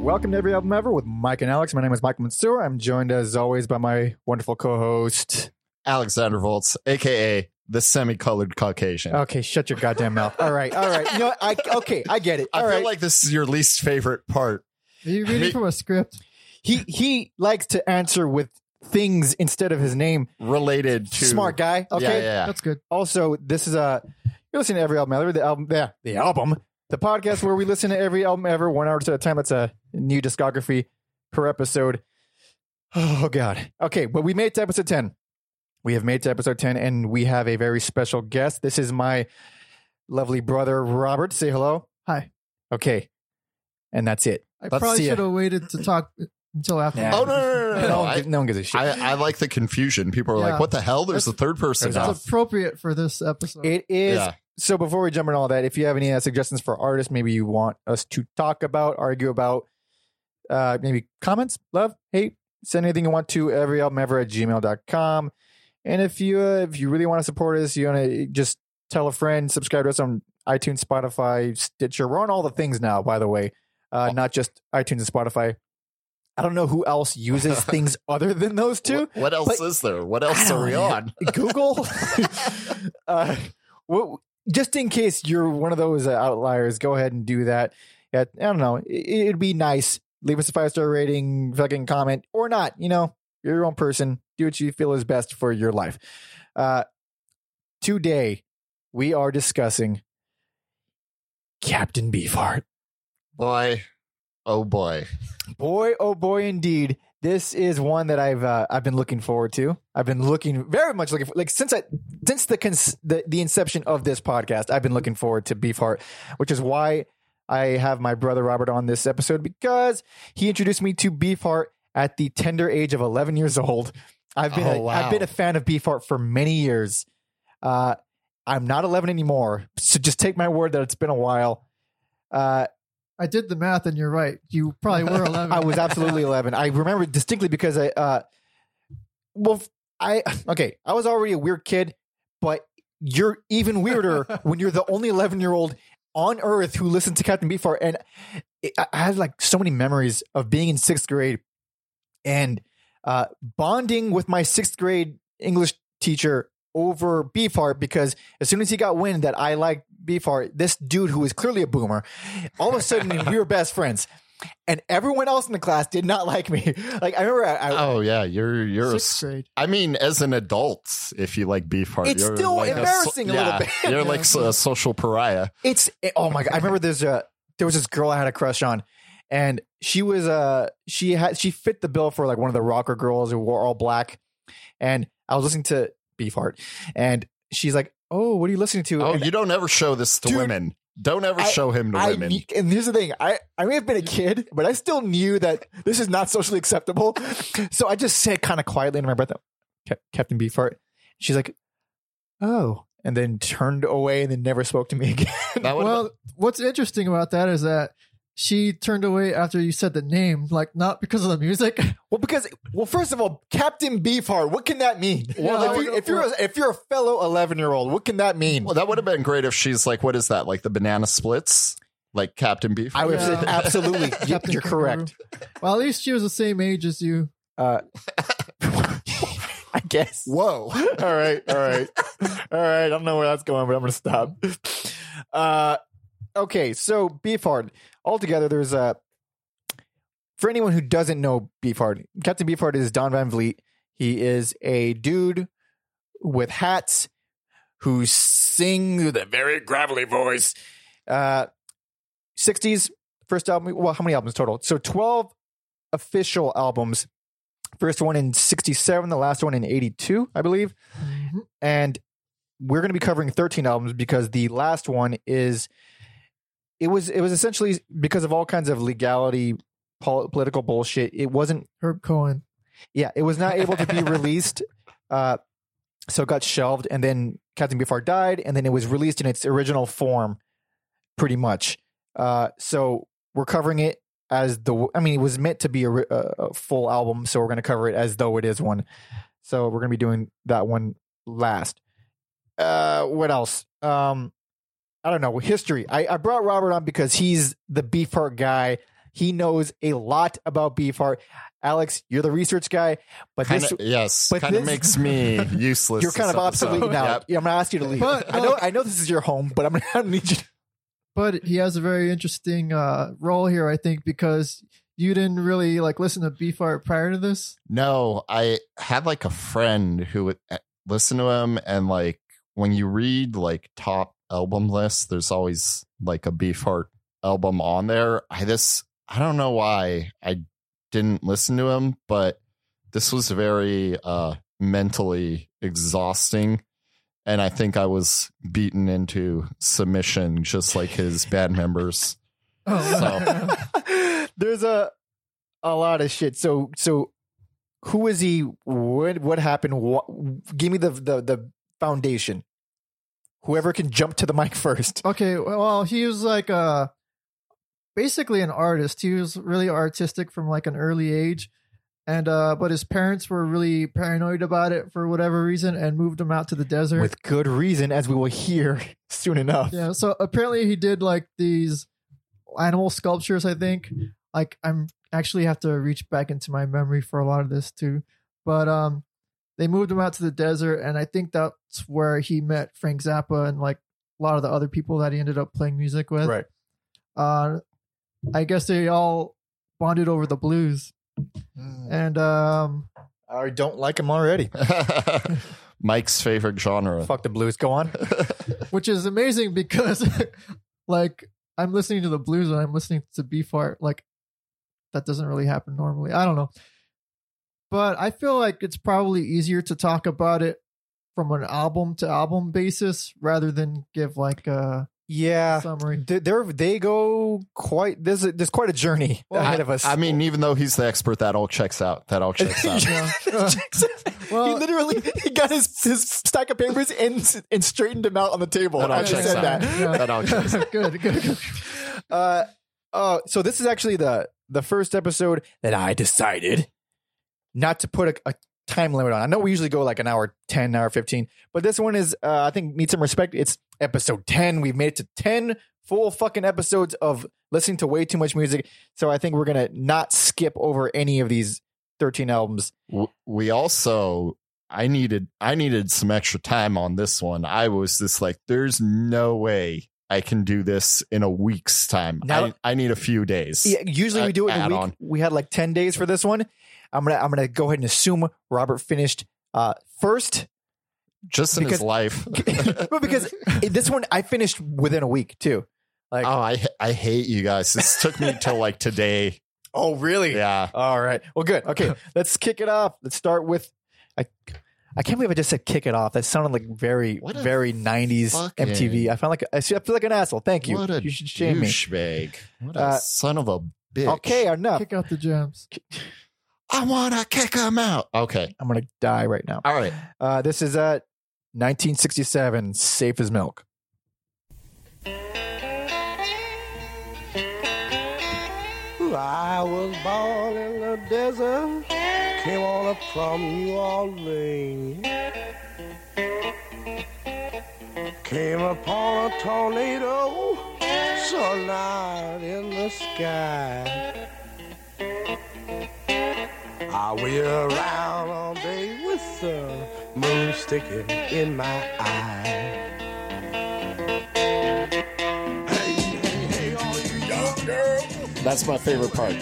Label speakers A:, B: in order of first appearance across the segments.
A: Welcome to Every Album Ever with Mike and Alex. My name is Mike Mansour. I'm joined as always by my wonderful co-host.
B: Alexander Volts, aka the semi-colored Caucasian.
A: Okay, shut your goddamn mouth. All right, all right. You know, what? I okay, I get it.
B: I
A: All
B: feel
A: right.
B: like this is your least favorite part.
C: Are you
B: Me-
C: reading from a script?
A: he he likes to answer with things instead of his name.
B: Related to
A: Smart guy. Okay.
B: Yeah, yeah, yeah.
C: That's good.
A: Also, this is a you're listening to every album ever. The album, yeah, the album, the podcast where we listen to every album ever one hour at a time. That's a new discography per episode. Oh God. Okay, but we made it to episode ten. We have made it to episode ten, and we have a very special guest. This is my lovely brother Robert. Say hello.
C: Hi.
A: Okay, and that's it.
C: I
B: Let's
C: probably
B: see
C: should have waited to talk until after.
A: Yeah.
B: Oh no, no, no, no,
A: No,
B: no.
A: one,
B: I,
A: gi- no one gives a shit.
B: I, I like the confusion. People are
C: Yeah.
B: like, "What the hell?" There's a third person
A: It's
B: now.
C: It's appropriate for this episode.
A: it is
B: Yeah.
A: so before we jump into all that, if you have any uh, suggestions for artists, maybe you want us to talk about, argue about, uh, maybe comments, love, hate, send anything you want to everyalbumever at gmail.com. And if you uh, if you really want to support us, you want to just tell a friend, subscribe to us on iTunes, Spotify, Stitcher. We're on all the things now, by the way, uh, not just iTunes and Spotify. I don't know who else uses things other than those two.
B: What, what else
A: But-
B: is there? What else are we on?
A: Google. uh, what, just in case you're one of those uh, outliers, go ahead and do that. Yeah, I don't know. It, would be nice. Leave us a five star rating, fucking comment, or not. You know, you're your own person. Do what you feel is best for your life. Uh, today, we are discussing Captain Beefheart.
B: Boy, oh boy.
A: Boy, oh boy, indeed. This is one that I've uh, I've been looking forward to. I've been looking very much looking for, like since I since the, cons- the the inception of this podcast, I've been looking forward to Beefheart, which is why I have my brother Robert on this episode because he introduced me to Beefheart at the tender age of 11 years old. I've been
B: Oh,
A: a,
B: wow.
A: I've been a fan of Beefheart for many years. Uh, I'm not 11 anymore, so just take my word that it's been a while. Uh,
C: I did the math, and you're right. You probably were 11.
A: I was absolutely 11. I remember distinctly because I, uh, well, f- I, okay, I was already a weird kid, but you're even weirder when you're the only 11 year old on earth who listened to Captain Beefheart. And it, I I had like so many memories of being in sixth grade and, uh, bonding with my sixth grade English teacher over Beefheart because as soon as he got wind that I liked Beefheart, this dude who was clearly a boomer, all of a sudden we were best friends. And everyone else in the class did not like me. Like I remember, I, I,
B: Oh yeah, you're you're. a
C: sixth
B: s-
C: grade.
B: I mean, as an adult, if you like beef heart,
A: It's
B: Oh, you're
A: still
B: like a so-
A: embarrassing a little
B: yeah,
A: bit.
B: You're like so- a social pariah.
A: it's oh my god! I remember there's a there was this girl I had a crush on, and she was uh she had she fit the bill for like one of the rocker girls who wore all black, and I was listening to Beefheart, and she's like, "Oh, what are you listening to?"
B: Oh,
A: And
B: you don't ever show this to
A: Dude,
B: women. Don't ever
A: I-
B: show him to
A: I
B: women.
A: knew- and here's the thing: I I may have been a kid, but I still knew that this is not socially acceptable. So I just said kind of quietly under my breath, "Cap- "Captain Beefheart." She's like, "Oh," and then turned away and then never spoke to me again.
B: That would've
C: Well, what's interesting about that is that she turned away after you said the name, like not because of the music.
A: Well, because well, first of all, Captain Beefheart. What can that mean?
C: Well,
A: if, you, if you're a, if you're a fellow eleven year old, what can that mean?
B: Well, that would have been great if she's like, what is that? Like the banana splits? Like Captain Beef?
A: I would have said
C: No.
A: absolutely. Y-
C: Captain
A: you're correct.
C: Well, at least she was the same age as you.
A: Uh, I guess.
B: Whoa.
A: All right, all right, all right. I don't know where that's going, but I'm gonna stop. Uh, okay, so Beefheart. Altogether, there's a. For anyone who doesn't know Beefheart, Captain Beefheart is Don Van Vliet. He is a dude with hats who sings with a very gravelly voice. Uh, 60s, first album. Well, how many albums total? So 12 official albums. First one in 67, the last one in 82, I believe
B: Mm-hmm.
A: and we're going to be covering 13 albums because the last one is it was it was essentially because of all kinds of legality pol- political bullshit it wasn't
C: Herb Cohen.
A: yeah it was not able to be released uh so it got shelved and then captain beefheart died and then it was released in its original form pretty much uh so we're covering it as the i mean it was meant to be a, ri- a a full album so we're going to cover it as though it is one so we're going to be doing that one last uh what else um i don't know history i i brought robert on because he's the beefheart guy He knows a lot about Beefheart. Alex, you're the research guy, but
B: Kind
A: this
B: of yes,
A: but
B: kind of
A: this-
B: makes me useless.
A: you're kind
B: this
A: of obsolete
B: episode.
A: now.
B: Yep.
A: Yeah, I'm gonna ask you to leave.
C: But,
A: I know
C: look-
A: I know this is your home, but I'm gonna, I need you. to-
C: but he has a very interesting uh, role here, I think, because you didn't really like listen to Beefheart prior to this.
B: No, I had like a friend who would uh, listen to him, and like when you read like top album lists, there's always like a Beefheart album on there. I this I don't know why I didn't listen to him, but this was very uh mentally exhausting. And I think I was beaten into submission, just like his band members.
C: Oh,
A: There's a a lot of shit. So so who is he? What what happened? What, give me the, the the foundation. Whoever can jump to the mic first.
C: okay, well, he was like uh basically an artist. He was really artistic from like an early age. And uh but his parents were really paranoid about it for whatever reason and moved him out to the desert.
A: With good reason, as we will hear soon enough.
C: Yeah. So apparently he did like these animal sculptures. I think. Like I'm actually have to reach back into my memory for a lot of this too, but um, they moved him out to the desert, and I think that's where he met Frank Zappa and like a lot of the other people that he ended up playing music with.
A: Right.
C: Uh, I guess they all bonded over the blues, and um,
A: I don't like him already.
B: Mike's favorite genre.
A: Fuck the blues. Go on.
C: which is amazing because like I'm listening to the blues and I'm listening to Beefheart. Like that doesn't really happen normally. I don't know. But I feel like it's probably easier to talk about it from an album to album basis rather than give like a
A: Yeah.
C: summary.
A: They- They're, they go quite there's a, there's quite a journey
C: Well,
A: ahead of us.
B: I mean, even though he's the expert, that all checks out. That all checks out.
C: Yeah.
A: he
C: Well-
A: literally he got his, his stack of papers and and straightened them out on the table.
B: That
A: I
B: all
A: just
B: checks
A: said
B: out.
A: that.
B: That all checks
C: good, good, good.
A: Uh, uh, so this is actually the the first episode that I decided not to put a, a time limit on. I know we usually go like an hour ten, hour fifteen, but this one is uh, I think needs some respect. It's episode ten. We've made it to ten full fucking episodes of listening to way too much music. So I think we're gonna not skip over any of these thirteen albums.
B: W- We also, I needed, I needed some extra time on this one. I was just like, there's no way I can do this in a week's time.
A: Now-
B: I, I need a few days.
A: Yeah, usually we
B: Add-
A: do it in a
B: Uh, add
A: week.
B: on.
A: We had like ten days for this one. I'm gonna I'm gonna go ahead and assume Robert finished uh, first,
B: Just in his
A: because-
B: life.
A: but because this one I finished within a week too. Like,
B: oh, I, I hate you guys. This took me till like today.
A: oh really?
B: Yeah.
A: All right. Well, good. Okay, let's kick it off. Let's start with I. I can't believe I just said kick it off. That sounded like very
B: What a
A: very 90s
B: fucking-
A: MTV. I felt like I feel I feel like an asshole. Thank you.
B: What a
A: you should shame me.
B: douchebag. What a
A: Uh,
B: son of a bitch.
A: Okay, enough.
C: Kick out the gems.
B: I want to kick him out. Okay.
A: I'm gonna die right now.
B: All right.
A: Uh, this is uh 1967. Safe as milk.
D: I was born in the desert, came on up from New Orleans. Came upon a tornado, so loud in the sky. I wheel around all day with the moon sticking in my eye. Hey, hey, hey, all you young girls.
B: That's my favorite part.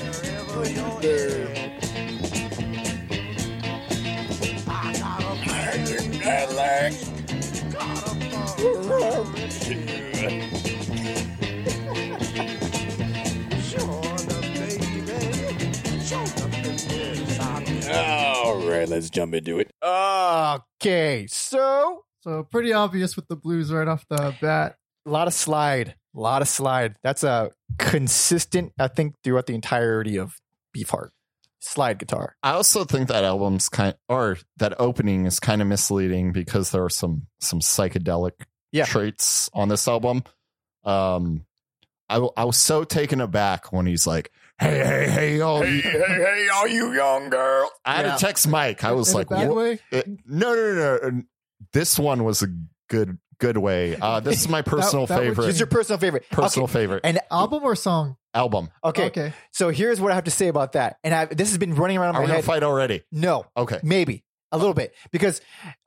A: Okay, so
C: So pretty obvious with the blues right off the bat.
A: a lot of slide, a lot of slide. That's a consistent, I think, throughout the entirety of Beefheart. Slide guitar.
B: I also think that album's kind or that opening is kind of misleading because there are some some psychedelic
A: Yeah.
B: traits on this album. Um I, w- I was so taken aback when he's like, "Hey, hey, hey, all you, hey, hey, all you young girl." I had
A: Yeah.
B: to text Mike. I was
C: In a
B: like,
C: bad
B: "What?"
C: way.
B: Uh, no, no, no, no. This one was a good good way. Uh, this is my personal
C: that would
B: favorite.
A: It's your personal favorite.
B: personal
A: Okay.
B: favorite
A: And
C: Album or song?
B: album.
A: okay,
C: Okay.
A: so here's what I have to say about that. And I, this has been running around in
B: Are we
A: my
B: gonna
A: head.
B: fight already?
A: No,
B: Okay.
A: maybe a little bit because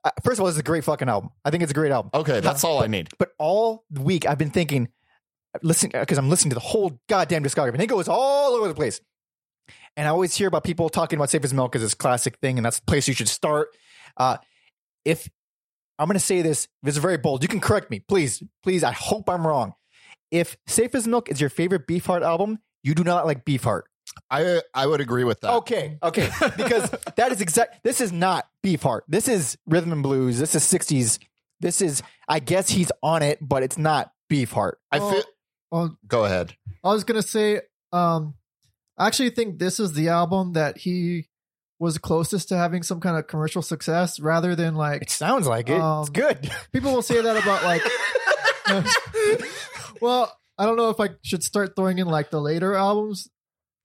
A: uh, first of all, this is a great fucking album. I think it's a great album.
B: Okay, that's all I need.
A: But all week I've been thinking, listen, because I'm listening to the whole goddamn discography, and it goes all over the place. And I always hear about people talking about Safe as Milk as this classic thing, and that's the place you should start. Uh, if I'm going to say this, this is very bold. You can correct me, please, please. I hope I'm wrong. If Safe as Milk is your favorite Beefheart album, you do not like Beefheart.
B: I I would agree with that.
A: Okay, okay, because that is exact. This is not Beefheart. This is rhythm and blues. This is '60s. This is, I guess, he's on it, but it's not Beefheart.
B: I
C: Well,
B: feel.
C: well,
B: Go ahead.
C: I was gonna say, um, I actually think this is the album that he was closest to having some kind of commercial success, rather than like
A: It sounds like it. it's
C: Um,
A: good.
C: people will say that about like well i don't know if i should start throwing in like the later albums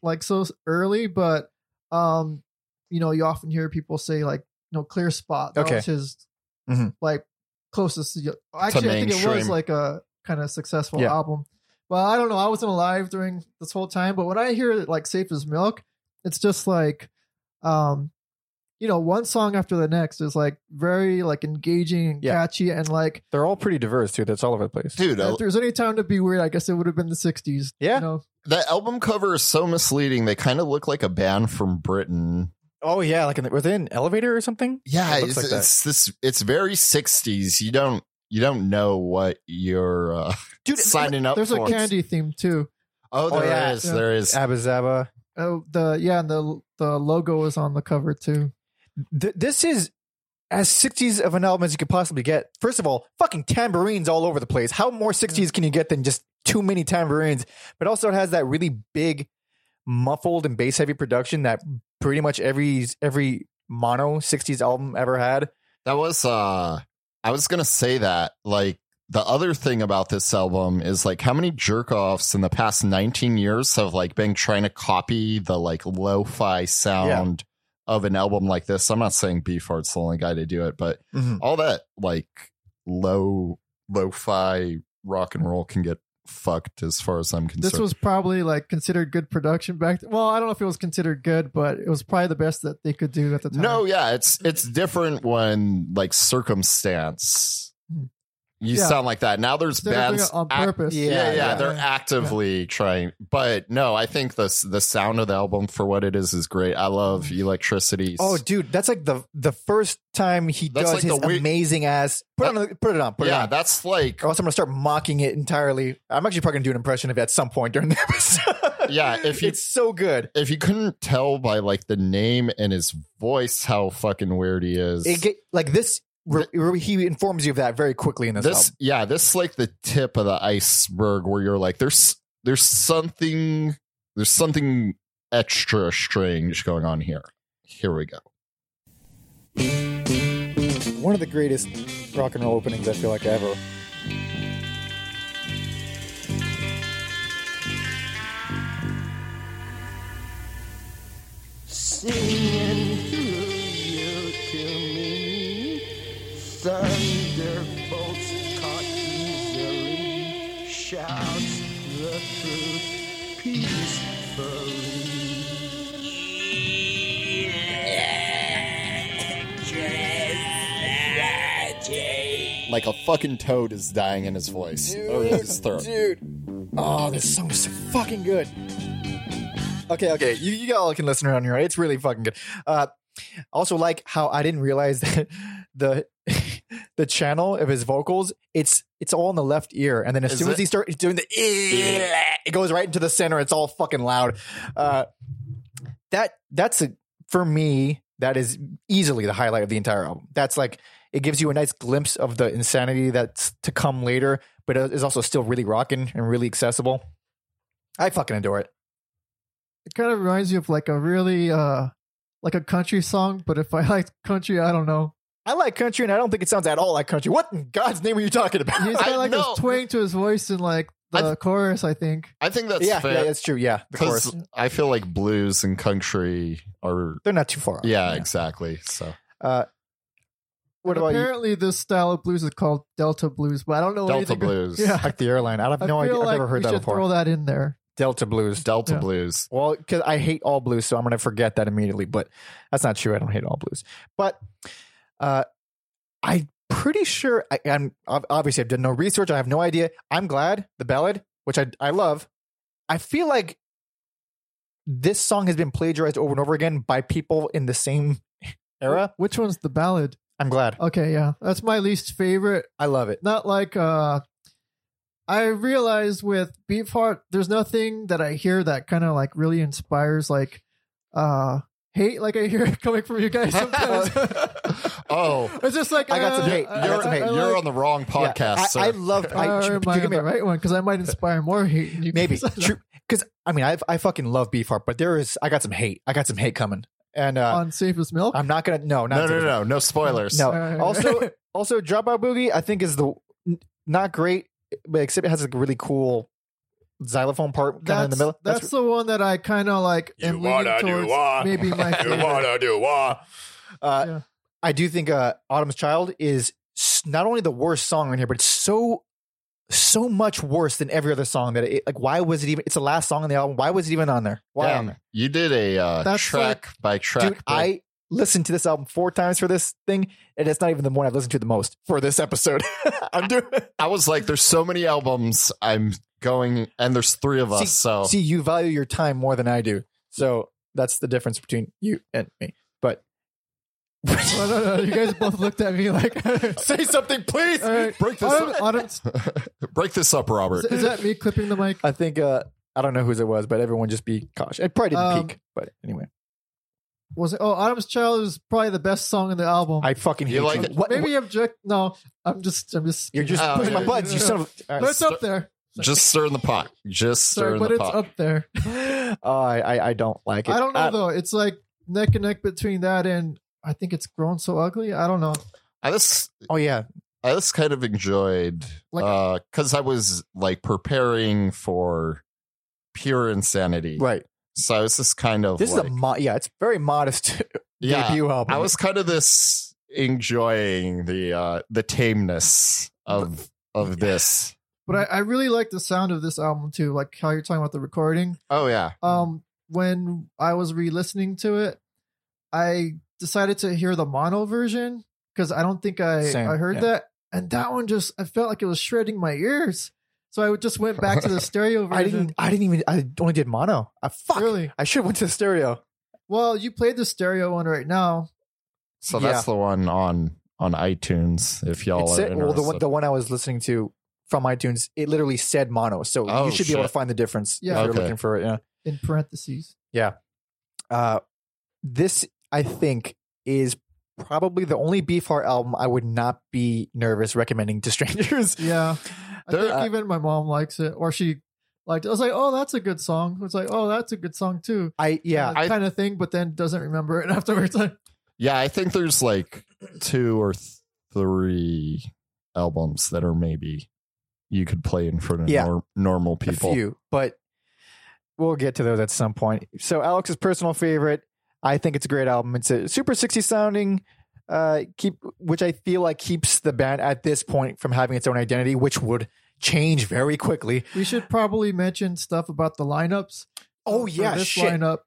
C: like so early but um you know you often hear people say like you know clear spot that
A: Okay.
C: was his
A: Mhm.
C: like closest to actually i think it was
B: mainstream.
C: like a kind of successful
A: Yeah.
C: album well i don't know i wasn't alive during this whole time but when i hear like safe as milk it's just like um you know one song after the next is like very like engaging and
A: Yeah.
C: catchy and like
A: They're all pretty diverse too. That's all over the place.
B: Dude,
C: if there's any time to be weird i guess it would have been the 60s
A: Yeah.
C: you know
B: that album cover is so misleading. They kind of look like a band from Britain.
A: Oh yeah, like in the, were they in an elevator or something?
B: Yeah,
A: It looks
B: it's,
A: like that.
B: it's this. It's very '60s. You don't you don't know what you're uh,
A: Dude,
B: signing up
C: there's
B: for.
C: a candy theme too
B: Oh,
A: Oh,
B: there is.
A: yeah.
C: Yeah.
B: There is.
A: Abba Zaba.
C: oh the yeah and the the logo is on the cover too
A: Th- this is as 60s of an album as you could possibly get. First of all, fucking tambourines all over the place. How more 60s can you get than just too many tambourines? But also, it has that really big, muffled and bass heavy production that pretty much every every mono 60s album ever had.
B: That was uh I was gonna say that. Like the other thing about this album is like how many jerk offs in the past 19 years have like been trying to copy the like lo-fi sound of an album like this. I'm not saying Beefheart's the only guy to do it, but all that like low lo-fi rock and roll can get fucked as far as I'm concerned.
C: this was probably like considered good production back well i don't know if it was considered good but it was probably the best that they could do at the time
B: No, yeah, it's it's different when like circumstance. You
C: Mm. Yeah.
B: sound like that. Now there's
C: They're doing
B: bands
C: it on
B: act-
C: purpose
A: yeah,
B: yeah, yeah,
A: yeah.
B: they're actively trying. But no, I think the the sound of the album for what it is is great. I love
C: Mm.
B: electricity.
A: Oh, dude, that's like the the first time he
B: That's
A: does
B: like
A: his
B: the weird-
A: amazing ass. Put it on, put it on, put
C: uh,
B: yeah,
A: it on.
B: that's like
A: Or
C: oh.
A: else I'm gonna start mocking it entirely. I'm actually probably gonna do an impression of it at some point during the episode.
B: Yeah, if you-
A: it's so good,
B: if you couldn't tell by like the name and his voice how fucking weird he is.
A: it get, like this. Re, re- he informs you of that very quickly in this.
B: this
A: album.
B: yeah, this is like the tip of the iceberg where you're like there's there's something there's something extra strange going on here. Here we go.
A: One of the greatest rock and roll openings I feel like ever.
D: Singing through you to me. Thunderbolts caught easily. Shouts the truth peacefully.
B: Like a fucking toad is dying in his voice or in his throat.
A: Dude. Oh, this song is so fucking good. Okay, okay. You, you all can listen around here. It's really fucking good. Uh, also, like how I didn't realize that the the channel of his vocals it's it's all in the left ear, and then as
B: Is
A: soon as
B: it?
A: he starts doing the e, it goes right into the center. It's all fucking loud. Uh, that that's a, for me. That is easily the highlight of the entire album. That's like it gives you a nice glimpse of the insanity that's to come later, but it is also still really rocking and really accessible. I fucking adore it.
C: it kind of reminds you of like a really uh like a country song but if i like country i don't know
A: I like country, and I don't think it sounds at all like country. What in God's name are you talking about?
C: he's
B: I
C: got like this
B: know.
C: twang to his voice in like the
B: I've-
C: chorus i think
B: I think that's
A: yeah,
B: fair.
A: yeah, that's true. Yeah, the
B: because
A: chorus.
B: I feel like blues and country are
A: They're not too far. off.
B: yeah, exactly. So
A: Uh, What about you?
C: Apparently, this style of blues is called Delta blues, but I don't know
B: Delta
C: anything.
B: blues.
C: Yeah.
A: Like the airline. I have
C: I
A: no
C: feel
A: idea.
C: like
A: I've never
C: we
A: heard that
C: should
A: before.
C: throw that in there.
A: Delta blues.
B: Delta
C: Yeah.
B: blues.
A: Well, because I hate all blues, so I'm going to forget that immediately. But that's not true. I don't hate all blues. But uh, I'm pretty sure I, I'm ob- obviously I've done no research. I have no idea. I'm glad the ballad, which I I love. I feel like this song has been plagiarized over and over again by people in the same era.
C: Which one's the ballad?
A: I'm glad.
C: Okay, yeah, that's my least favorite.
A: I love it.
C: Not like uh, I realize with Beefheart, there's nothing that I hear that kind of like really inspires like uh hate, like I hear coming from you guys sometimes.
B: Oh,
C: it's just like
A: I got some
C: uh,
A: hate.
C: uh,
A: I
B: you're,
A: got some hate.
C: I
B: you're
C: like- uh,
B: on the wrong
A: Yeah,
B: podcast,
A: I-
B: sir.
A: I, love. I,
C: or
A: to,
C: am I
A: to give
C: on
A: me
C: the right one? Because I might inspire more hate. in you
A: maybe
C: guys.
A: because I mean I've, I fucking love Beefheart, but there is I got some hate. I got some hate coming, and uh,
C: on Safe as Milk.
A: I'm not gonna no not
B: no, no,
A: today.
B: no, no, spoilers.
A: No.
C: Uh,
A: Also, also Dropout Boogie I think is the n- not great, but except it has a really cool xylophone part kind of in the middle.
C: That's, the one that I kind of like.
B: You
C: am
B: wanna
C: leaning
B: do
C: towards
B: what?
C: Maybe my favorite.
B: do what?
A: uh,
C: yeah.
A: I do think uh, Autumn's Child is s- not only the worst song on here, but it's so so much worse than every other song that it like why was it even it's the last song on the album why was it even on there why on
B: Damn,
A: there?
B: you did a uh,
C: That's
B: track by track.
A: dude i listened to this album four times for this thing and it's not even the one i've listened to the most for this episode i'm doing
B: I was like, there's so many albums. I'm going, and there's three of us. so
A: see you value your time more than i do so that's the difference between you and me but
C: No, no, no. You guys both looked at me like.
A: say something please
C: All right.
B: break this
C: Autumn,
B: up.
C: Autumn,
B: break this up, Robert.
C: is that me clipping the mic?
A: i think uh i don't know whose it was but everyone just be cautious it probably didn't
C: Um,
A: peak but anyway
C: Was it? Oh, Autumn's Child is probably the best song in the album. Um,
A: i fucking hate
B: You
A: you
B: like it?
A: what,
C: Maybe object. No, I'm just. I'm just.
A: you're just
B: Oh,
A: pushing my
B: yeah.
A: buttons you son of a- all
C: No,
A: right.
C: it's up there.
B: Just stir in the pot. Just stir
C: Sorry,
B: in
C: but
B: the
C: it's
B: pot.
C: up there.
A: oh, I, I i don't like it Uh,
C: I don't know though. It's like neck and neck between that and I think it's grown so ugly. I don't know.
B: I just,
A: oh yeah
B: I just kind of enjoyed
C: Like-
B: because I was like preparing for pure insanity.
A: right
B: So I was just kind of
A: this
B: like,
A: is a mo- yeah it's very modest
B: yeah.
A: debut album
B: I was kind of this enjoying the uh the tameness of of this.
C: But I, I really like the sound of this album too. Like how you're talking about the recording.
B: Oh yeah.
A: Mm.
C: um when i was re-listening to it i decided to hear the mono version because i don't think i
A: Same,
C: i heard
A: yeah.
C: that and that one just i felt like it was shredding my ears so i would- just went back to the stereo version
A: I didn't. I didn't even. I only did mono. I fuck.
C: really
A: I should have went to stereo.
C: well you played the stereo one right now
B: So
A: Yeah.
B: that's the one on on iTunes if y'all
A: It
B: are
A: said,
B: interested.
A: well, the one, the one I was listening to from iTunes, it literally said mono, so
B: Oh,
A: you should be able to
B: shit.
A: find the difference.
C: Yeah.
A: if you're
B: Okay.
A: looking for it. Yeah.
C: in parentheses
A: Uh, this I think is probably the only Beefheart album I would not be nervous recommending to strangers.
C: yeah i
B: There-
C: think
A: uh,
C: even my mom likes it or she liked it i was like oh that's a good song it's like oh that's a good song too
A: I yeah.
B: I-
C: kind of thing but then doesn't remember it afterwards
B: yeah, I think there's like two or th- three albums that are maybe you could play in front of
A: Yeah.
B: nor- normal people.
A: a few, but we'll get to those at some point. So Alex's personal favorite, I think it's a great album. It's a super 60 sounding uh keep which I feel like keeps the band at this point from having its own identity, which would change very quickly.
C: We should probably mention stuff about the lineups.
A: Oh,
C: For
A: yeah,
C: this
A: shit.
C: lineup.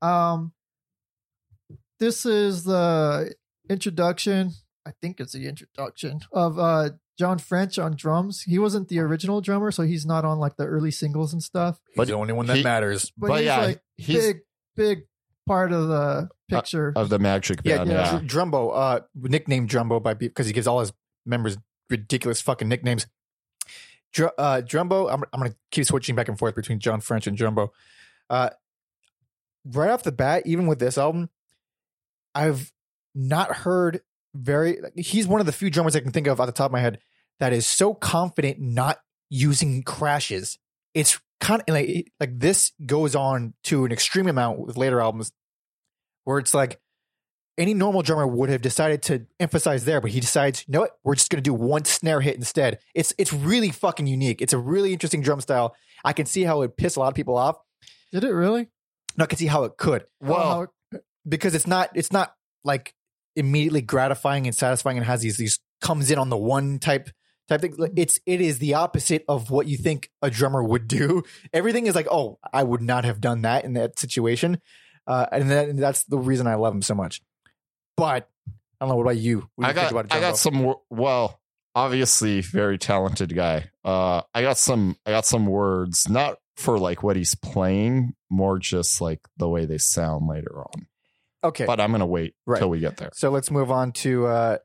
C: Um, this is the introduction. I think it's the introduction of uh John French on drums. He wasn't the original drummer, so he's not on like the early singles and stuff.
B: But
A: the only one
B: that he-
A: matters.
C: But,
B: But
C: he's
B: yeah,
C: like
B: he's- Uh,
C: big, big part of the picture.
B: Of the Magic
A: Yeah,
B: Band. Yeah.
A: Dr- Drumbo, uh nicknamed Drumbo by because he gives all his members ridiculous fucking nicknames. Dr- uh, Drumbo, I'm, I'm gonna keep switching back and forth between John French and Drumbo. Uh, right off the bat, even with this album, I've not heard very. like, He's one of the few drummers I can think of off the top of my head that is so confident not using crashes. It's kind of like, like this goes on to an extreme amount with later albums, where it's like any normal drummer would have decided to emphasize there, but he decides, you know what, we're just going to do one snare hit instead. It's it's really fucking unique. It's a really interesting drum style. I can see how it piss a lot of people off.
C: Did it really?
A: No, I can see how it could
B: Well,
C: Oh, how-
A: because it's not it's not like immediately gratifying and satisfying and has these these comes in on the one type type thing. Like, It's it is the opposite of what you think a drummer would do. Everything is like, oh, I would not have done that in that situation, uh, and, that, and that's the reason I love him so much. But I don't know. What about you? What do
B: I
A: you
B: got,
A: think about
B: I got
A: Jumbo?
B: some. wor- Well, obviously, very talented guy. Uh, I got some. I got some words, not for like what he's playing, more just like the way they sound later on.
A: Okay,
B: But I'm gonna wait
A: Right.
B: till we get there.
A: so let's move on to uh,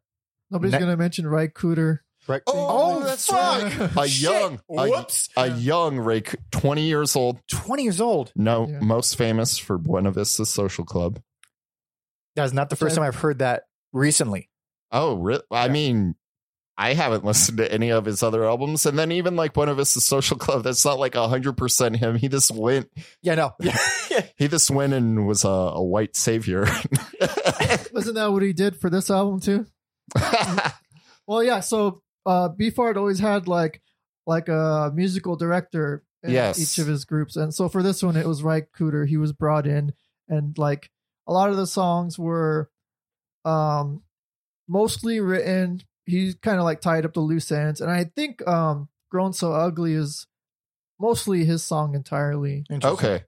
C: Nobody's
A: Ne-
C: gonna mention Ray Cooter.
A: right.
B: Oh, that's
C: right.
B: A young, a,
A: Whoops,
B: a young Ray, C- 20 years old.
A: twenty years old.
B: No,
C: Yeah.
B: most famous for Buena Vista Social Club.
A: That's not the first
C: Yeah.
A: time I've heard that recently.
B: Oh, re- I
A: Yeah.
B: mean, I haven't listened to any of his other albums, and then even like Buena Vista Social Club, that's not like hundred percent him. He just went,
A: Yeah, no. Yeah.
B: he just went and was a, a white savior.
C: Wasn't that what he did for this album too? Well, yeah. So uh, Beefheart always had like like a musical director in
B: Yes.
C: each of his groups, and so for this one, it was Ray Cooter. He was brought in, and like a lot of the songs were um, mostly written. He kind of like tied up the loose ends, and I think um, "Grown So Ugly" is mostly his song entirely.
A: Interesting.
B: okay,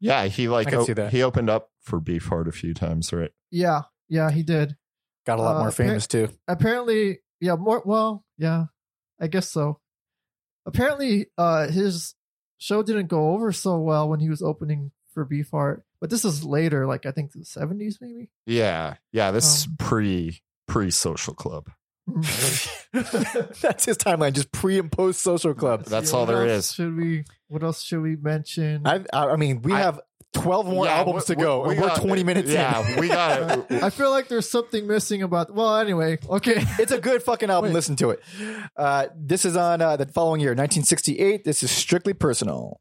B: yeah, he
A: I
B: like
A: can
B: op-
A: see that.
B: he opened up for Beefheart a few times, right?
C: Yeah, yeah, he did.
A: Got a lot
C: Uh,
A: more famous too.
C: apparently yeah more well yeah i guess so apparently uh his show didn't go over so well when he was opening for beefheart but this is later like i think the 70s maybe
B: Yeah, yeah, this
C: Um.
B: is pre pre Social Club.
A: That's his timeline. Just pre and post social club.
B: That's
C: Yeah,
B: all
C: what
B: there
C: else
B: is.
C: should we what else should we mention
A: I, I I mean, we
B: I-
A: have twelve more
B: Yeah,
A: albums
B: we-
A: to go.
B: we-
A: and
B: we
A: we're
B: got-
A: twenty minutes in.
B: Yeah, we got it.
C: i feel like there's something missing about well anyway okay
A: it's a good fucking album.
C: Wait.
A: Listen to it. Uh, this is on uh, the following year, 1968. This is strictly personal.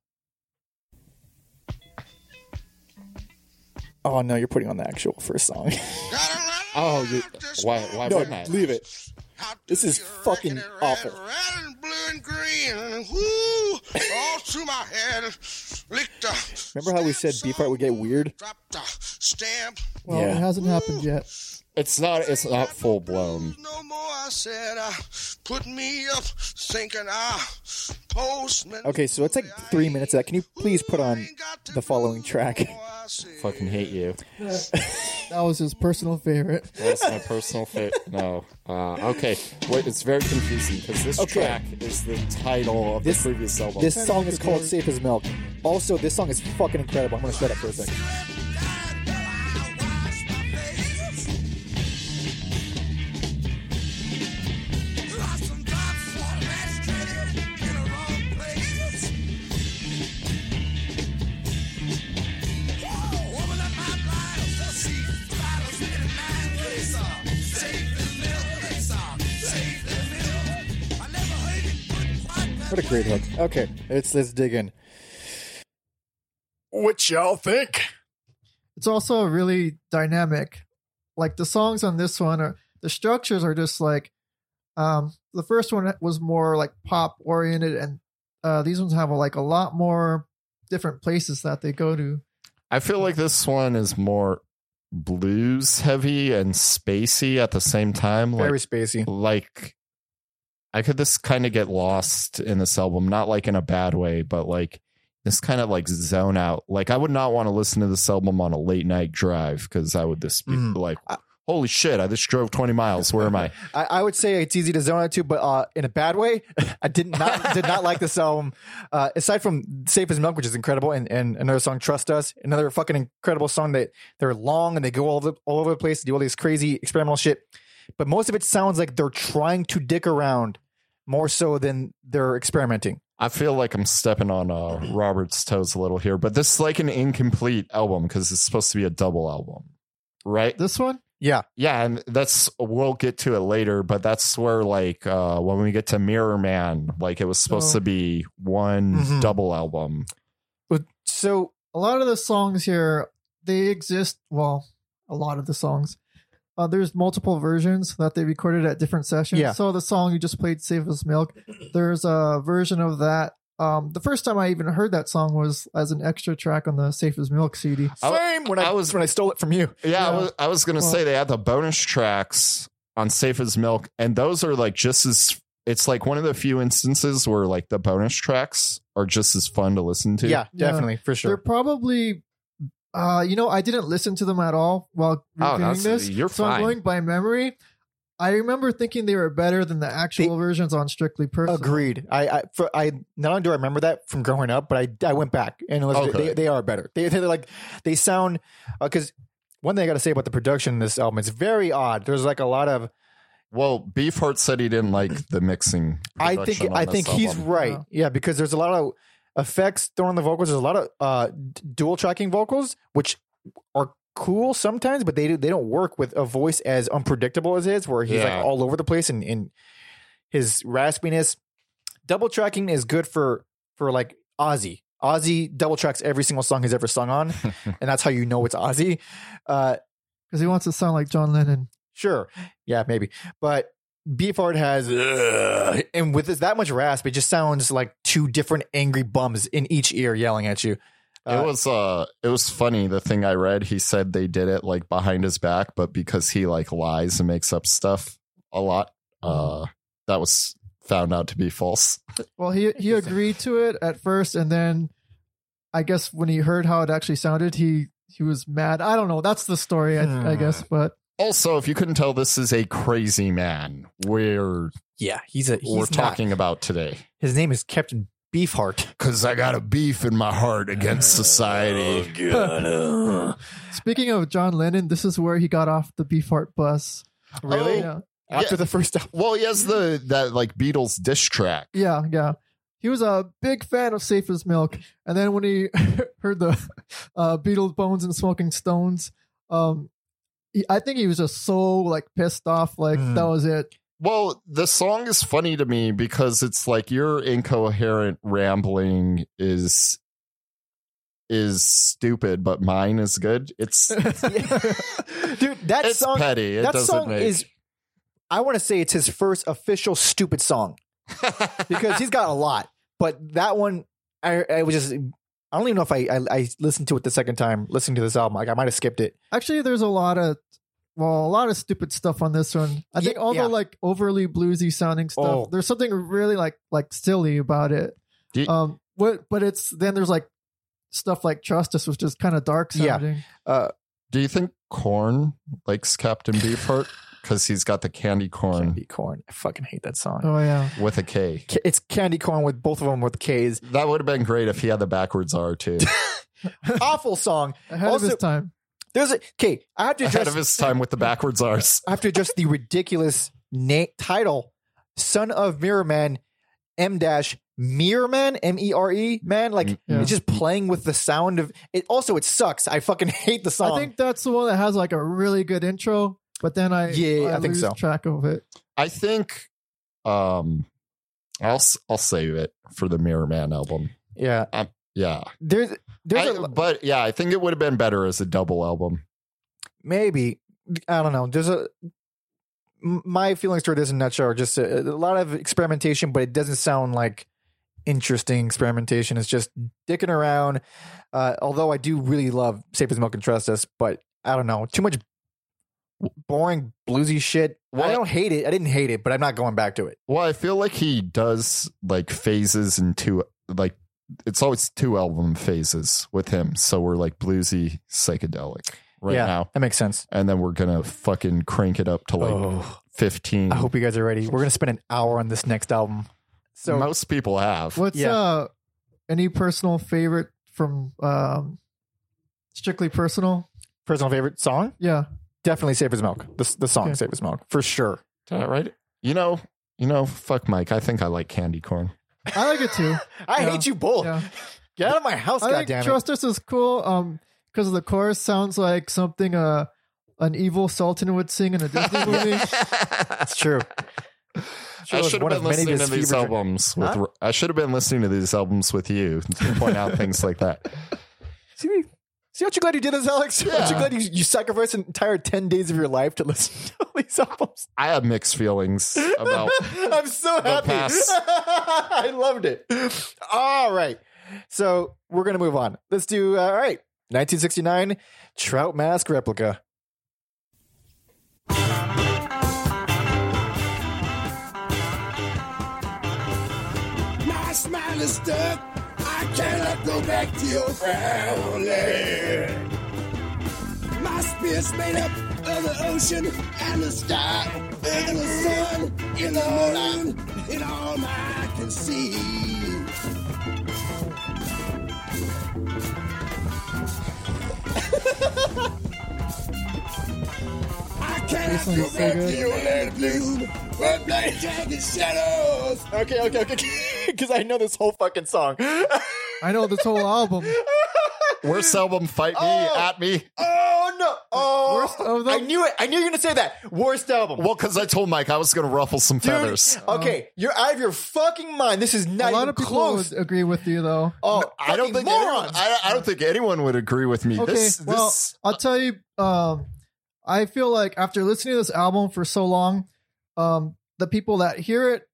A: Oh no, you're putting on the actual first song.
B: Oh, you, why? Why
A: No,
B: wouldn't I?
A: leave it. This is fucking awful.
E: Red and blue and green, and whoo, all through my head. Licked the
A: Remember how we said
E: stamp
A: Beefheart would get
E: song,
A: weird?
E: Dropped the stamp.
C: well
A: Yeah.
C: it hasn't happened yet
B: It's not. It's not full blown.
E: No more, I said. Uh, put me up, thinking I postman.
A: Okay, so it's like three minutes of that. Can you please put on
E: Ain't got to
A: the following
E: do
A: track?
E: no more, I said.
B: Fucking hate you.
C: that was his personal favorite
B: That's my personal fit. No. Uh, okay. Wait, it's very confusing because this
A: Okay.
B: track is the title of
A: This-
B: the previous album.
A: This song is called "Safe as Milk." Also, this song is fucking incredible. I'm gonna shut up for a second. What a great hook. Okay, let's let's dig in. What y'all think?
C: it's also really dynamic. Like the songs on this one are the structures are just like um the first one was more like pop oriented and uh these ones have like a lot more different places that they go to.
B: I feel like this one is more blues heavy and spacey at the same time. Like,
A: Very spacey.
B: like I could just kind of get lost in this album, not like in a bad way, but like this kind of like zone out. Like I would not want to listen to this album on a late night drive because I would just be
A: Mm.
B: like,
A: I-
B: "Holy shit! I just drove twenty miles. Where am I?"
A: I, I would say it's easy to zone out to, but uh, in a bad way. I did not did not like this album. Uh, aside from "Safe as Milk," which is incredible, and, and another song "Trust Us," another fucking incredible song that they're long and they go all over, all over the place to do all these crazy experimental shit. But most of it sounds like they're trying to dick around more so than they're experimenting.
B: I feel like I'm stepping on uh, Robert's toes a little here, but this is like an incomplete album because it's supposed to be a double album, right?
C: This one?
A: Yeah,
B: yeah and that's we'll get to it later but that's where like uh when we get to mirror man like it was supposed
A: Oh.
C: So-
B: to be one
A: Mhm.
B: double album
A: but so
C: A lot of the songs here they exist well, a lot of the songs. Uh, there's multiple versions that they recorded at different sessions.
A: Yeah.
C: So the song you just played, "Save Us Milk," there's a version of that um, the first time I even heard that song was as an extra track on the Safe as Milk CD.
B: I-
A: Same when I,
B: I was-
A: when I stole it from you.
B: Yeah, I
C: Yeah.
B: was, I was gonna
C: Well-
B: say they had the bonus tracks on Safe as Milk, and those are like just as it's like one of the few instances where like the bonus tracks are just as fun to listen to.
A: yeah,
C: Yeah.
A: definitely for
C: They're
A: sure.
C: probably, uh, you know, I didn't listen to them at all while
B: Oh,
C: reviewing
B: that's-
C: this.
B: you're
C: so
B: fine.
C: I'm going by memory. I remember thinking they were better than the actual versions on Strictly Personal.
A: Agreed. I I, for, I not only do I remember that from growing up, but I I went back and listened. to-
B: Okay.
A: They, they are better. They they're like they sound because one thing I got to say about the production in this album, it's very odd. There's like a lot of
B: Well, Beefheart said he didn't like the mixing.
A: I think
B: production on
A: I
B: this
A: think he's
B: album.
A: right.
C: Yeah.
A: Yeah, because there's a lot of effects thrown on the vocals. There's a lot of uh, d- dual tracking vocals, which are cool sometimes, but they do, they don't work with a voice as unpredictable as his, where he's
B: Yeah.
A: like all over the place and, and his raspiness. Double tracking is good for for like Ozzy. Ozzy double tracks every single song he's ever sung on, and that's how you know it's Ozzy. Uh,
C: Because he wants to sound like John Lennon.
A: Sure. Yeah, maybe. But Beefheart has, "Ugh," and with this, that much rasp, it just sounds like two different angry bums in each ear yelling at you. Uh,
B: it was uh it was funny the thing I read he said they did it like behind his back but because he like lies and makes up stuff a lot
A: Mm-hmm.
B: uh that was found out to be false.
C: Well, he he
A: Interesting.
C: agreed to it at first, and then I guess when he heard how it actually sounded, he he was mad. I don't know. That's the story, I, I
A: Hmm.
C: guess. But
B: Also, if you couldn't tell this is a crazy man we're
A: Yeah, he's a. He's
B: we're
A: not-
B: talking about today.
A: His name is Captain Beefheart.
B: Cause I got a beef in my heart against society.
A: Oh,
C: speaking of John Lennon, this is where he got off the Beefheart bus. Oh,
A: Really?
C: Yeah,
A: After the first album.
B: Well, he has the that like Beatles diss track.
C: yeah, yeah. He was a big fan of Safe as Milk, and then when he heard the uh, Beatles, Bones, and Smoking Stones, um, he, I think he was just so like pissed off. Like
A: Hmm.
C: that was it.
B: Well, the song is funny to me because it's like your incoherent rambling is is stupid, but mine is good. It's
A: Dude, that
B: it's
A: song.
B: petty. It
A: that
B: doesn't
A: song
B: make
A: is. I want to say it's his first official stupid song because he's got a lot, but that one, I, I was just. I don't even know if I, I I listened to it the second time listening to this album. Like I might have skipped it.
C: Actually, there's a lot of well, a lot of stupid stuff on this one. I think
A: Yeah,
C: all
A: yeah.
C: the like overly bluesy sounding stuff.
A: Oh.
C: There's something really like like silly about it.
B: Do you-
C: um, what? But it's then there's like stuff like Trust Us, which is kind of dark
A: Yeah.
C: sounding.
A: Uh,
B: Do you think Corn likes Captain Beefheart because he's got the candy corn
A: Candy corn. I fucking hate that song.
C: Oh yeah,
B: with a K?
A: Ca- It's candy corn with both of them with K's.
B: That would have been great if he had the backwards R too.
A: Awful song.
C: ahead
A: Also-
C: of his time.
A: There's a okay. I have to
B: Ahead
A: address.
B: of his time with the backwards R's.
A: I have to address the ridiculous na- title, "Son of Mirror Man," M dash Mirror Man, M E R E Man. Like
C: Mm, Yeah.
A: it's just playing with the sound of it. Also, it sucks. I fucking hate the song.
C: I think that's the one that has like a really good intro, but then I
A: Yeah, I think
C: lose
A: so.
C: track of it.
B: I think um I'll s- I'll save it for the Mirror Man album.
A: yeah,
B: Yeah.
A: there's there's
B: I-
A: a,
B: but yeah, I think it would have been better as a double album.
A: maybe I don't know. There's a m- my feelings toward this in a nutshell are just a, a lot of experimentation, but it doesn't sound like interesting experimentation. It's just dicking around. Uh, although I do really love Safe as Milk and Trust Us, but I don't know. Too much boring bluesy shit.
B: What?
A: I don't hate it. I didn't hate it, but I'm not going back to it.
B: Well, I feel like he does like phases and two like it's always two album phases with him. So we're like bluesy psychedelic right
A: Yeah.
B: now.
A: That makes sense.
B: And then we're gonna fucking crank it up to like mm.
A: oh,
B: fifteen.
A: I hope you guys are ready. We're gonna spend an hour on this next album. So
B: most people have.
C: What's
A: Yeah.
C: uh any personal favorite from um strictly personal?
A: personal favorite song?
C: Yeah,
A: Definitely Safe as Milk. The, the song
C: Okay.
A: Safe as Milk for sure.
B: Did I write it? You know, you know, fuck Mike. I think I like candy corn.
C: I like it too.
A: I
C: Yeah.
A: hate you both.
C: Yeah.
A: Get out of my house,
C: I
A: goddamn
C: think
A: it!
C: Trust Us is cool um because the chorus sounds like something uh an evil sultan would sing in a Disney movie.
A: That's true.
B: I
A: Sure, it's
B: should have
A: one
B: been
A: of many of
B: listening to
A: his
B: these
A: fever dr-
B: albums with.
A: Huh?
B: Ro- I should have been listening to these albums with you to point out things like that.
A: See, See, aren't you glad you did this, Alex? Aren't you
B: Yeah.
A: glad you, you sacrificed an entire 10 days of your life to listen to all these albums?
B: I have mixed feelings about.
A: I'm so happy.
B: pass.
A: I loved it. All right. So we're going to move on. Let's do, uh, all right, 1969 Trout Mask Replica.
E: My smile is stuck. I cannot go back to your frown land. My spirit's made up of the ocean and the sky and the sun in the morning and all I can see. I cannot
C: song
E: go
C: is so
E: back
C: good.
E: to your land bloom, where black jagged shadows
A: Okay, okay, okay. Because I know this whole fucking song.
C: I know this whole album.
B: Worst album, fight me,
A: Oh.
B: at me.
A: Oh no! Oh,
C: Worst of them?
A: I knew it. I knew you were gonna say that. Worst album.
B: Well, because I told Mike I was going to ruffle some
A: Dude,
B: feathers.
A: Okay, you're out of your fucking mind. This is not
C: Oh. A lot
A: even
C: of people
A: close.
C: would agree with you, though.
A: oh,
B: I don't think anyone,
A: morons.
B: I, I don't think anyone would agree with me.
C: Okay,
B: this,
C: well,
B: this,
C: I'll tell you. Um, I feel like after listening to this album for so long, um, the people that hear it,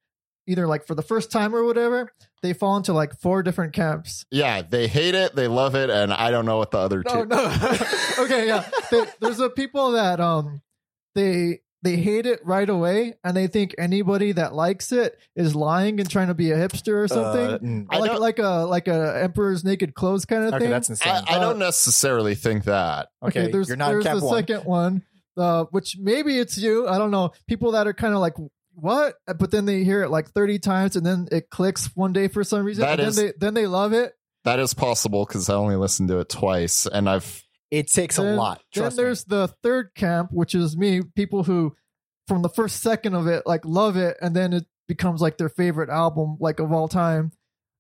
C: either like for the first time or whatever, they fall into like four different camps.
B: yeah, they hate it, they love it, and I don't know what the other two.
C: no. okay, yeah. There- There's the people that um, they they hate it right away, and they think anybody that likes it is lying and trying to be a
A: Uh,
C: hipster or something.
B: I
C: like
B: don't-
C: like a like a emperor's naked clothes kind of
A: okay,
C: thing.
A: that's insane.
B: I, I don't necessarily think that.
A: okay, you're not in
C: there's
A: cap
C: the
A: one.
C: second one, uh, which maybe it's you. I don't know. People that are kind of like what, but then they hear it like 30 times, and then it clicks one day for some reason.
B: That
C: and
B: is-
C: then they then they love it.
B: That is possible because I only listened to it twice, and I've
A: it takes a
C: Then-
A: lot. Trust
C: then
A: me.
C: there's the third camp, which is me. People who from the first second of it like love it, and then it becomes like their favorite album like of all time.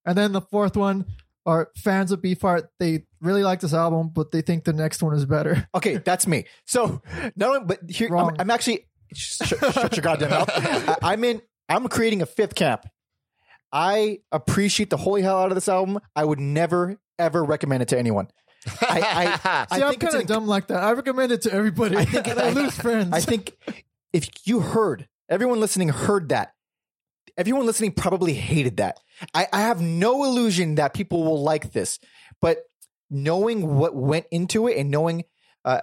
C: And then the fourth one are fans of Beef Art. They really like this album, but they think the next one is better.
A: Okay, that's me. So not only, but here I'm,
C: Wrong.
A: I'm actually sh- sh- shut your goddamn mouth. I, I'm in. I'm creating a fifth camp. I appreciate the holy hell out of this album. I would never ever recommend it to anyone. I, I, I
C: See, I am
A: think it's
C: kind
A: an
C: of dumb like that. I recommend it to everybody.
A: I
C: I,
A: think-
C: I lose friends.
A: I think if you heard, everyone listening heard that. Everyone listening probably hated that. I, I have no illusion that people will like this, but knowing what went into it and knowing, uh,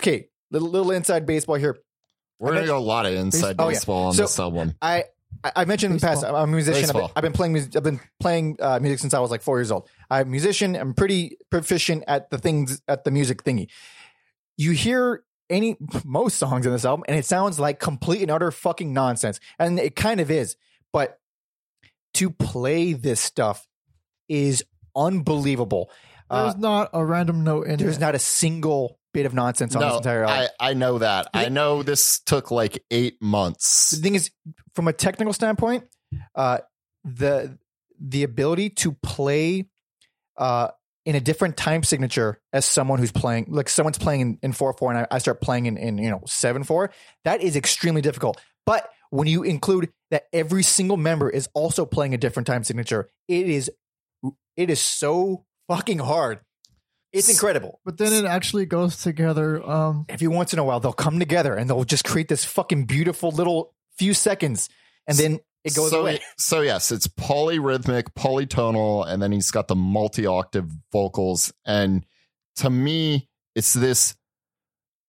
A: okay, little, little inside baseball here.
B: we're gonna go a lot of inside
A: Oh, yeah.
B: baseball on
A: So-
B: this album.
A: I I, I mentioned in the past
C: Baseball.
A: I'm a musician. I've been,
B: Baseball.
A: I've been playing music. I've been playing uh, music since I was like four years old. I'm a musician. I'm pretty proficient at the things at the music thingy. You hear any most songs in this album, and it sounds like complete and utter fucking nonsense, and it kind of is. But to play this stuff is unbelievable. Uh,
C: There's not a random note in
A: there's
C: it.
A: not a single bit of nonsense on this
B: No,
A: entire album.
B: I, I know that. I know this took like eight months.
A: the thing is from a technical standpoint uh the the ability to play uh in a different time signature as someone who's playing like someone's playing in, in 4-4 and I, I start playing in, in you know 7-4 that is extremely difficult but when you include that every single member is also playing a different time signature it is it is so fucking hard it's incredible
C: but then it actually goes together. Um,
A: every once in a while they'll come together and they'll just create this fucking beautiful little few seconds and then it goes
B: so,
A: away.
B: So yes, it's polyrhythmic, polytonal, and then he's got the multi-octave vocals. And to me, it's this.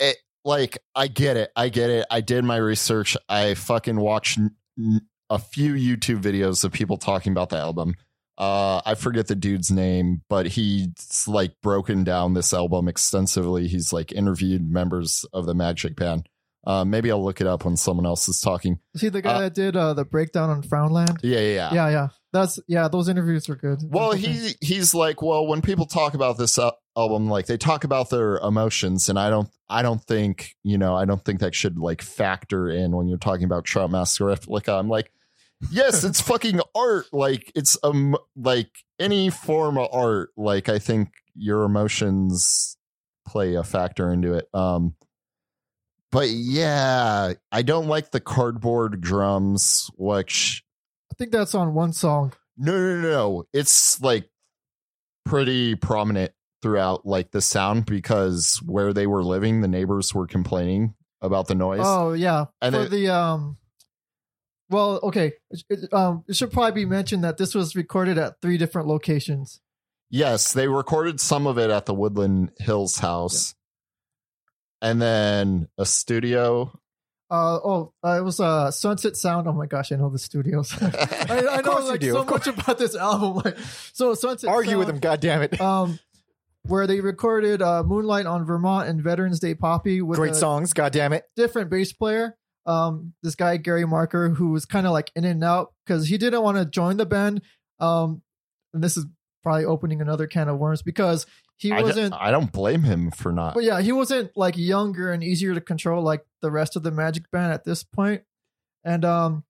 B: It like I get it, I get it. I did my research. I fucking watched n- n- a few YouTube videos of people talking about the album. Uh, I forget the dude's name, but he's like broken down this album extensively. He's like interviewed members of the Magic Band. Uh, maybe I'll look it up when someone else is talking.
C: is he the guy
B: Uh,
C: that did uh, the breakdown on Frownland?
B: Yeah, yeah, yeah.
C: Yeah, yeah. That's yeah. Those interviews were good.
B: Well,
C: That's the thing.
B: he he's like, well, when people talk about this uh, album, like they talk about their emotions, and I don't, I don't think, you know, I don't think that should like factor in when you're talking about Trout Mask Replica. I'm like, yes, it's fucking art. Like it's um, like any form of art. Like I think your emotions play a factor into it. Um, but yeah, I don't like the cardboard drums, which
C: I think that's on one song.
B: no, no, no, no. It's like pretty prominent throughout like the sound because where they were living, the neighbors were complaining about the noise.
C: Oh yeah,
B: And
C: for
B: it-
C: the um. Well, okay. It, it, um, it should probably be mentioned that this was recorded at three different locations.
B: Yes, they recorded some of it at the Woodland Hills house. And then a studio.
C: Uh, oh, uh, it was uh, Sunset Sound. Oh my gosh, I know the studios. I, I
A: Of
C: know
A: course you
C: like
A: do,
C: so
A: of course.
C: much about this album. Like, so Sunset
A: Argue with
C: Sound-
A: them, goddammit.
C: um, where they recorded uh, "Moonlight on Vermont" and "Veterans Day Poppy" with
A: Great
C: a
A: songs, goddammit.
C: different bass player. Um, this guy Gary Marker, who was kind of like in and out because he didn't want to join the band. Um, and this is probably opening another can of worms because he
B: I,
C: wasn't.
B: don't, I don't blame him for not.
C: but yeah, he wasn't like younger and easier to control like the rest of the Magic Band at this point. And um,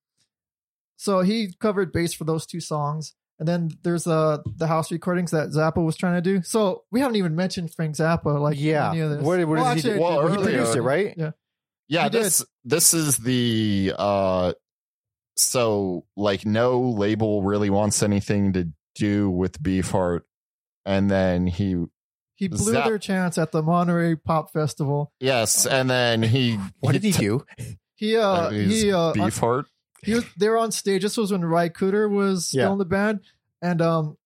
C: so he covered bass for those two songs. And then there's uh the house recordings that Zappa was trying to do. So we haven't even mentioned Frank Zappa. Like
A: yeah.
C: any of this.
A: What, what
C: Well,
A: does he
C: actually,
A: do?
C: I
B: Well,
C: did
A: he
B: earlier-
A: produced it, right?
C: Yeah.
B: yeah
C: he did.
B: this this is the uh so like no label really wants anything to do with beef art and then he
C: He blew
B: Zap-
C: their chance at the Monterey Pop Festival.
B: yes and then he
A: Oh. What did he do?
C: He uh
B: uh,
C: he uh
B: beef heart
C: he was they were on stage. This was when Ry Cooter was
A: Yeah.
C: still in the band, and um,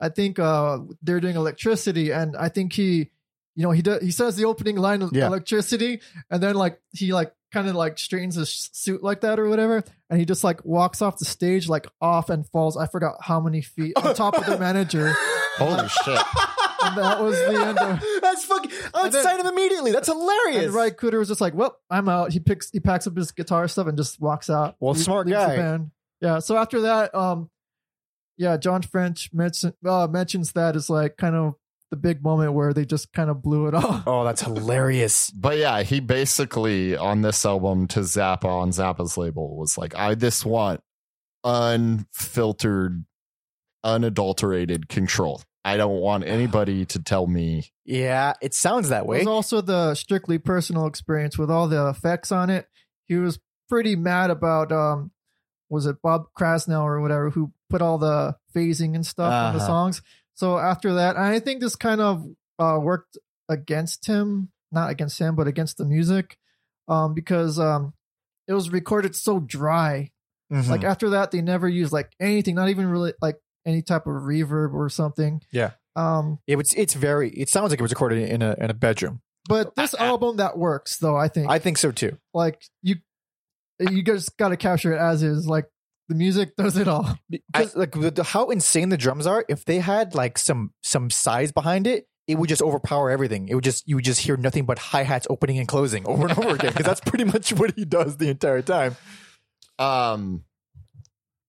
C: I think uh they're doing electricity, and I think he, you know, he does he says the opening line of
A: Yeah.
C: electricity, and then like he like kind of like straightens his sh- suit like that or whatever, and he just like walks off the stage like off and falls. I forgot how many feet on top of the manager.
B: holy shit
C: And that was the end of-
A: That's fucking. I would
C: And then-
A: sign him immediately. That's hilarious.
C: And Ry Cooter was just like, "Well, I'm out." He picks, he packs up his guitar stuff and just walks out.
A: Well,
C: Le-
A: smart
C: leaves the
A: guy.
C: band. Yeah. So after that, um, yeah, John French mention, uh, mentions that as like kind of the big moment where they just kind of blew it off.
A: Oh, that's hilarious.
B: but yeah he basically on this album to zappa on zappa's label was like i just want unfiltered unadulterated control i don't want anybody to tell me
A: Yeah, it sounds that
C: It
A: way.
C: was also the strictly personal experience with all the effects on it. He was pretty mad about um was it Bob Krasnow or whatever who put all the phasing and stuff on the
A: Uh-huh.
C: songs. So after that, I think this kind of uh, worked against him, not against him, but against the music, um, because um, it was recorded so dry.
A: Mhm.
C: Like after that, they never used like anything, not even really like any type of reverb or something.
A: Yeah.
C: Um,
A: it was. It's very. It sounds like it was recorded in a in a bedroom.
C: but this album that works though, I think.
A: I think so too.
C: like you you just got to capture it as is like the music does it all
A: Because like the, the- how insane the drums are. If they had like some some size behind it, it would just overpower everything. It would just you would just hear nothing but hi hats opening and closing over and over again. Because that's pretty much what he does the entire time.
B: um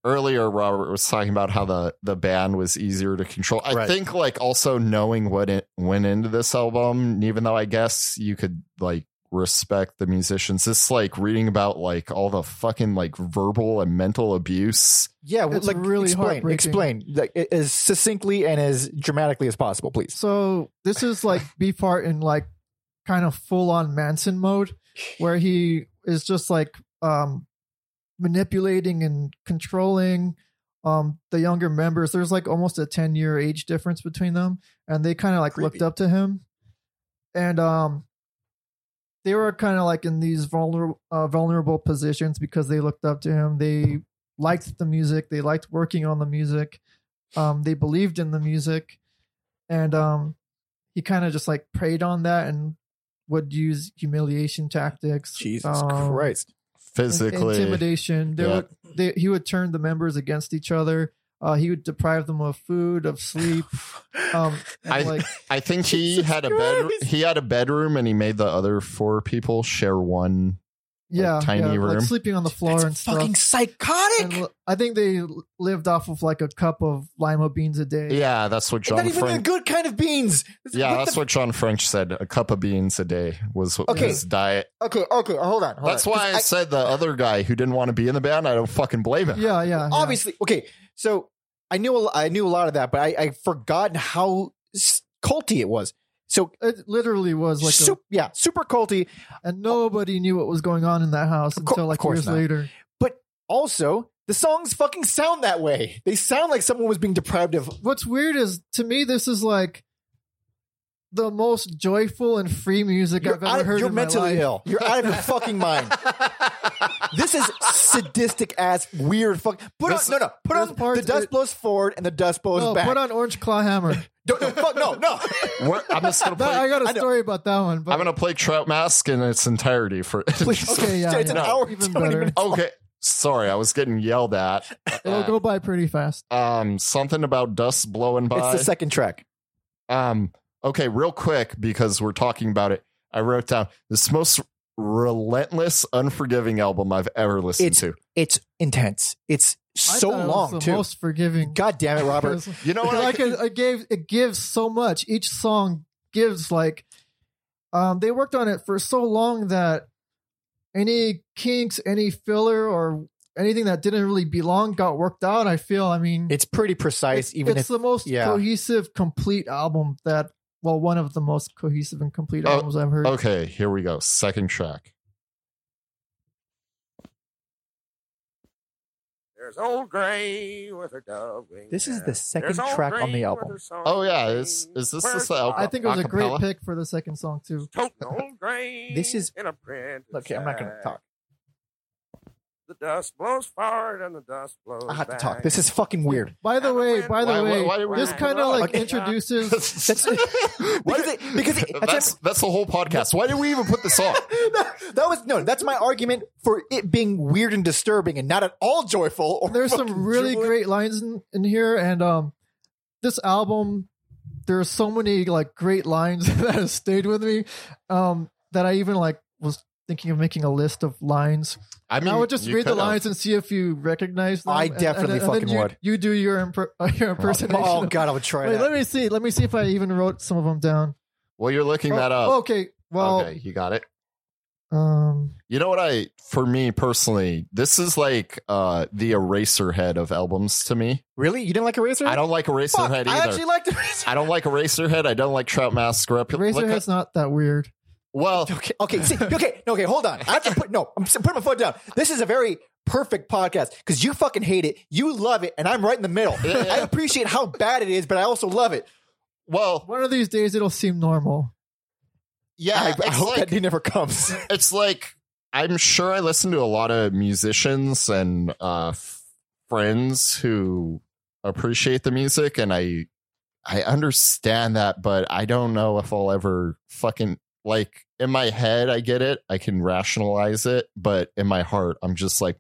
B: earlier robert was talking about how the the band was easier to control i
A: Right.
B: think like also knowing what it went into this album even though i guess you could like respect the musicians this like reading about like all the fucking like verbal and mental abuse
A: Yeah, well,
C: It's
A: like
C: really
A: explain,
C: heartbreaking.
A: explain like a- as succinctly and as dramatically as possible, please.
C: so this is like beef heart in like kind of full on manson mode where he is just like um manipulating and controlling um the younger members there's like almost a 10 year age difference between them and they kind of like looked
A: Creepy.
C: up to him and um they were kind of like in these vulnerable uh, vulnerable positions because they looked up to him they liked the music they liked working on the music um they believed in the music and um he kind of just like preyed on that and would use humiliation tactics
A: Jesus
C: um,
A: Christ.
B: physically
C: intimidation. They
B: Yeah.
C: would, they, he would turn the members against each other. Uh, he would deprive them of food, of sleep. Um, and,
B: I-
C: like
B: i think he
A: Jesus
B: had a bed
A: Christ.
B: he had a bedroom and he made the other four people share one
C: yeah,
B: tiny
C: yeah,
B: room.
C: like sleeping on the floor
A: That's
C: and stuff.
A: fucking
C: And
A: psychotic.
C: l- I think they l- lived off of like a cup of lima beans a day.
B: yeah that's what
A: And
B: john
A: not even the
B: frank
A: good kind of beans.
B: yeah
A: What
B: that's
A: the-
B: what john french said a cup of beans a day was
A: Okay.
B: his diet
A: Okay, okay, hold on. Hold
B: That's
A: on.
B: why I,
A: 'Cause
B: said the other guy who didn't want to be in the band. I don't fucking blame him.
C: yeah, yeah. yeah.
A: obviously okay. So I knew a, I knew a lot of that, but I I forgotten how s- culty it was. So
C: It literally was like,
A: sup- yeah, super culty.
C: a, and nobody knew what was going on in that house
A: Of cour-
C: until
A: of
C: like
A: course
C: years
A: not.
C: later.
A: Also, the songs fucking sound that way. They sound like someone was being deprived of.
C: What's weird is to me, this is like the most joyful and free music I've
A: You're,
C: ever
A: out
C: heard
A: you're
C: in
A: mentally
C: my life.
A: ill. You're out of your fucking mind. This is sadistic ass weird fuck. Put
B: This-
A: on no no. Put
C: this
A: on
C: part
A: the dust
C: is-
A: blows forward and the dust blows
C: No,
A: back.
C: Oh, put on Orange Claw Hammer.
A: Don't no, fuck no no.
B: What- I'm just gonna play.
C: That- I got a
A: I know.
C: story about that one. But
B: I'm gonna play Trout Mask in its entirety for.
A: Please.
C: Okay, yeah,
A: it's an
C: yeah.
A: hour
C: Even
A: even better.
C: better.
B: okay, sorry, I was getting yelled at.
C: it'll go by pretty fast.
B: Um, something about dust blowing by.
A: It's the second track.
B: um, okay, real quick because we're talking about it. I wrote down this most relentless, unforgiving album I've ever listened
A: It's-
B: to.
A: It's intense. It's
C: I
A: so
C: thought it was
A: long
C: the
A: too.
C: Most forgiving.
A: God damn it, Robert.
B: You know what? I
C: like
B: could-
C: it, it gave it gives so much. Each song gives like um they worked on it for so long that any kinks, any filler or anything that didn't really belong got worked out, I feel. I mean
A: It's pretty precise,
C: it's,
A: even
C: it's
A: if
C: the most
A: yeah.
C: cohesive, complete album that well, one of the most cohesive and complete
B: Oh,
C: albums I've heard.
B: okay, here we go. Second track.
D: There's old gray with her dove.
A: This is the second track on the album.
B: Oh yeah, is is this just the album?
C: I think it was a great
B: acapella?
C: pick for the second song too.
D: Toting old gray.
A: This is-
D: in a print.
A: okay. I'm not going to talk.
D: The dust blows forward and the dust blows.
A: I have to
D: back.
A: talk. This is fucking weird.
C: By the way, by the
B: Why- why-
C: way,
B: why did we
C: this
B: bring
C: kind
D: it
C: of
D: up?
C: like
D: Okay.
C: introduces
B: That's,
A: because it- because it- that's-
B: that's, that's the whole podcast. Why did we even put this on?
A: that was no. That's my argument for it being weird and disturbing and not at all joyful. Or
C: there's
A: fucking
C: some really
A: jubilant.
C: great lines in, in here and um this album there's so many like great lines that have stayed with me um that i even like was thinking of making a list of lines
B: I mean,
C: i would just
B: you
C: read the
B: could've.
C: lines and see if you recognize them
A: uh, I
C: and- and-
A: definitely
C: and then
A: fucking
C: you,
A: would.
C: you do your, impr- uh, your impersonation
A: Oh
C: of-
A: god, I would try
C: Wait,
A: that.
C: let me see let me see if i even wrote some of them down
B: Well, you're looking that
C: Oh,
B: up.
C: okay well
B: okay, you got it.
C: um
B: You know what I for me personally, this is like uh the eraser head of albums to me.
A: really, you didn't like Eraser?
B: I don't like eraser
A: Fuck,
B: head
A: I
B: either.
A: actually liked Eraser.
B: I don't like eraser head. I don't like Trout Mask Rep-
C: razor
B: look-
C: has not that weird
B: Well,
A: Okay, okay, see, okay, no, okay. Hold on. I have to put no. I'm s- putting my foot down. This is a very perfect podcast because you fucking hate it, you love it, and I'm right in the middle. I appreciate how bad it is, but I also love it.
B: well,
C: one of these days it'll seem normal
B: yeah,
A: I, I
B: it's
A: hope
B: like
A: that day never comes.
B: it's like I'm sure I listen to a lot of musicians and uh f- friends who appreciate the music and I I understand that, but I don't know if I'll ever fucking like in my head I get it. I can rationalize it, but in my heart I'm just like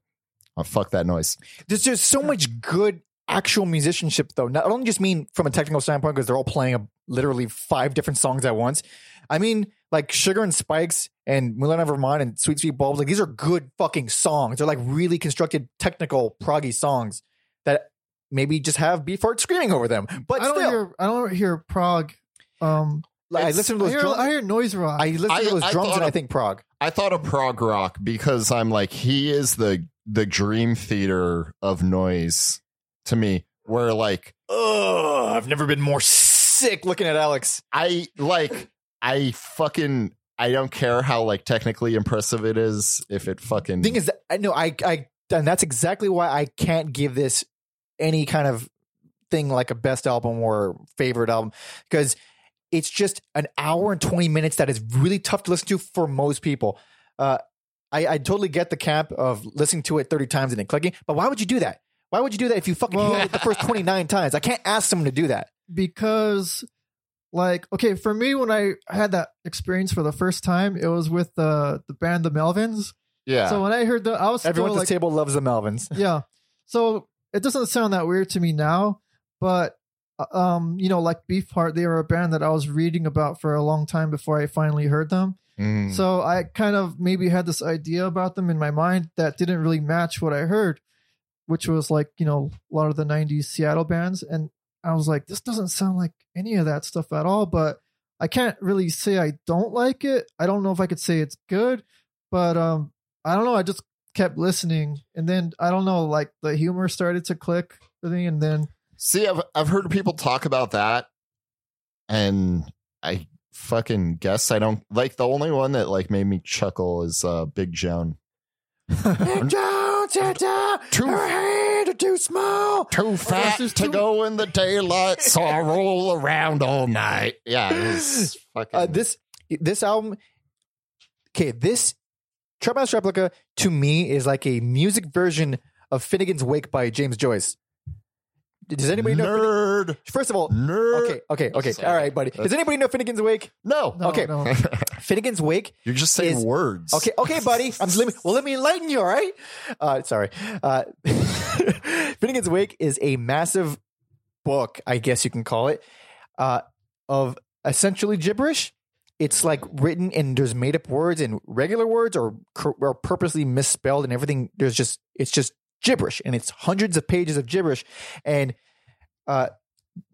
B: oh, fuck that noise.
A: There's just so much good actual musicianship, though. Not I don't just mean from a technical standpoint because they're all playing a, literally five different songs at once. I mean, like Sugar and Spikes and Moulin of Vermont and Sweet Sweet Bulbs. Like these are good fucking songs. They're like really constructed technical proggy songs that maybe just have beef art screaming over them. But
C: i don't
A: still,
C: hear i don't hear prog um
A: like, I
B: it's-
A: listen to
C: I
A: those
C: hear,
A: drums.
C: I
A: I,
C: hear noise rock.
A: listen
B: I-
A: to those
B: I
A: drums
B: thought
A: and I
B: of-
A: think prog.
B: I thought of prog rock because I'm like he is the the dream theater of noise to me where like
A: Ugh, I've never been more sick looking at Alex.
B: I like I fucking I don't care how like technically impressive it is if it fucking
A: thing is that I know I I and that's exactly why I can't give this any kind of thing like a best album or favorite album because it's just an hour and 20 minutes that is really tough to listen to for most people. Uh, I, I totally get the camp of listening to it 30 times and then clicking, but why would you do that? Why would you do that if you fucking
C: Well-
A: hated it the first 29 times? I can't ask someone to do that.
C: because like okay for me when i had that experience for the first time it was with the the band the melvins
B: yeah.
C: so when i heard the i was still
A: Everyone at this
C: like
A: table loves the Melvins.
C: yeah so it doesn't sound that weird to me now but uh, um you know like beefheart they were a band that i was reading about for a long time before i finally heard them
B: Mm.
C: So I kind of maybe had this idea about them in my mind that didn't really match what I heard, which was like, you know, a lot of the 90s Seattle bands. And I was like, this doesn't sound like any of that stuff at all, but I can't really say I don't like it. I don't know if I could say it's good, but um I don't know, I just kept listening and then I don't know, like the humor started to click with me and then
B: See, I've I've heard people talk about that, and I fucking guess I don't like the only one that like made me chuckle is uh Big Joan.
A: Jones, da,
B: Too-
A: her hand are too small.
B: Too fat
C: there's
B: to
C: two-
B: go in the daylight, so I roll around all night. Yeah, it was fucking.
A: Uh, this this album, okay, this Trapmaster Replica to me is like a music version of Finnegan's Wake by James Joyce. Does anybody know? Finne-
B: nerd,
A: First of all,
B: nerd.
A: okay, okay, okay,
B: Sorry.
A: all right, buddy. Does anybody know Finnegan's Wake?
B: No,
C: No,
A: Okay.
C: no.
A: Finnegan's Wake
B: you're just saying
A: Is-
B: words.
A: Okay, okay, buddy. I'm let me, well. Let me enlighten you. All right. Uh, sorry. Uh, Finnegan's Wake is a massive book, I guess you can call it, uh, of essentially gibberish. It's like written and there's made up words and regular words or cur- or purposely misspelled and everything. There's just it's just gibberish and it's hundreds of pages of gibberish and. Uh,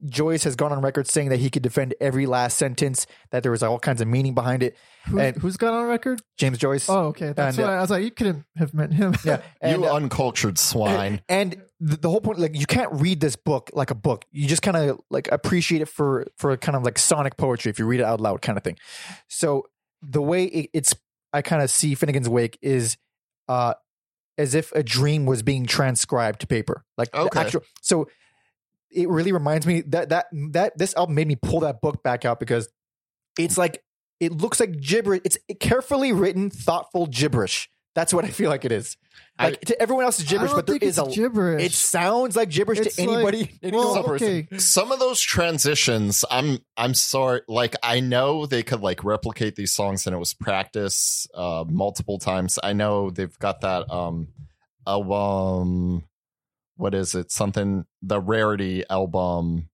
A: Joyce has gone on record saying that he could defend every last sentence, that there was all kinds of meaning behind it.
C: Who,
A: And-
C: who's got on record?
A: James Joyce.
C: Oh, okay. That's
A: And, uh,
C: why I was like, you couldn't have meant him.
A: Yeah. And,
B: you
A: uh,
B: uncultured swine.
A: and the, the whole point, like, you can't read this book like a book. You just kind of like appreciate it for for kind of like sonic poetry if you read it out loud, kind of thing. So the way it, it's, I kind of see Finnegan's Wake is, uh, as if a dream was being transcribed to paper, like the
B: Okay.
A: actual. So it really reminds me that that that this album made me pull that book back out because it's like it looks like gibberish. It's carefully written, thoughtful gibberish. That's what I feel like it is. Like to everyone else is gibberish,
C: I don't
A: but there
C: think
A: is
C: it's
A: a
C: gibberish.
A: it sounds like gibberish
C: It's
A: to
C: like-
A: anybody, any
C: well,
A: normal person.
C: okay.
B: some of those transitions i'm i'm sorry like i know they could like replicate these songs and it was practice uh multiple times i know they've got that um album what is it something the rarity album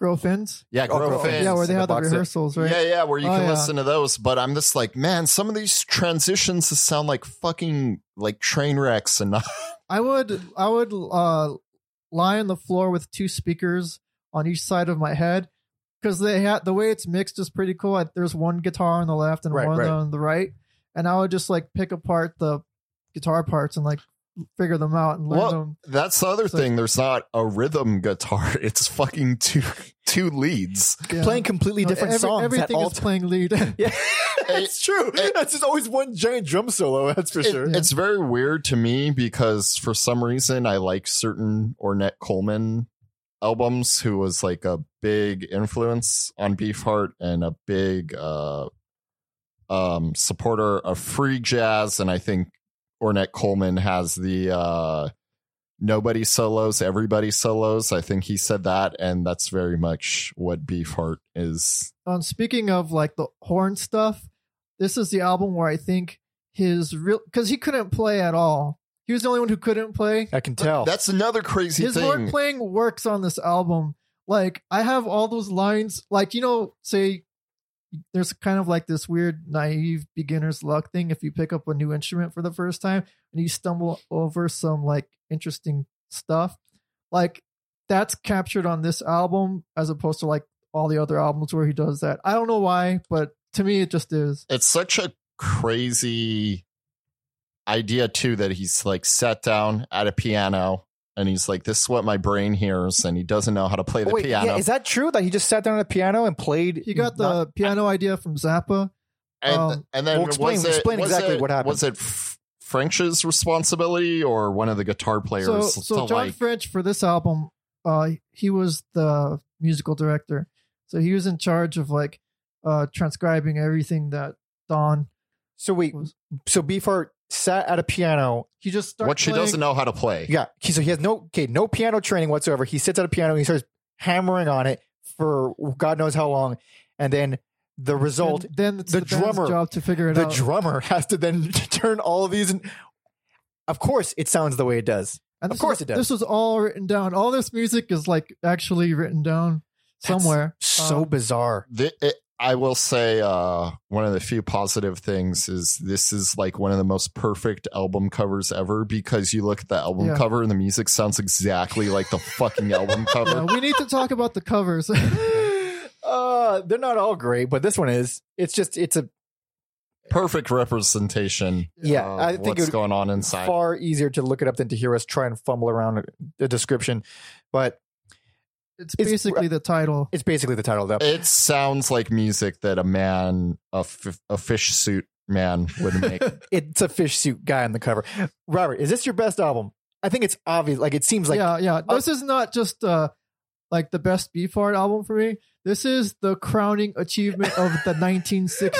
C: Girl fins.
B: yeah
A: Oh,
B: grow
A: Grow Fins.
B: Fins.
C: Yeah, where
A: in
C: they
A: the
C: had the
A: box set.
C: rehearsals, right?
B: yeah yeah where you
C: Oh,
B: can
C: yeah.
B: listen to those but i'm just like man some of these transitions just sound like fucking like train wrecks and not
C: I would I would uh, lie on the floor with two speakers on each side of my head because they had the way it's mixed is pretty cool. Like, there's one guitar on the left and
A: Right,
C: one
A: right.
C: on the right, and I would just like pick apart the guitar parts and like figure them out and learn
B: Well,
C: them.
B: that's the other
C: So-
B: thing there's not a rhythm guitar it's fucking two two leads
C: Yeah.
A: Playing completely
C: No,
A: different
C: every-
A: songs at
C: Everything
A: all
C: is playing lead.
A: Yeah, it's true. That's just always one giant drum solo. That's for
B: It-
A: sure.
B: It's very weird to me because for some reason I like certain Ornette Coleman albums, who was like a big influence on Beefheart and a big uh, um, supporter of free jazz. And I think Ornette Coleman has the uh, nobody solos, everybody solos. I think he said that, and that's very much what Beefheart is.
C: um, speaking of like the horn stuff, this is the album where I think his real because he couldn't play at all. He was the only one who couldn't play.
A: I can tell.
B: That's another crazy
C: His
B: thing.
C: horn playing works on this album. Like I have all those lines. Like you know, say there's kind of like this weird naive beginner's luck thing if you pick up a new instrument for the first time and you stumble over some like interesting stuff. Like that's captured on this album as opposed to like all the other albums where he does that. I don't know why, but to me it just is.
B: it's such a crazy idea too that he's like sat down at a piano and he's like this is what my brain hears and he doesn't know how to play the
A: Oh, wait,
B: piano
A: yeah, is that true that he just sat down at a piano and played?
C: He got the
A: not-
C: piano idea from Zappa.
B: and,
C: um,
B: and then
A: Well, explain-
B: was it,
A: explain
B: was
A: exactly
B: it-
A: what happened.
B: was it F- french's responsibility or one of the guitar
C: So,
B: players
C: so
B: to
C: John
B: like
C: French for this album, uh, he was the musical director, so he was in charge of like uh, transcribing everything that Don.
A: so wait,
C: Was.
A: so Beefheart sat at a piano.
C: He just started
B: what she
C: playing-
B: doesn't know how to play
A: Yeah, he, so he has no okay, no piano training whatsoever. He sits at a piano and he starts hammering on it for God knows how long, and then the
C: and
A: result
C: Then it's
A: the
C: the, band's
A: drummer-
C: job to figure it
A: the
C: out.
A: drummer has to then turn all of these and of course it sounds the way it does
C: And
A: of
C: this
A: course
C: was-
A: it does.
C: This was all written down. All this music is like actually written down
A: That's
C: somewhere.
A: so
C: Um,
A: bizarre
B: the, it, I will say uh, one of the few positive things is this is like one of the most perfect album covers ever because you look at the album
C: Yeah.
B: cover and the music sounds exactly like the fucking album
C: yeah,
B: cover.
C: Uh, we need to talk about the covers.
A: uh they're not all great but this one is it's just it's a
B: Perfect representation.
A: Yeah,
B: of
A: I think it
B: what's
A: would-
B: going on inside.
A: far easier to look it up than to hear us try and fumble around the description but
C: it's
A: It's-
C: basically the title.
A: it's basically the title of the
B: it sounds like music that a man, a, f- a fish suit man would make
A: It's a fish suit guy on the cover. Robert, is this your best album? I think it's obvious. Like it seems like oh,
C: yeah, yeah. This is not just uh like the best B fart album for me. This is the crowning achievement of the 1960s,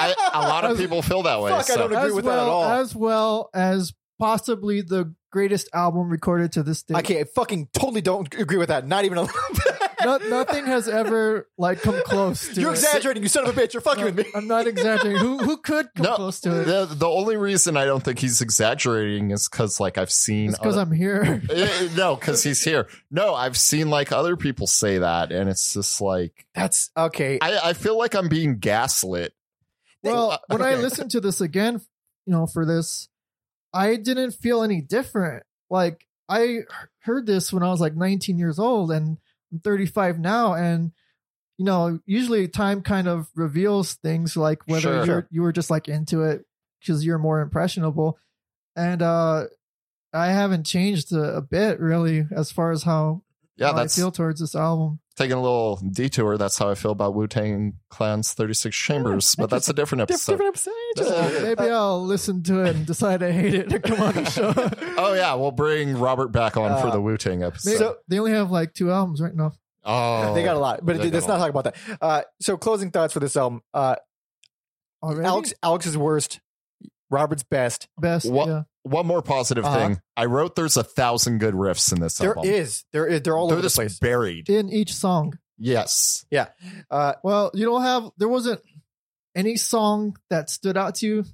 B: I, a lot of people feel that way.
A: Fuck, I
B: so.
A: don't agree
C: as
A: with that at
C: well
A: all.
C: as well as possibly the greatest album recorded to this day.
A: I can't. I fucking totally don't agree with that. Not even a little bit.
C: No- nothing has ever like come close to
A: You're
C: it.
A: exaggerating. You son of a bitch. You're fucking with me.
C: I'm not exaggerating. Who who could come
B: No,
C: close to it?
B: The, the only reason I don't think he's exaggerating is because like I've seen
C: It's because
B: other-
C: I'm here.
B: Eh, eh, no, because he's here. No, I've seen like other people say that, and it's just like
A: That's okay.
B: I, I feel like I'm being gaslit.
C: Well,
B: Uh,
C: when I
B: okay.
C: listened to this again, you know, for this, I didn't feel any different. Like I h- heard this when I was like 19 years old, and I'm 35 now, and you know, usually time kind of reveals things like
B: Sure.
C: whether you're, you were just like into it because you're more impressionable, and uh I haven't changed a, a bit really as far as how,
B: Yeah,
C: how I
B: that's
C: feel towards this album.
B: taking a little detour. That's how I feel about Wu Tang Clan's 36 Chambers, but that's a different episode.
A: Different episode.
B: Uh,
C: Maybe I'll listen to it and decide I hate it and come on the show.
B: Oh yeah, we'll bring Robert back on for
A: Uh,
B: the Wu Tang episode.
C: Maybe- they only have like two albums right now.
B: oh,
A: They got a lot, but
B: They got
A: let's
B: a
A: not talk
B: lot.
A: about that. Uh, so, closing thoughts for this album: uh,
C: Already?
A: Alex, Alex's worst, Robert's best.
C: best.
B: What-
C: Yeah.
B: One more positive
A: Uh-huh.
B: thing. I wrote there's a thousand good riffs in this
A: There
B: album.
A: is, there is, they're all
B: They're
A: over the
B: just
A: place.
B: buried.
C: In each song.
B: Yes.
A: Uh,
C: Well, you don't have there wasn't any song that stood out to you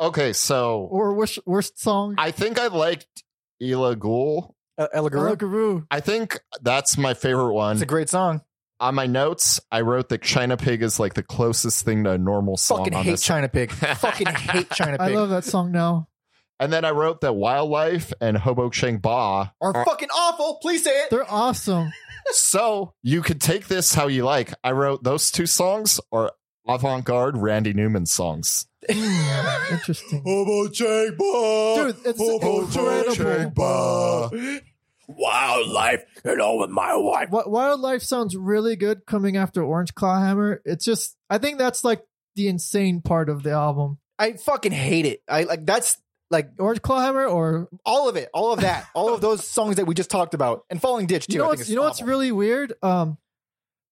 B: Okay, so
C: or worst worst song.
B: I think I liked Ela Ghoul.
A: uh, El Guru.
C: Hello, Guru.
B: I think that's my favorite one.
A: It's a great song.
B: on my notes, I wrote that China Pig is like the closest thing to a normal song
A: Fucking
B: on
A: hate
B: this.
A: China Pig. Fucking hate China
C: I
A: Pig.
C: love that song now.
B: and then I wrote that Wildlife and Hobo Chang Ba
A: Are fucking awful. Please say it.
C: They're awesome.
B: so you could take this how you like. I wrote those two songs are avant garde Randy Newman songs.
C: Interesting.
E: Hobo Chang Bar.
B: Oh,
C: Dude, it's
E: Hobo Chang
C: incredible.
E: Bar. Wildlife, you know, with my wife.
C: Wi- Wildlife sounds really good coming after Orange Clawhammer. It's just I think that's like the insane part of the album.
A: I fucking hate it. I like that's like
C: Orange Clawhammer or
A: all of it, all of that, all of those songs that we just talked about, and Falling Ditch too.
C: you
A: I
C: know
A: think
C: what's
A: it's
C: you know what's
A: awful.
C: really weird um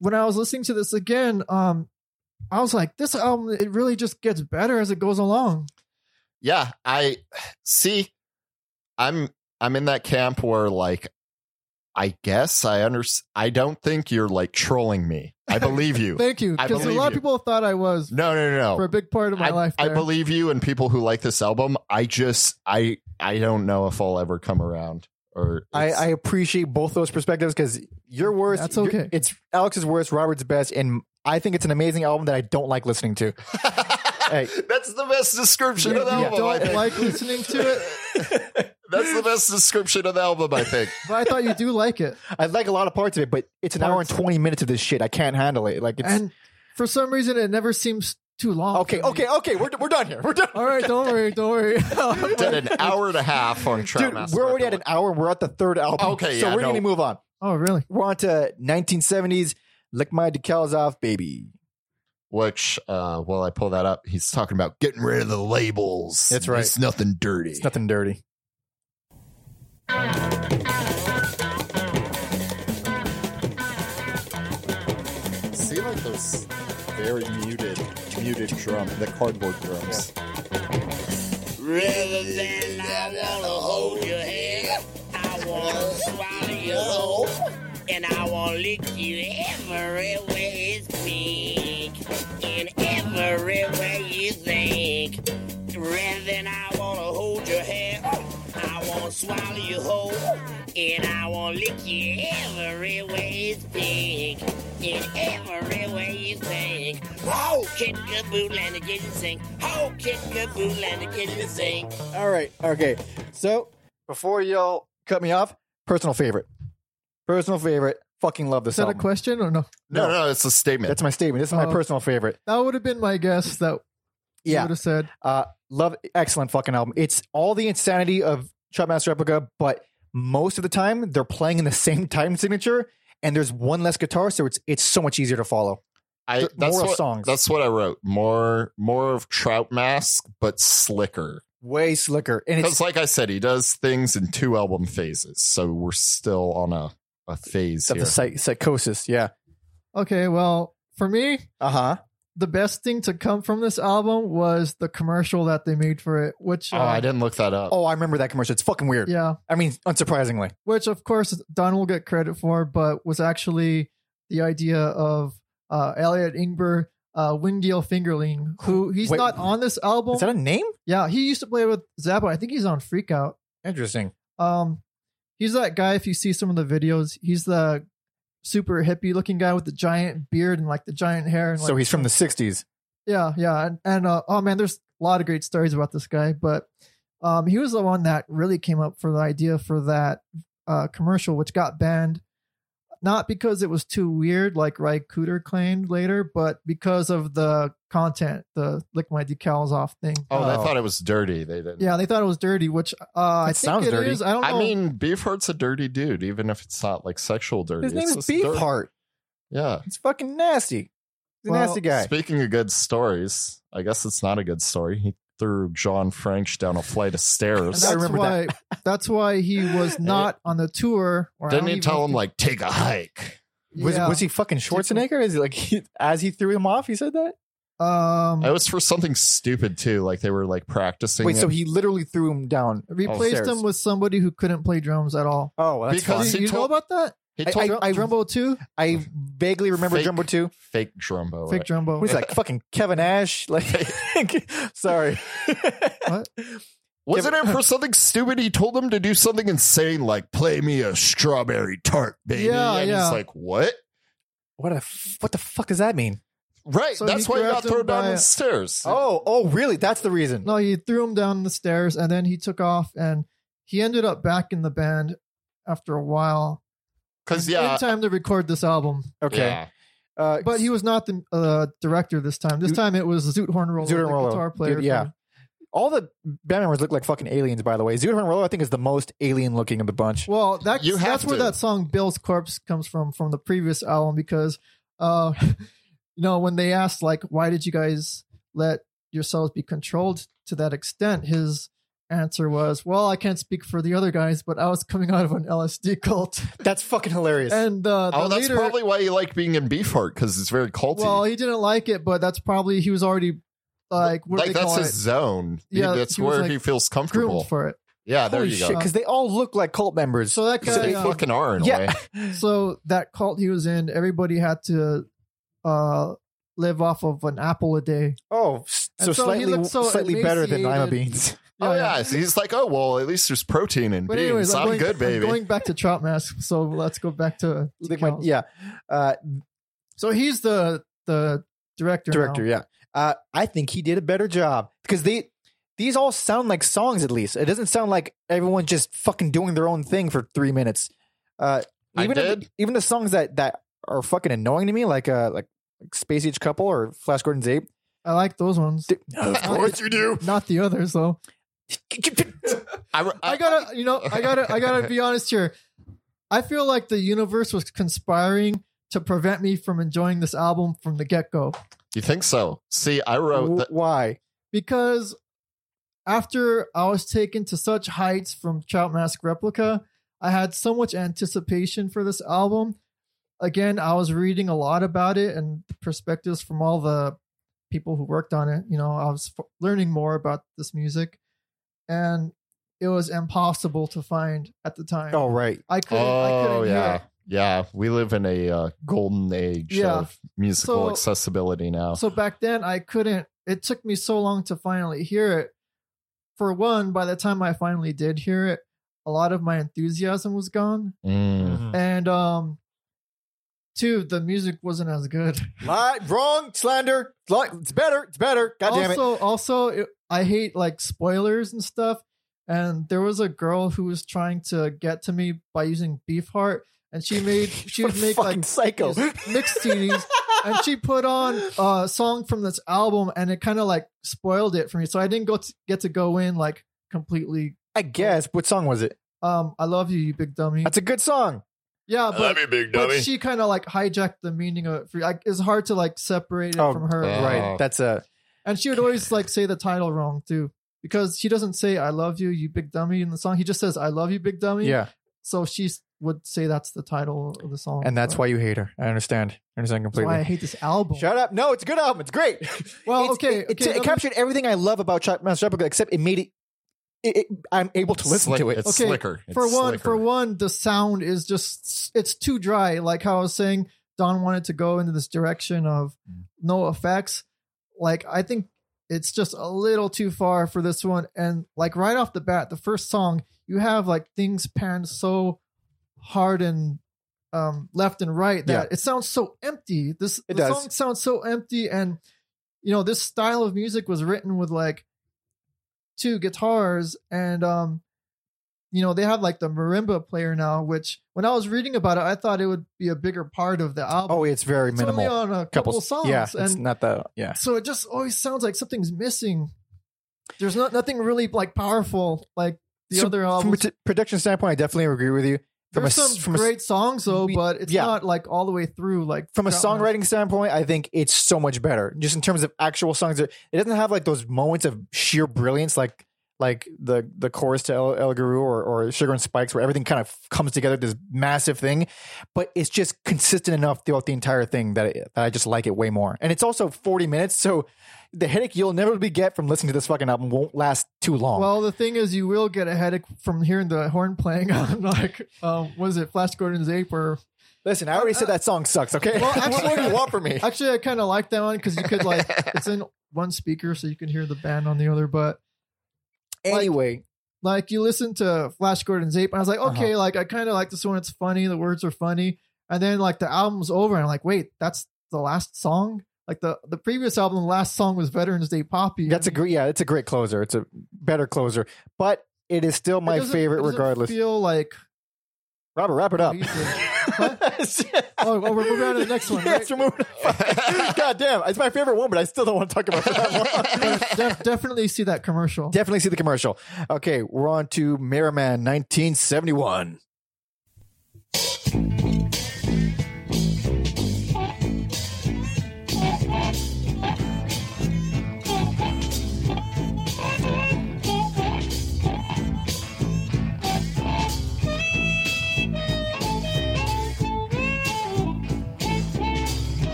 C: when i was listening to this again um i was like this album it really just gets better as it goes along
B: Yeah, I see. I'm I'm in that camp where like I guess I under I don't think you're like trolling me. I believe you.
C: thank you
B: I
C: because a
B: believe
C: lot of
B: you.
C: people thought i was
B: No, no, no, no.
C: for a big part of my
B: I,
C: life
B: I
C: there.
B: believe you and people who like this album. I just I I don't know if I'll ever come around or
A: I,
B: it's-
A: I appreciate both those perspectives because your worst,
C: That's
A: your-
C: okay.
A: it's Alex's worst, Robert's best, and I think it's an amazing album that I don't like listening to. Hey.
B: that's the best description
C: you,
B: of the
C: you
B: album. I
C: don't
B: think.
C: like listening to it
B: that's the best description of the album. I think.
C: but i thought you do like it
A: I like a lot of parts of it, but it's an hour and
C: Parts.
A: twenty minutes of this shit. I can't handle it. Like it's
C: and for some reason it never seems too long
A: okay,
C: for me.
A: okay, okay. We're we're done here. We're done.
C: all right don't worry don't worry
B: Did an hour and a half on Trap
A: Dude, we're already at an hour. We're at the third album.
B: Okay,
A: so
B: yeah,
A: we're
B: no.
A: gonna move on.
C: oh really
A: We're on to 1970s. Lick my decals off, baby.
B: which uh, while I pull that up, he's talking about getting rid of the labels.
A: That's right.
B: It's nothing dirty.
A: It's nothing dirty.
B: See like those very muted muted drum, the cardboard drums.
E: Rather than I wanna hold your hand, I wanna swallow you whole, and I wanna lick you everywhere it's pink, and everywhere you think. Rather than I wanna hold your hand, I wanna swallow you whole, and I wanna lick you everywhere it's pink, and everywhere you think. Oh, kick a boot, land a kitchen sink. Oh, kick a boot, land a kitchen sink.
A: All right. Okay. So before y'all oh, cut me off, personal favorite. Personal favorite. Fucking love
C: is
A: this
C: that a
A: album.
C: question or no
B: No, no, it's a statement.
A: That's my statement. This is my
C: Oh.
A: personal favorite.
C: that would have been my guess that you
A: Yeah.
C: would have said
A: Uh, love. Excellent fucking album. It's all the insanity of Chopmaster Replica, but most of the time they're playing in the same time signature, and there's one less guitar, so it's it's so much easier to follow.
B: I
A: Th-
B: that's
A: more
B: what,
A: songs.
B: that's what I wrote. More more of Trout Mask, but slicker.
A: way slicker. And it's
B: Because like I said, he does things in two album phases, so we're still on a, a phase
A: that's
B: here.
A: a psych- psychosis. Yeah.
C: Okay, well, for me,
A: Uh
B: Uh-huh.
A: huh.
C: the best thing to come from this album was the commercial that they made for it, which
B: oh,
C: uh,
B: I didn't look that up.
A: Oh, I remember that commercial. It's fucking weird.
C: yeah,
A: I mean, unsurprisingly.
C: which of course Don will get credit for, but was actually the idea of uh, Elliot Ingber, uh, Wingiel Fingerling, who he's
A: Wait.
C: not on this album.
A: Is that a name?
C: yeah, he used to play with Zappa. I think he's on Freak Out.
A: Interesting.
C: Um, he's that guy. If you see some of the videos, he's the super hippie looking guy with the giant beard and like the giant hair. And, like,
A: So he's from the 60s.
C: Yeah, yeah, and, and uh, oh man, there's a lot of great stories about this guy, but um, he was the one that really came up for the idea for that uh, commercial, which got banned, not because it was too weird, like Ry Cooter claimed later, but because of the content, the lick my decals off thing.
B: Oh, they
A: Oh.
B: thought it was dirty. They didn't.
C: Yeah, they thought it was dirty, which uh, I
A: It
C: think
A: sounds
C: it
A: dirty.
C: is. I don't know.
B: I mean, Beefheart's a dirty dude, even if it's not like sexual dirty.
A: His name
B: It's
A: is
B: just dirt.
A: Beefheart.
B: Yeah.
A: It's fucking nasty. He's a
C: Well,
A: nasty guy.
B: Speaking of good stories, I guess it's not a good story. He threw John French down a flight of
A: I
B: stairs.
C: that's
A: remember
C: why. That's why he was not on the tour. Or I
B: Didn't
C: don't
B: he
C: even
B: tell him
C: think-
B: like take a hike?
A: Was,
C: Yeah.
A: was he fucking Schwarzenegger? Is he like he, as he threw him off? He said that.
C: Um,
B: It was for something stupid too. Like they were like practicing.
A: Wait, so
B: it.
A: he literally threw him down.
C: replaced
A: Upstairs.
C: him with somebody who couldn't play drums at all.
A: Oh, well, that's
B: Because
A: fun.
B: he
C: you, you
B: told-
C: know about that?
B: he
A: I-
B: told
A: I-
C: Drumbo too,
A: I vaguely remember
B: Fake.
A: Jumbo too.
B: fake Drumbo.
C: fake Drumbo.
A: Who's like fucking Kevin Ash? Like, sorry.
B: Wasn't it for something stupid? He told him to do something insane, like play me a strawberry tart, baby.
C: Yeah,
B: and
C: yeah.
B: he's like, what?
A: What a f- what the fuck does that mean?
B: Right.
C: So
B: that's
C: he
B: why he
C: grabbed
B: got
C: him
B: thrown down
C: by-
B: the stairs.
A: Oh, oh, really? That's the reason.
C: No, he threw him down the stairs and then he took off and he ended up back in the band after a while.
B: because
C: in
B: yeah,
C: time to record this album,
A: Okay,
B: yeah.
A: uh,
C: but he was not the uh, director this time. This
A: Dude-
C: time it was Zoot Hornroller,
A: Zoot Hornroller.
C: the guitar
A: Dude,
C: player.
A: yeah.
C: from-
A: all the band members look like fucking aliens. By the way, Zuno Rollo I think is the most alien looking of the bunch.
C: Well, that
B: You have
C: that's where
B: to.
C: that song "Bill's Corpse" comes from from the previous album because, uh, you know, when they asked like, "Why did you guys let yourselves be controlled to that extent?" His answer was, "Well, I can't speak for the other guys, but I was coming out of an LSD cult,
A: That's fucking hilarious.
C: and uh, the
B: Oh, that's
C: leader,
B: probably why he liked being in Beefheart because it's very culty.
C: well, he didn't like it, but that's probably he was already like, what
B: like
C: do they
B: that's
C: call
B: his
C: it?
B: zone. He-
C: Yeah,
B: that's
C: he was,
B: where
C: like,
B: he feels comfortable.
C: Groomed for it.
B: yeah, Ah, there
A: Holy
B: you go.
A: shit, because they all look like cult members.
C: So that
B: So
C: guy,
B: they
C: uh,
B: fucking are in a
A: Yeah.
B: way.
C: so that cult he was in, everybody had to uh live off of an apple a day.
A: oh, s-
C: And
A: so,
C: so he
A: slightly
C: looked so
A: slightly better than lima
C: emaciated.
A: beans.
B: oh yeah. so he's like, oh well, at least there's protein in
C: But
B: beans.
C: anyways, I'm,
B: I'm,
C: going,
B: good,
C: I'm
B: baby.
C: going back to Trout Mask, so let's go back to
A: Like my-
C: decals.
A: yeah, uh,
C: So he's the the director.
A: director.
C: now.
A: Yeah, uh, I think he did a better job because they these all sound like songs. At least it doesn't sound like everyone just fucking doing their own thing for three minutes. Uh,
B: I
A: even if-
B: did.
A: even the songs that that are fucking annoying to me, like uh like Space Age Couple or Flash Gordon's Ape.
C: I like those ones,
A: Th- of course you do.
C: not the others though.
B: I,
C: I gotta, you know, I gotta, I gotta be honest here. I feel like the universe was conspiring to prevent me from enjoying this album from the get go.
B: You think so? See, I wrote.
A: W-
B: That,
A: Why?
C: because after I was taken to such heights from Trout Mask Replica, I had so much anticipation for this album. Again, I was reading a lot about it and perspectives from all the people who worked on it. You know, I was f- learning more about this music, and it was impossible to find at the time.
A: Oh right.
C: I couldn't. I
B: oh
C: couldn't
B: yeah,
C: Hear it.
B: yeah. We live in a uh, golden age
C: Yeah.
B: of musical
C: So-
B: accessibility
A: Oh.
B: now.
C: So back then, I couldn't. It took me so long to finally hear it. For one, by the time I finally did hear it, a lot of my enthusiasm was gone, Uh,
B: Mm.
A: Hmm.
C: and um, two, the music wasn't as good.
A: Lie, wrong, slander. Li- It's better. It's better. God damn it.
C: also, also, it, I hate like spoilers and stuff. And there was a girl who was trying to get to me by using Beefheart, and she made she
A: What
C: would
A: a
C: make
A: fucking
C: like
A: psycho.
C: these mixed CDs, and she put on a song from this album, and it kind of like spoiled it for me. So I didn't go to, get to go in like completely.
A: I guess. What song was it?
C: Um, I love you, you big dummy.
A: That's a good song.
C: Yeah,
B: I
C: but,
B: you, big
C: but she kind of like hijacked the meaning of it. For, like, it's hard to like separate it
A: Oh,
C: from her.
B: uh,
A: right. That's a
C: And she would always like say the title wrong too. Because he doesn't say "I love you, you big dummy" in the song. He just says "I love you, big dummy."
A: yeah,
C: So she s- would say that's the title of the song,
A: and that's
C: but-
A: why you hate her. I understand. I understand
C: that's why I
A: completely.
C: hate this album.
A: Shut up! No, it's a good album. It's great.
C: Well,
A: It's-
C: okay,
A: it, it-
C: okay,
A: it
C: let me-
A: captured everything I love about Ch- Mouse Replica, except it made it, it, it- I'm able to listen to it.
B: It's
C: Okay,
B: slicker. It's
C: for one,
B: slicker.
C: for one, the sound is just—it's too dry. Like how I was saying, Don wanted to go into this direction of no effects. Like I think it's just a little too far for this one. And like right off the bat, the first song, you have like things panned so hard and um, left and right that it sounds so empty. This
A: It
C: the
A: does.
C: song sounds so empty, and you know this style of music was written with like two guitars and um you know they have like the marimba player now which when i was reading about it i thought it would be a bigger part of the album
A: Oh, it's very
C: it's
A: minimal.
C: only on a couple, songs
A: Yeah, it's
C: and
A: not the yeah.
C: so it just always sounds like something's missing there's not nothing really like powerful like the
A: So,
C: other
A: From a
C: albums
A: t- production standpoint, I definitely agree with you. From
C: there's
A: a s-
C: some
A: from a s-
C: great songs though
A: we-
C: but it's
A: yeah.
C: not like all the way through like
A: From a
C: throughout my-
A: songwriting standpoint, I think it's so much better. Just in terms of actual songs, it it doesn't have like those moments of sheer brilliance, like like the the chorus to El, El Guru or, or Sugar and Spikes, where everything kind of comes together this massive thing. But it's just consistent enough throughout the entire thing that, it, that I just like it way more. And it's also forty minutes, so the headache you'll never be get from listening to this fucking album won't last too long.
C: well the thing is you will get a headache from hearing the horn playing on like um what is it flash gordon's ape or
A: Listen, I already said that song sucks. Okay,
C: uh, Well, actually-
A: what do you want from me?
C: Actually, I kind of like that one because you could like it's in one speaker, so you can hear the band on the other. But
A: Anyway,
C: like you listen to Flash Gordon's Ape, and I was like,
A: Uh-huh.
C: okay, like I kind of like this one. It's funny. The words are funny. And then like the album's over, and I'm like, wait, that's the last song. Like the the previous album, the last song was Veterans Day Poppy.
A: That's a
C: And
A: great, yeah, it's a great closer. It's a better closer, but it is still
C: it
A: my
C: doesn't-
A: favorite
C: it doesn't
A: regardless.
C: Feel like
A: Robert, wrap it up.
C: Oh, well, we're moving on to the next one,
A: Yes, we're moving on. God damn, it's my favorite one, but I still don't want to talk about that one.
C: def- definitely see that commercial.
A: Definitely see the commercial. Okay, we're on to Merriman 1971.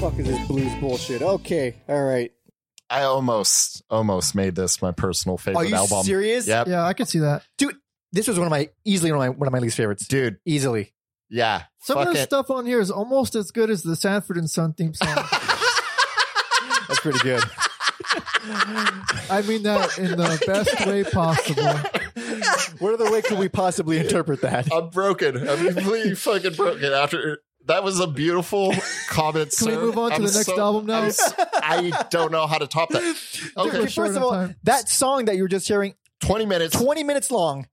A: Fuck is this blues bullshit? Okay, all right.
B: I almost almost made this my personal favorite
A: Are you
B: album.
A: serious?
B: Yep.
C: yeah, I could see that.
A: This was one of my easily one of my one of my least favorites.
B: Dude,
A: Easily.
B: yeah.
C: Some
B: Fuck
C: of the
B: it.
C: stuff on here is almost as good as the Sanford and Son theme song.
A: That's pretty good.
C: I mean that in the best way possible.
A: what other way could we possibly interpret that?
B: I'm broken. I'm completely fucking broken after that was a beautiful comment.
C: Can we
B: sir.
C: move on to
B: I'm
C: the next
B: so-
C: album now?
B: I'm s- I don't know how to top that.
C: we're
B: Okay,
A: Okay,
C: short
A: first of
C: on
A: all,
C: time.
A: that song that you were just hearing,
B: 20 minutes.
A: 20 minutes long.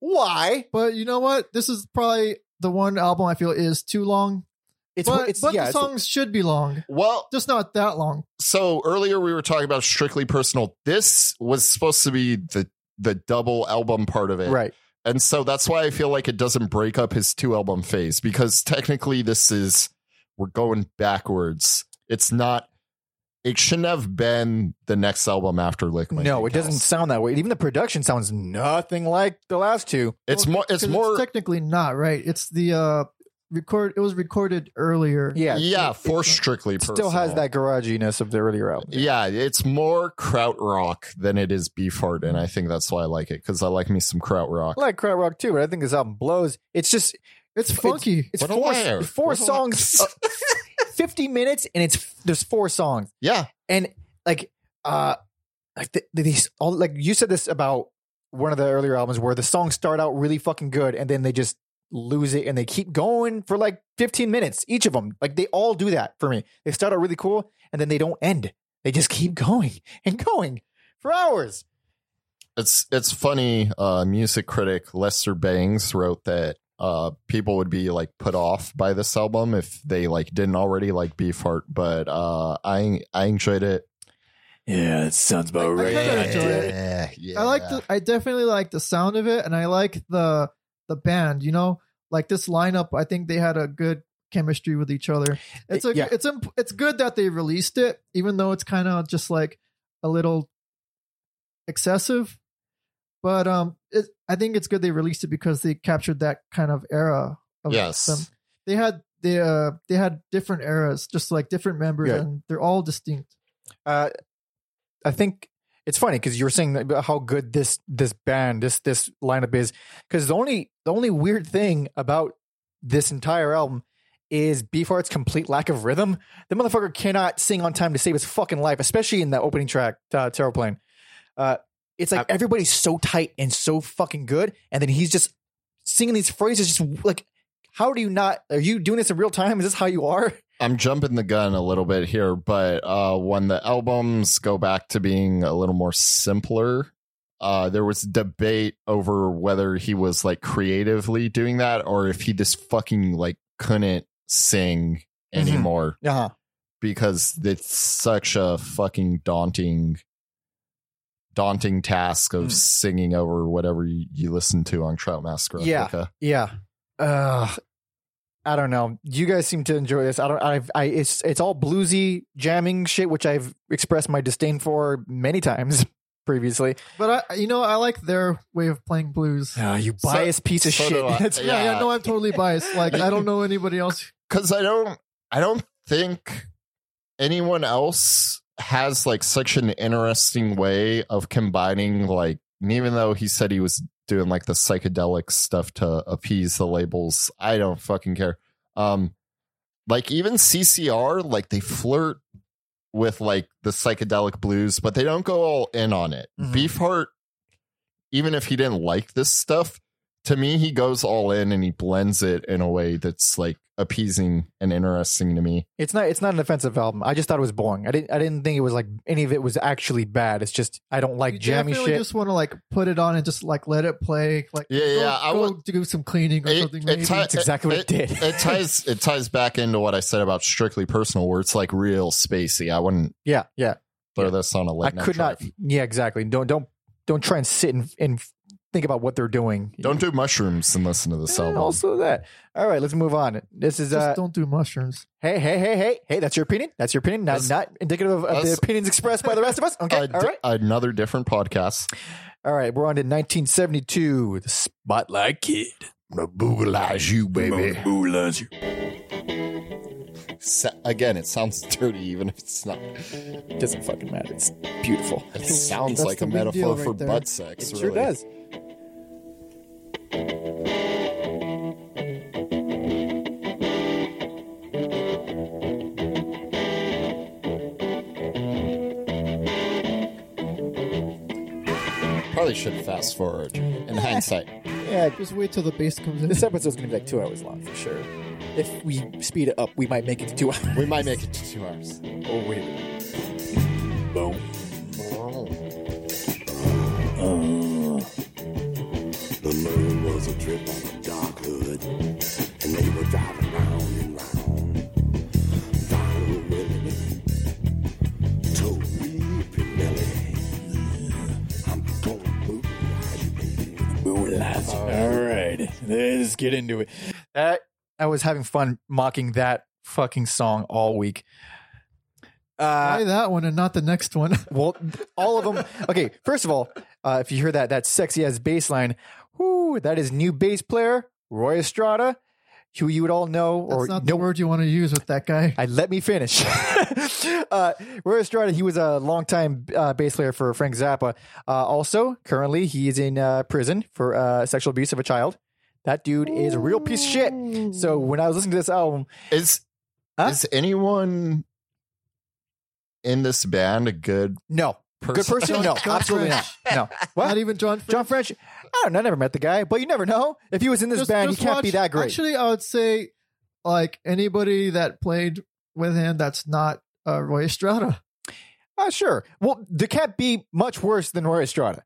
A: Why?
C: But you know what? This is probably the one album I feel is too long.
A: It's
C: but
A: it's
C: but
A: yeah,
C: the
A: it's-
C: songs should be long,
B: Well,
C: just not that long.
B: so earlier we were talking about strictly personal. This was supposed to be the the double album part of it.
A: right.
B: And so that's why I feel like it doesn't break up his two album phase because technically this is we're going backwards. It's not it shouldn't have been the next album after Lick Oh My
A: No, it
B: Dick
A: doesn't
B: House.
A: sound that way. Even the production sounds nothing like the last two.
B: It's more it's
C: 'Cause
B: more
C: technically not right. It's the uh record. It was recorded earlier.
A: Yeah.
B: yeah, for strictly
A: It
B: personal.
A: still has that garaginess of the earlier album.
B: Yeah, it's more krautrock than it is beefheart and I think that's why I like it cuz I like me some krautrock.
A: I like Krautrock too, but I think this album blows. It's just
C: It's funky.
A: it's
B: What a
A: four
B: liar.
A: four
B: What a
A: songs,
B: liar.
A: uh, fifty minutes, and it's there's four songs.
B: Yeah,
A: and like uh like the, the, these all like you said this about one of the earlier albums where the songs start out really fucking good and then they just lose it and they keep going for like 15 minutes each of them like they all do that for me they start out really cool and then they don't end they just keep going and going for hours
B: it's it's funny uh music critic lester bangs wrote that uh people would be like put off by this album if they like didn't already like beefheart but uh i i enjoyed it
A: Yeah, that sounds about
C: I- I kinda
A: right.
C: enjoy it. I like the I definitely like the sound of it and I like the the band, you know? Like this lineup, I think they had a good chemistry with each other. It's a
A: Yeah.
C: it's imp- it's good that they released it even though it's kind of just like a little excessive. But um it, I think it's good they released it because they captured that kind of era of
B: Yes.
C: them. They had they uh they had different eras, just like different members
A: Yeah.
C: and they're all distinct.
A: Uh, I think it's funny because you were saying that- how good this this band this this lineup is. Because the only the only weird thing about this entire album is Beefheart's complete lack of rhythm. The motherfucker cannot sing on time to save his fucking life, especially in the opening track, uh, Terror Plane. Uh, it's like everybody's so tight and so fucking good, and then he's just singing these phrases, just like. How do you not? Are you doing this in real time? Is this how you are?
B: I'm jumping the gun a little bit here, but uh, when the albums go back to being a little more simpler, uh, there was debate over whether he was like creatively doing that or if he just fucking like couldn't sing
A: Mhm.
B: anymore
A: Uh-huh.
B: because it's such a fucking daunting, daunting task of
A: Mm.
B: singing over whatever you, you listen to on Trout Mask
A: Yeah.
B: Replica.
A: Yeah. Uh I don't know. You guys seem to enjoy this. I don't I've I it's it's all bluesy jamming shit, which I've expressed my disdain for many times previously.
C: But I you know I like their way of playing blues.
A: you
B: So-
A: biased piece of
B: so
A: shit.
B: do I.
A: It's-
C: yeah, yeah,
B: Yeah.
C: no, I'm totally biased. Like, I don't know anybody else.
B: because I don't I don't think anyone else has like such an interesting way of combining like and even though he said he was doing like the psychedelic stuff to appease the labels, I don't fucking care. Um like even CCR, like they flirt with like the psychedelic blues, but they don't go all in on it.
A: Mhm.
B: Beefheart, even if he didn't like this stuff, to me he goes all in and he blends it in a way that's like appeasing and interesting to me.
A: It's not it's not an offensive album. I just thought it was boring. I didn't I didn't think it was like any of it was actually bad. It's just I don't like
C: you
A: jammy
C: definitely
A: shit.
C: just want to like put it on and just like let it play. Like,
B: Yeah, yeah,
C: go-
B: yeah, I
C: go
B: would-
C: to do some cleaning or
B: It-
C: something.
B: it
C: Maybe.
B: ti-
A: That's exactly what it did.
B: It ties it ties back into what I said about strictly personal where it's like real spacey. I wouldn't
A: yeah, yeah.
B: throw this on a
A: I
B: late night
A: could not
B: drive.
A: Yeah, exactly. Don't don't don't try and sit and, and think about what they're doing.
B: Don't do mushrooms and listen to this
A: Eh,
B: album.
A: also that. All right, let's move on. This is
C: just
A: uh,
C: don't do mushrooms.
A: Hey, hey, hey, hey, hey, that's your opinion. That's your opinion. Not,
B: That's-
A: not indicative of, of the
B: that's-
A: opinions expressed by the rest of us. Okay.
B: A
A: all
B: di-
A: right.
B: Another different podcast.
A: All right. We're on to 1972, The Spotlight Kid.
B: Boogalize you, baby. Again, it sounds dirty, even if it's not.
A: Doesn't fucking matter. It's beautiful.
B: It sounds
C: That's
B: like
C: the
B: a
C: big
B: metaphor
C: deal right
B: for
C: there.
B: butt sex.
A: It sure
B: really.
A: does.
B: Probably should fast forward in hindsight.
A: Yeah.
C: Just wait till the bass comes in.
A: This episode's going to be like two hours long for sure. If we speed it up, we might make it to two hours.
B: We might make it to two hours.
A: Oh, wait.
E: The moon was a trip on a dark hood, and they were driving round and round. Donald Willie, told me Pinelli, I'm gonna mobilize you, baby. Mobilize
A: All right. Let's get into it. That, I was having fun mocking that fucking song all week. Uh,
C: Why that one and not the next one?
A: Well, all of them. Okay, first of all, uh, if you hear that that sexy ass bass line, whoo, that is new bass player Roy Estrada, who you would all know or
C: That's not the
A: no.
C: word you want to use with that guy.
A: I let me finish. uh, Roy Estrada, he was a longtime uh, bass player for Frank Zappa. Uh, also, currently, he is in uh, prison for uh, sexual abuse of a child. That dude is a real piece of shit. So when I was listening to this album,
B: Is
A: Huh?
B: is anyone in this band a good
A: no,
B: person?
A: good person, no,
C: John
A: absolutely not,
C: French.
A: no. What?
C: Not even John. French.
A: John French, I don't know, I never met the guy, but you never know. If he was in this band, he can't be
C: watch-
A: that great.
C: Actually, I would say like anybody that played with him that's not uh, Roy Estrada.
A: Ah, sure. Well, there can't be much worse than Roy Estrada.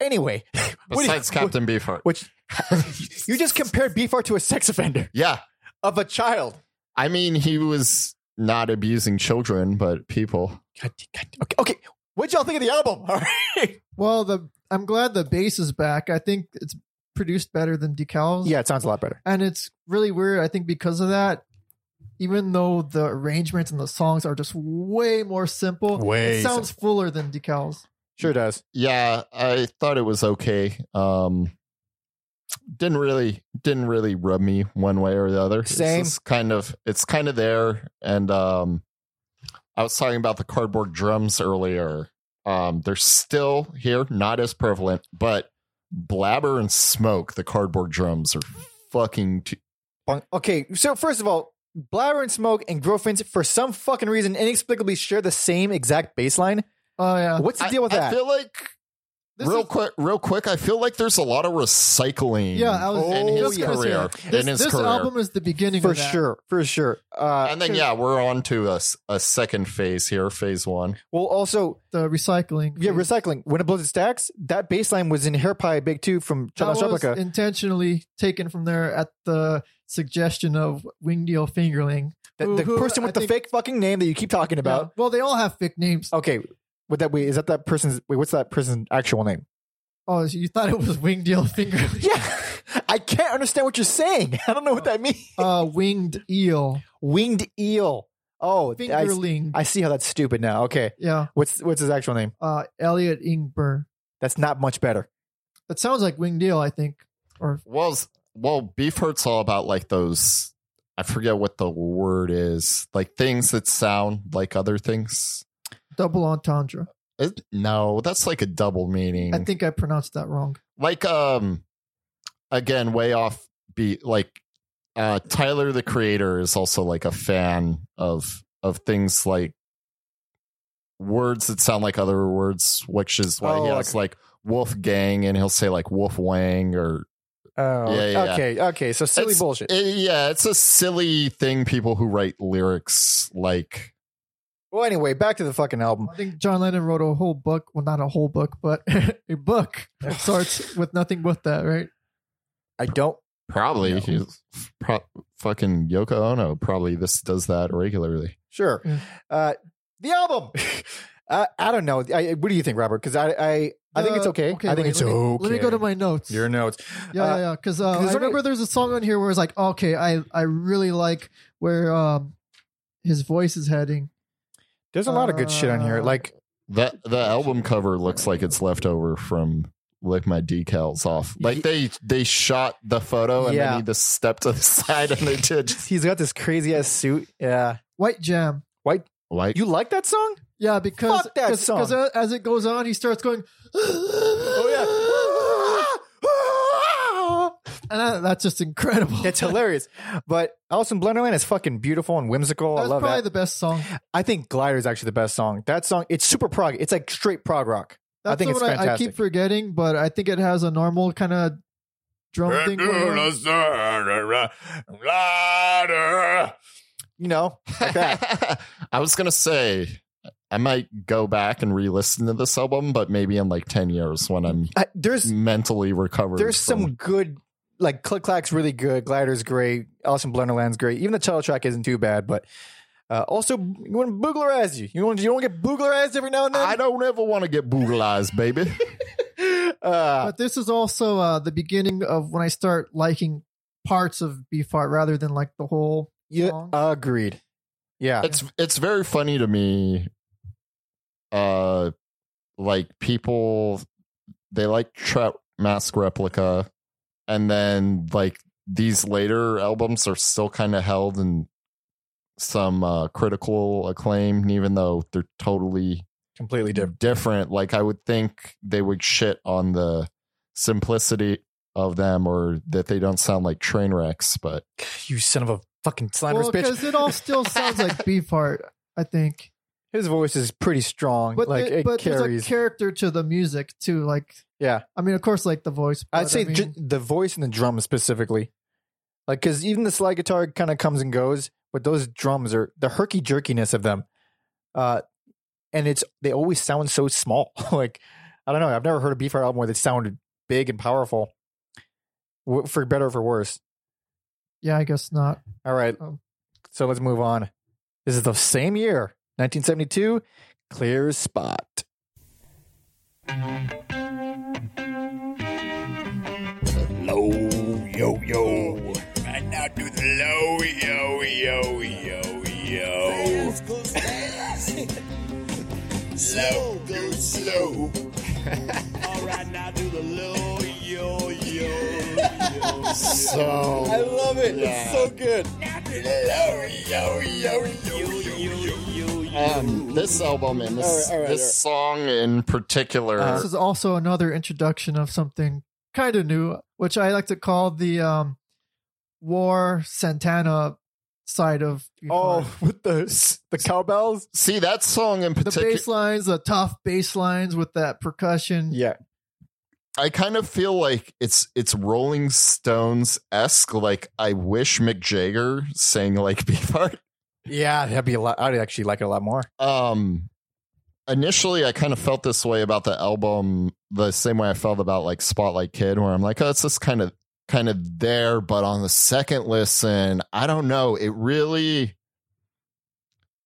A: Anyway, what do you-
B: Besides Captain Beefheart.
A: which you just compared Beefheart to a sex offender
B: yeah.
A: of a child.
B: I mean, he was not abusing children, but people.
A: God, God, okay, okay. What'd y'all think of the album? All right.
C: Well, the I'm glad the bass is back. I think it's produced better than decals.
A: Yeah, it sounds a lot better.
C: and it's really weird. I think because of that, even though the arrangements and the songs are just way more simple,
A: Way
C: it sounds fuller than decals.
A: Sure does.
B: Yeah, I thought it was okay. Um, didn't really didn't really rub me one way or the other. It's
A: Same.
B: just kind of it's kind of there. And um, I was talking about the cardboard drums earlier. Um, they're still here, not as prevalent, but blabber and smoke. The cardboard drums are fucking. T-
A: Bunk- Okay, so first of all, Blabber and Smoke and Grofins for some fucking reason inexplicably share the same exact baseline.
C: Oh yeah,
A: What's the
B: I-
A: deal with
B: I
A: that?
B: feel like
C: This
B: real
C: is-
B: quick, real quick. I feel like there's a lot of recycling.
C: Yeah, I was
B: in
A: Oh,
B: his
A: yeah.
B: career,
C: This,
B: in his
C: this
B: career,
C: album is the beginning
A: For
C: of that.
A: sure, for sure. Uh,
B: and then yeah, we're on to a, s- a second phase here, phase one.
A: well, also,
C: The recycling,
A: yeah,
C: phase.
A: recycling. When it blows it stacks, that baseline was in Hair Pie Big Two from
C: that
A: Chana
C: was
A: Shaplika.
C: intentionally taken from there at the suggestion of Wingdeal Fingerling.
A: The,
C: who-
A: the
C: who
A: person
C: I
A: with the
C: think-
A: fake fucking name that you keep talking about.
C: Yeah. Well, they all have fake names.
A: Okay, would that wait? Is that that person's? Wait, what's that person's actual name?
C: Oh, so you thought it was Wingdeal Fingerling?
A: Yeah, I can't understand what you're saying. I don't know what that means.
C: Uh, winged eel,
A: Winged eel. Oh, I,
C: fingerling.
A: I see how that's stupid now. Okay,
C: yeah,
A: what's what's his actual name?
C: uh, Elliot Ingber.
A: That's not much better.
C: That sounds like Winged Eel, I think. Or
B: Well, s- well, Beefheart's all about like those. I forget what the word is, like things that sound like other things.
C: double entendre.
B: It- no, that's like a double meaning.
C: I think I pronounced that wrong.
B: like um again way off beat like uh tyler the creator is also like a fan of of things like words that sound like other words which is why
A: Oh,
B: he
A: like-
B: has like wolf gang and he'll say like wolf wang or
A: Oh,
B: Yeah, yeah, yeah.
A: okay, okay. So silly
B: It's-
A: bullshit.
B: Eh, yeah it's a silly thing people who write lyrics like
A: well, anyway, back to the fucking album.
C: I think John Lennon wrote a whole book. Well, not a whole book, but a book that starts with nothing but that, right?
A: I don't.
B: probably
A: No.
B: he's pro- fucking yoko ono probably this does that regularly
A: Sure.
C: Yeah.
A: Uh, the album. uh, I don't know. I, what do you think, Robert? Because I, I, I think it's
C: Uh,
A: okay. I think
C: wait,
A: it's
C: let me,
A: okay.
C: Let me go to my notes.
A: your
C: Yeah,
A: notes.
C: yeah,
A: uh,
C: yeah. Because uh,
A: 'cause there's
C: I
A: only-
C: remember there's a song on here where it's like, okay, I, I really like where um his voice is heading.
A: There's a lot of good shit on here.
C: Uh,
A: Like,
B: That the album cover looks like it's left over from lick my decals off. Like they they shot the photo and
A: Yeah.
B: then he just stepped to the side and they did
A: he's got this crazy ass suit. Yeah.
C: White Jam.
B: like
A: You like that song?
C: Yeah, because
A: Fuck that
C: cause,
A: song.
C: 'cause a- as it goes on, he starts going,
A: Oh yeah.
C: and I, that's just incredible.
A: It's hilarious. But Alice in Blunderland is fucking beautiful and whimsical.
C: that's
A: I love
C: probably
A: that.
C: the best song.
A: I think Glider is actually the best song. That song, it's super prog. It's like straight prog rock.
C: That's
A: I think
C: the
A: it's
C: one I, I
A: fantastic.
C: keep forgetting, but I think it has a normal kind of drum thing. going on.
A: You know, like that.
B: I was gonna say I might go back and re-listen to this album, but maybe in like ten years when I'm
A: I, there's
B: mentally recovered.
A: there's
B: from-
A: some good like Click Clack's really good, Glider's great, Alice in Blunderland's great. Even the cello track isn't too bad, but uh, also you want to booglerize you. You want you want to get booglerized every now and then.
B: I don't ever want to get boogleized, baby.
A: uh,
C: But this is also uh, the beginning of when I start liking parts of Beefheart rather than like the whole.
A: yeah,
C: song.
A: agreed. Yeah,
B: it's it's very funny to me uh like people they like trap mask replica and then like these later albums are still kind of held in some uh critical acclaim even though they're totally
A: completely different.
B: different like i would think they would shit on the simplicity of them or that they don't sound like train wrecks but
A: You son of a fucking slanderous
C: Well,
A: bitch.
C: because it all still sounds like Beefheart, I think.
A: His voice is pretty strong.
C: But
A: like
C: the-
A: it
C: but there's
A: carries.
C: a character to the music too. Like
A: yeah,
C: I mean, of course, like the voice. but
A: I'd say
C: I mean,
A: ju- the voice and the drums specifically. Like, because even the slide guitar kind of comes and goes, but those drums are the herky jerkiness of them. Uh, and it's they always sound so small. like, I don't know. I've never heard a Beefheart album where they sounded big and powerful, w- for better or for worse.
C: yeah, I guess not.
A: All right,
C: Um,
A: so let's move on. This is the same year, 1972. Clear spot.
E: Low yo yo. Right now do the low yo yo yo yo. Slow, go slow. All right, now do the low yo yo yo.
B: So
E: I love it. It's so good. Yo, yo, yo, yo, yo.
B: um, this album and this
E: All right, all right,
B: this song in particular.
C: this is also another introduction of something kind of new, which I like to call the um, War Santana side of.
A: Oh, with the the cowbells.
B: see that song in
C: the
B: particular.
C: bass lines, the tough bass lines with that percussion.
A: Yeah,
B: I kind of feel like it's it's Rolling Stones esque. Like I wish Mick Jagger sang like Beefheart.
A: yeah, that'd be a lot. I'd actually like it a lot more.
B: um initially i kind of felt this way about the album the same way i felt about like spotlight kid where i'm like oh it's just kind of kind of there but on the second listen i don't know it really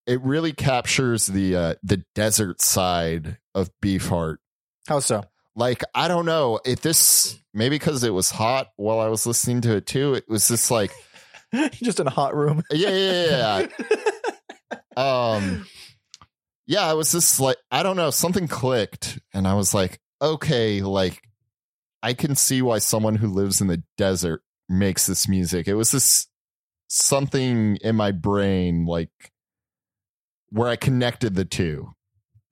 B: it really captures the uh the desert side of beefheart
A: How so?
B: like i don't know if this maybe because it was hot while i was listening to it too it was just like
A: Just in a hot room.
B: yeah yeah yeah, yeah um yeah i was just like i don't know something clicked and i was like okay like i can see why someone who lives in the desert makes this music it was this something in my brain like where i connected the two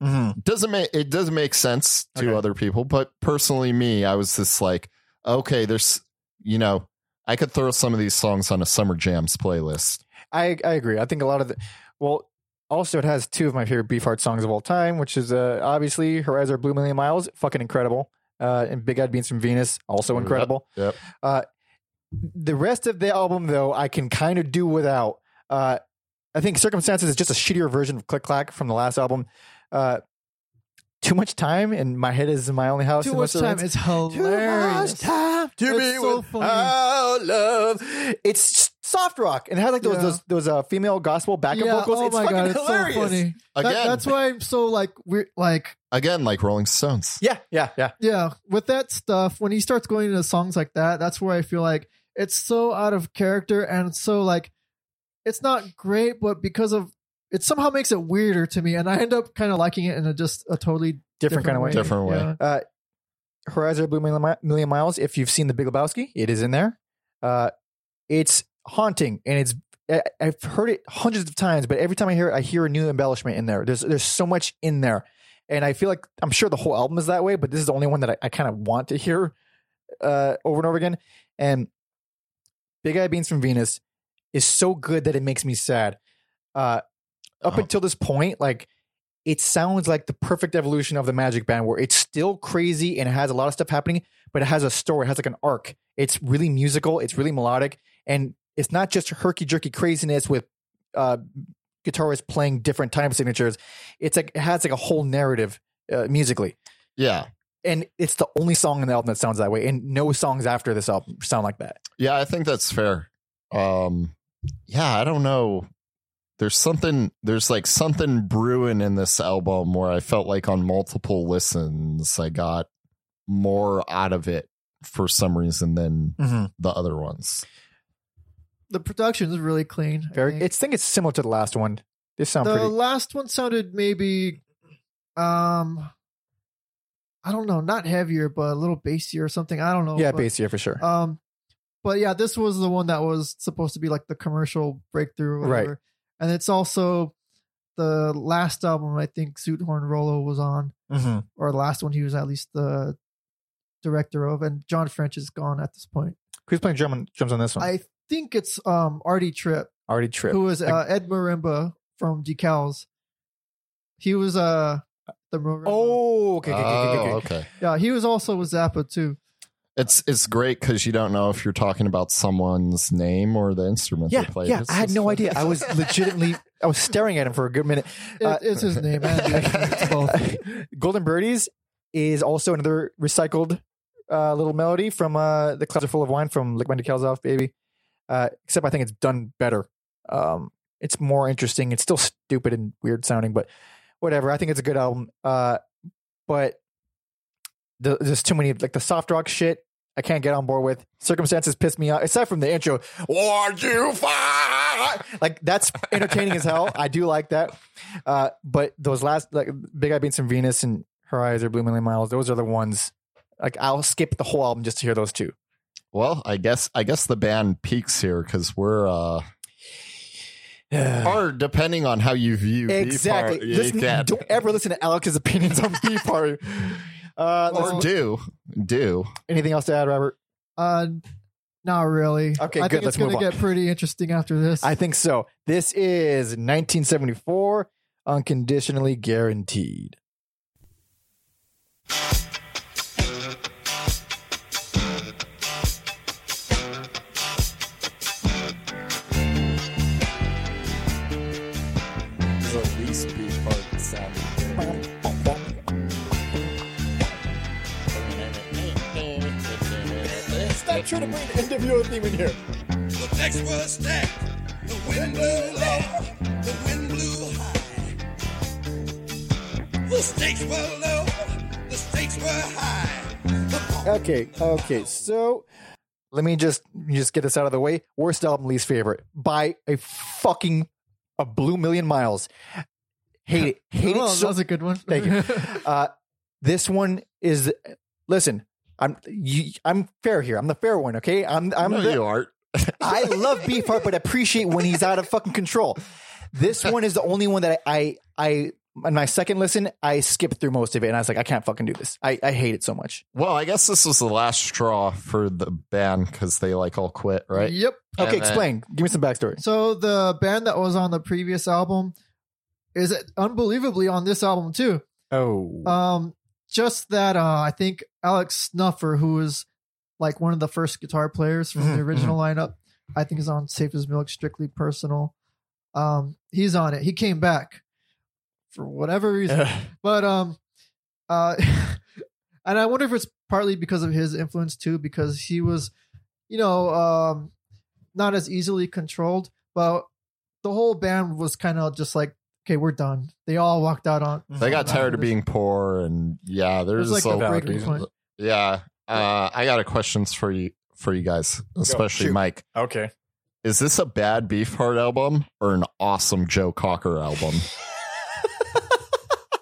C: Mm-hmm.
A: Mhm.
B: doesn't make it doesn't make sense to
A: Okay.
B: other people, but personally, me, I was just like, okay, there's you know, I could throw some of these songs on a summer jams playlist.
A: I I agree. I think a lot of the well. Also, it has two of my favorite Beefheart songs of all time, which is uh, obviously "Horizon Blue Million Miles," fucking incredible, uh, and "Big Eyed Beans from Venus," also
B: Yep.
A: incredible.
B: Yep.
A: Uh, the rest of the album, though, I can kind of do without. Uh, I think "Circumstances" is just a shittier version of "Click Clack" from the last album. Uh, too much time, and my head is in my only house.
C: Too
A: and West
C: much time.
A: Orleans.
C: It's hilarious.
A: Too much time to
C: It's
A: be
C: so
A: without love. It's soft rock and it has like those
C: Yeah.
A: those, those uh, female gospel backup
C: Yeah, oh
A: vocals. it's fucking hilarious.
C: so funny. That-
B: Again,
C: that's why I'm so like weird. Like
B: again, like Rolling Stones.
A: Yeah, yeah, yeah.
C: yeah, with that stuff, when he starts going into songs like that, that's where I feel like it's so out of character and it's so like it's not great, but because of it somehow makes it weirder to me, and I end up kind of liking it in a just a totally
A: Different, kind of way.
B: way. Different
C: Yeah.
A: Uh, Horizon Blue Million, Mi- Million Miles. If you've seen The Big Lebowski, it is in there. Uh, it's haunting and it's. I- I've heard it hundreds of times, but every time I hear it, I hear a new embellishment in there. There's there's so much in there, and I feel like I'm sure the whole album is that way, but this is the only one that I, I kind of want to hear uh, over and over again. And Big Eye Beans from Venus is so good that it makes me sad. Uh, up
B: Oh.
A: until this point, like it sounds like the perfect evolution of the Magic Band, where it's still crazy and it has a lot of stuff happening, but it has a story, it has like an arc. It's really musical, it's really melodic, and it's not just herky jerky craziness with uh, guitarists playing different time signatures. It's like it has like a whole narrative uh, musically,
B: Yeah.
A: and it's the only song in the album that sounds that way, and no songs after this album sound like that.
B: Yeah, I think that's fair. Um yeah, I don't know. There's something there's like something brewing in this album where I felt like on multiple listens I got more out of it for some reason than
C: Mm-hmm.
B: the other ones.
C: The production is really clean. I
A: Very,
C: think.
A: it's, I think it's similar to the last one. This sound
C: the
A: pretty.
C: last one sounded maybe um i don't know not heavier but a little bassier or something i don't know
A: yeah,
C: but,
A: bassier for sure.
C: um but yeah this was the one that was supposed to be like the commercial breakthrough or
A: Right.
C: whatever. and it's also the last album i think suit horn rolo was on
A: Mhm.
C: or the last one he was at least the director of and john french is gone at this point
A: Who's playing drum on, drums on this one?
C: i think it's um artie Oh. tripp
A: Already tripped.
C: who was uh, Ed Marimba from Decals. He was uh the Marimba.
A: Oh, okay, okay, okay, okay,
B: Oh,
A: okay.
B: okay.
C: yeah, he was also with Zappa too.
B: It's it's great because you don't know if you're talking about someone's name or the instrument
A: Yeah,
B: they play.
A: yeah.
B: It's
A: I had
B: just
A: no
B: fun.
A: idea. I was legitimately, I was staring at him for a good minute.
C: It,
A: Uh,
C: it's his name. Andy. It's both.
A: Golden Birdies is also another recycled uh, little melody from uh, "The Clouds Are Full of Wine" from Lick Wendy Calzoff, baby. Uh, except I think it's done better. Um, It's more interesting. It's still stupid and weird sounding, but whatever. I think it's a good album. Uh, but the, there's too many like the soft rock shit. I can't get on board with. Circumstances piss me off. Aside from the intro, "War you fight?" Like that's entertaining as hell. I do like that. Uh, but those last like Big Eye Beats and Venus and Her Eyes Are Blue Million Miles. Those are the ones. Like I'll skip the whole album just to hear those two.
B: Well, I guess I guess the band peaks here because we're uh or depending on how you view B
A: Exactly.
B: part, you
A: Listen-
B: can.
A: don't ever listen to Alex's opinions on beef party. Uh,
B: or
A: let's-
B: do do
A: anything else to add, Robert?
C: Uh, not really.
A: Okay,
C: I
A: good,
C: think
A: let's
C: it's going to
A: move on.
C: get pretty interesting after this.
A: I think so. This is 1974, unconditionally guaranteed.
B: the least B part sound.
A: Stop trying to bring the NWO theme in here.
E: The decks were stacked. The wind blew low. The wind blew high. The stakes were low. The stakes were high.
A: Okay, okay. So let me just just get this out of the way. Worst album, least favorite by a fucking a blue million miles. Hate it. Hate
C: Oh,
A: it so
C: that was a good one.
A: Thank you. Uh, this one is. Listen, I'm you, I'm fair here. I'm the fair one. Okay, I'm I'm.
B: No,
A: the-
B: you aren't.
A: I love Beefheart, but appreciate when he's out of fucking control. This one is the only one that I I. On my second listen, I skipped through most of it, and I was like, I can't fucking do this. I, I hate it so much.
B: Well, I guess this was the last straw for the band because they like all quit, right?
C: Yep.
A: Okay,
B: And then-
A: explain. Give me some backstory.
C: So the band that was on the previous album is unbelievably on this album too.
A: Oh,
C: Um, just that uh, I think Alex Snuffer, who was like one of the first guitar players from
A: Mhm,
B: Mm-hmm,
C: the original lineup, I think is on Safe as Milk, Strictly Personal. Um, he's on it. He came back for whatever reason, but um, uh, and I wonder if it's partly because of his influence too, because he was, you know, um, not as easily controlled, but the whole band was kind of just like, okay, we're done. They all walked out on.
B: They got tired of being poor, and yeah, Mm. there's,
C: There's like
B: a
C: a
A: valid
C: breaking
A: reason.
C: point.
B: yeah. Uh, I got a questions for you for you guys, especially
A: shoot.
B: Mike.
A: okay.
B: Is this a bad Beefheart album or an awesome Joe Cocker album?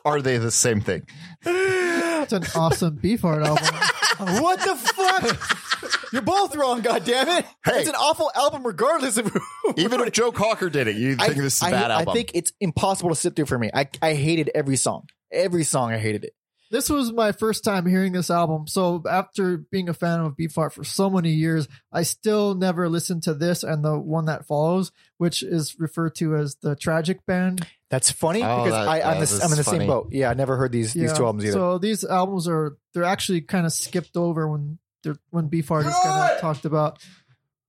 B: Are they the same thing?
C: It's an awesome Beefheart album.
A: What the fuck? You're both wrong. God damn it!
B: Hey.
A: It's an awful album, regardless of who.
B: Even if Joe Cocker did it, you think this is a
A: I,
B: bad
A: I
B: album?
A: think it's impossible to sit through for me. I, I hated every song. Every song I hated it.
C: This was my first time hearing this album. So after being a fan of Beefheart for so many years, I still never listened to this and the one that follows, which is referred to as the Tragic Band.
A: That's funny
B: Oh,
A: because
B: that-
A: I, I'm,
B: that
A: the,
B: is
A: I'm in the same
B: funny.
A: boat. Yeah, I never heard these these
C: Yeah.
A: two albums either.
C: So these albums are they're actually kind of skipped over when they're when Beefheart is kind of talked about.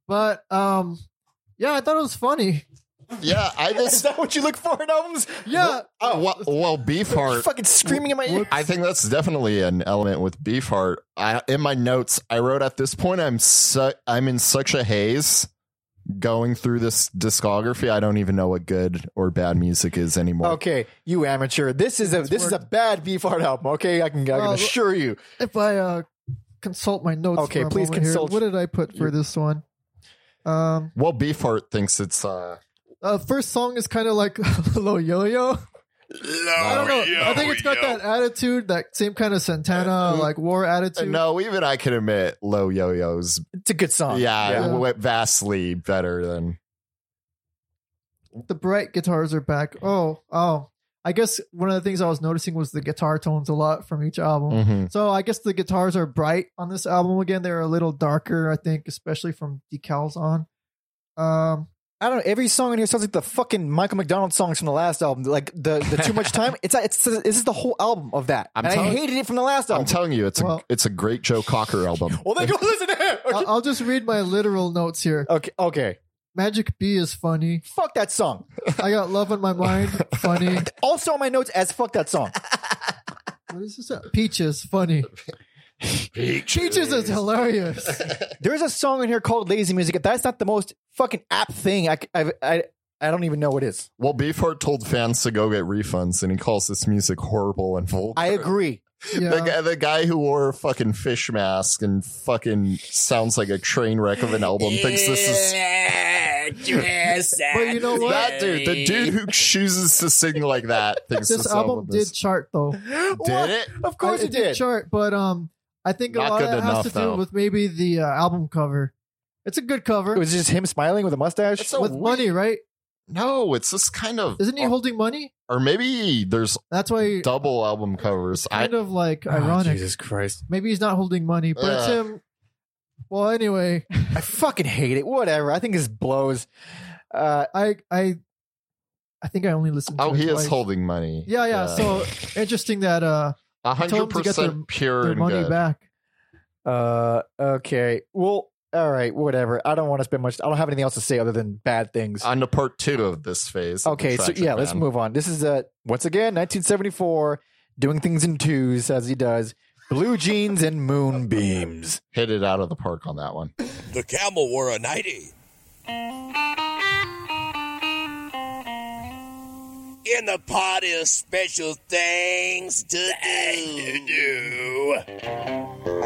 C: But um yeah, I thought it was funny.
B: yeah, I
A: is
B: just
A: that what you look for in albums?
C: Yeah.
B: Oh, well, well
A: You're
B: Beefheart.
A: fucking screaming in my ear.
B: I think that's definitely an element with Beefheart. I, in my notes, I wrote at this point, I'm su- I'm in such a haze going through this discography. I don't even know what good or bad music is anymore.
A: Okay, you amateur. This is a this is a bad Beefheart album. Okay, I can I can
C: Well,
A: assure you.
C: If I uh consult my notes,
A: Okay,
C: for a
A: please
C: moment here,
A: consult-
C: What did I put for this one? Um
B: Well, Beefheart thinks it's uh,
C: uh, first song is kind of like Lo Yo Yo. I don't know. I think it's got that attitude, that same kind of Santana like war attitude.
B: no. Even I can admit, Low Yo Yo's
A: It's a good song.
B: yeah,
C: yeah.
B: w vastly better than
C: The bright guitars are back. Oh, oh. I guess one of the things I was noticing was the guitar tones a lot from each album.
B: Mhm.
C: So I guess the guitars are bright on this album again. They're a little darker, I think, especially from decals on. Um,
A: I don't know. Every song in here sounds like the fucking Michael McDonald songs from the last album. Like the the too much time. It's it's this is the whole album of that.
B: I'm
A: and I
B: telling-
A: hated it from the last
B: I'm
A: album.
B: telling you, it's
C: Well-
B: a it's a great Joe Cocker album.
A: well, then go listen to him.
C: I'll, I'll just read my literal notes here.
A: Uh, Okay, okay.
C: Magic Bee is funny.
A: Fuck that song.
C: I got love on my mind. Funny.
A: Also on my notes as fuck that song.
C: What is this? Peaches. Funny. Peaches is hilarious.
A: There's a song in here called Lazy Music. That's not the most fucking apt thing I, c- I've- I, I don't even know what is.
B: Well, Beefheart told fans to go get refunds, and he calls this music horrible and vulgar.
A: I agree.
C: Yeah.
B: The, guy, the guy who wore a fucking fish mask and fucking sounds like a train wreck of an album thinks this is
C: but you know what?
B: that dude. The dude who chooses to sing like that thinks
C: this album
B: is-
C: did chart though. Of
A: What?
B: did it.
A: Of course
C: it,
A: it did.
C: chart, but um, I think a
B: Not
C: lot of
B: good
C: that
B: enough,
C: has to
B: though.
C: do with maybe the uh, album cover. It's a good cover
A: It was just him smiling with a mustache.
B: It's a
C: with
B: weird-
C: money, right?
B: No, it's this kind of
C: Isn't he holding money?
B: or maybe there's
C: That's why
B: double album covers. I
C: kind of like
D: Ah,
A: Oh,
C: ironic.
A: Jesus Christ.
C: Maybe he's not holding money, but it's
B: Yeah.
C: him. Well, anyway,
A: I fucking hate it. Whatever. I think this blows. Uh,
C: I I I think I only listened. to
B: oh,
C: it
B: he is
C: twice.
B: holding money.
C: Yeah, yeah. So interesting that uh
B: a
C: told
B: hundred
C: him to get their-
B: percent pure
C: their
B: and
C: money
B: good.
C: back.
A: uh, okay. Well, all right. Whatever. I don't want to spend much. I don't have anything else to say other than bad things.
B: On to part two of this phase. of the
A: okay. So
B: Tragic
A: yeah, let's
B: Man.
A: move on. This is uh, once again 1974, doing things in twos as he does. Blue jeans and moonbeams.
B: Hit it out of the park on that one.
E: The camel wore a nightie. In the party is special things to do.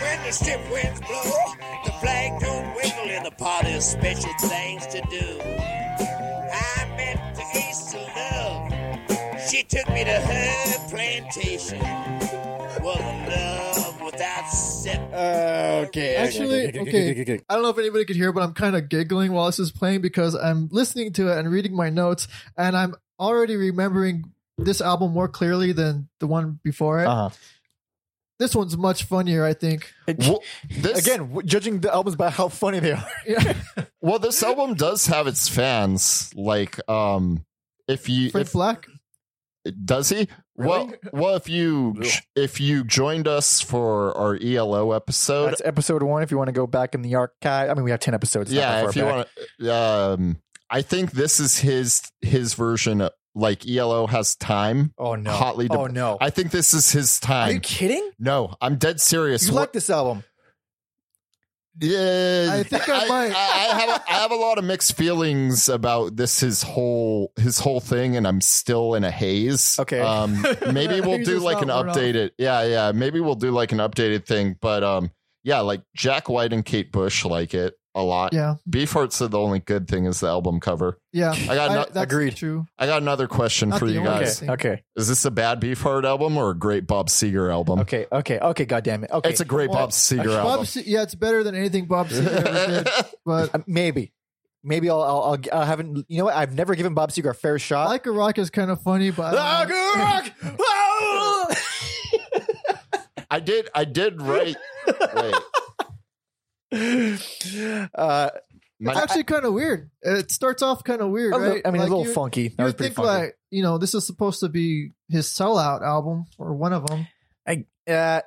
E: When the stiff winds blow, the flag don't wiggle in the party is special things to do. I met the ace to love. She took me to her plantation. Was love without separation.
A: Okay.
C: Actually, okay. I don't know if anybody could hear, but I'm kind of giggling while this is playing because I'm listening to it and reading my notes, and I'm already remembering this album more clearly than the one before it.
A: Uh
C: This one's much funnier, I think.
A: huh.
B: Well, Uh, this,
A: Again, w- judging the albums by how funny they are.
C: Yeah.
B: well, this album does have its fans. Like, um, if you
C: Fred
B: if-
C: Black.
B: does he? Well, well, if you if you joined us for our ELO episode,
A: That's episode one. If you want to go back in the archive, I mean, we have ten episodes. it's not that
B: yeah
A: far
B: if you
A: back.
B: want um i think this is his his version of, like elo has time
A: Oh no!
B: Hotly de-
A: oh no!
B: i think this is his
A: Are you
B: time
A: kidding?
B: no i'm dead serious
A: You like this album?
B: yeah
C: I think I might.
B: I, I have a, I have a lot of mixed feelings about this his whole his whole thing and i'm still in a haze
A: Okay.
B: um maybe we'll
C: He's
B: do
C: just
B: like an
C: not- we're not-
B: updated yeah yeah maybe we'll do like an updated thing but um yeah like jack white and kate bush like it a lot
C: Yeah,
B: beefheart said the only good thing is the album cover
C: yeah.
B: i got no-
C: I, that's
A: agreed.
C: True.
B: I got another question
C: Not
B: for
C: the
B: you
C: only
A: Okay,
B: guys.
C: thing.
A: okay,
B: Is this a bad Beefheart album or a great Bob Seger album?
A: okay, okay, okay. God damn it! Okay,
B: It's a great
C: Well,
B: Bob Seger
C: Bob,
B: album.
C: Se- yeah, it's better than anything Bob Seger ever did. But
A: Uh, maybe, maybe I'll, I'll, I'll, I'll haven't. You know what? I've never given Bob Seger a fair
C: I
A: shot. Uh,
C: like a rock is kind of funny, but I
A: Like
C: don't
A: a
C: know.
A: rock. Oh!
B: I did. I did write. wait,
A: uh,
B: my,
C: it's actually kind of weird. It starts off kind of weird,
A: a
C: right?
A: little- I mean,
C: Like,
A: a little
C: you-
A: funky. That
C: you
A: was
C: would
A: pretty
C: think
A: funky.
C: like you know this is supposed to be his sellout album or one of them.
A: uh,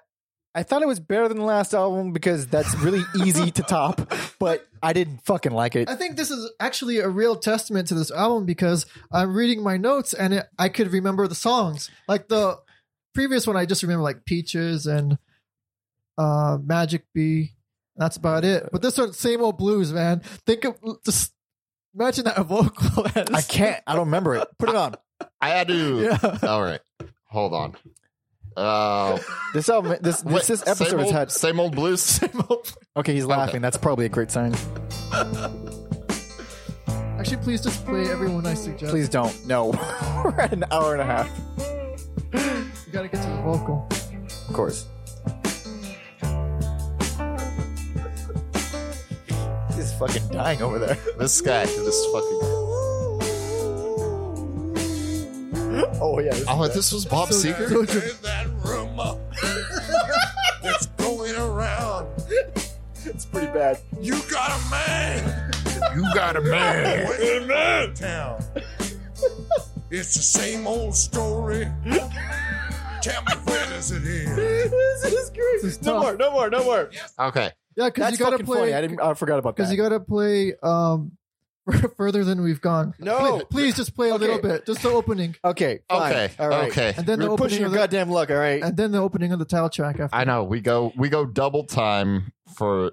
A: I thought it was better than the last album because that's really easy to top, but I didn't fucking like it.
C: I think this is actually a real testament to this album because I'm reading my notes and it, I could remember the songs. Like the previous one, I just remember like Peaches and uh, Magic Bee. That's about it. But this one, same old blues, man. Think of just imagine that vocal.
A: I can't. I don't remember it. Put it on.
B: I had to.
C: Yeah.
B: All right, hold on. Uh,
A: This album. This
B: wait,
A: this, this episode
B: same
A: has
B: old,
A: had.
B: same old blues.
A: Okay, he's laughing. That's probably a great sign.
C: Actually, please just play everyone I suggest.
A: Please don't. No. We're at an hour and a half.
C: you gotta get to the vocal.
A: Of course. He's fucking dying over there.
B: this guy, this fucking.
A: Oh, yeah. this-
B: Oh, this was Bob Seger.
E: Heard that rumor that's going around.
A: It's pretty bad.
E: You got a man
B: You got a man.
E: in that town. It's the same old story. Tell me where does it end?
A: This is great.
C: This is
A: no
C: tough.
A: more, no more, no more.
B: Okay,
C: Yeah, because
A: That's
C: you gotta
A: fucking
C: play.
A: funny. I, didn't, I forgot about
C: because
A: that.
C: you got to play um further than we've gone.
A: No.
C: please, please just play a
A: Okay.
C: little bit, just the opening,
A: Okay. Fine.
B: Okay.
A: All right.
B: Okay.
C: and then the
A: You're
C: opening
A: pushing your
C: of the,
A: goddamn luck. All right.
C: and then the opening of the title track.
A: Uh,
C: After
B: I know we go we go double time for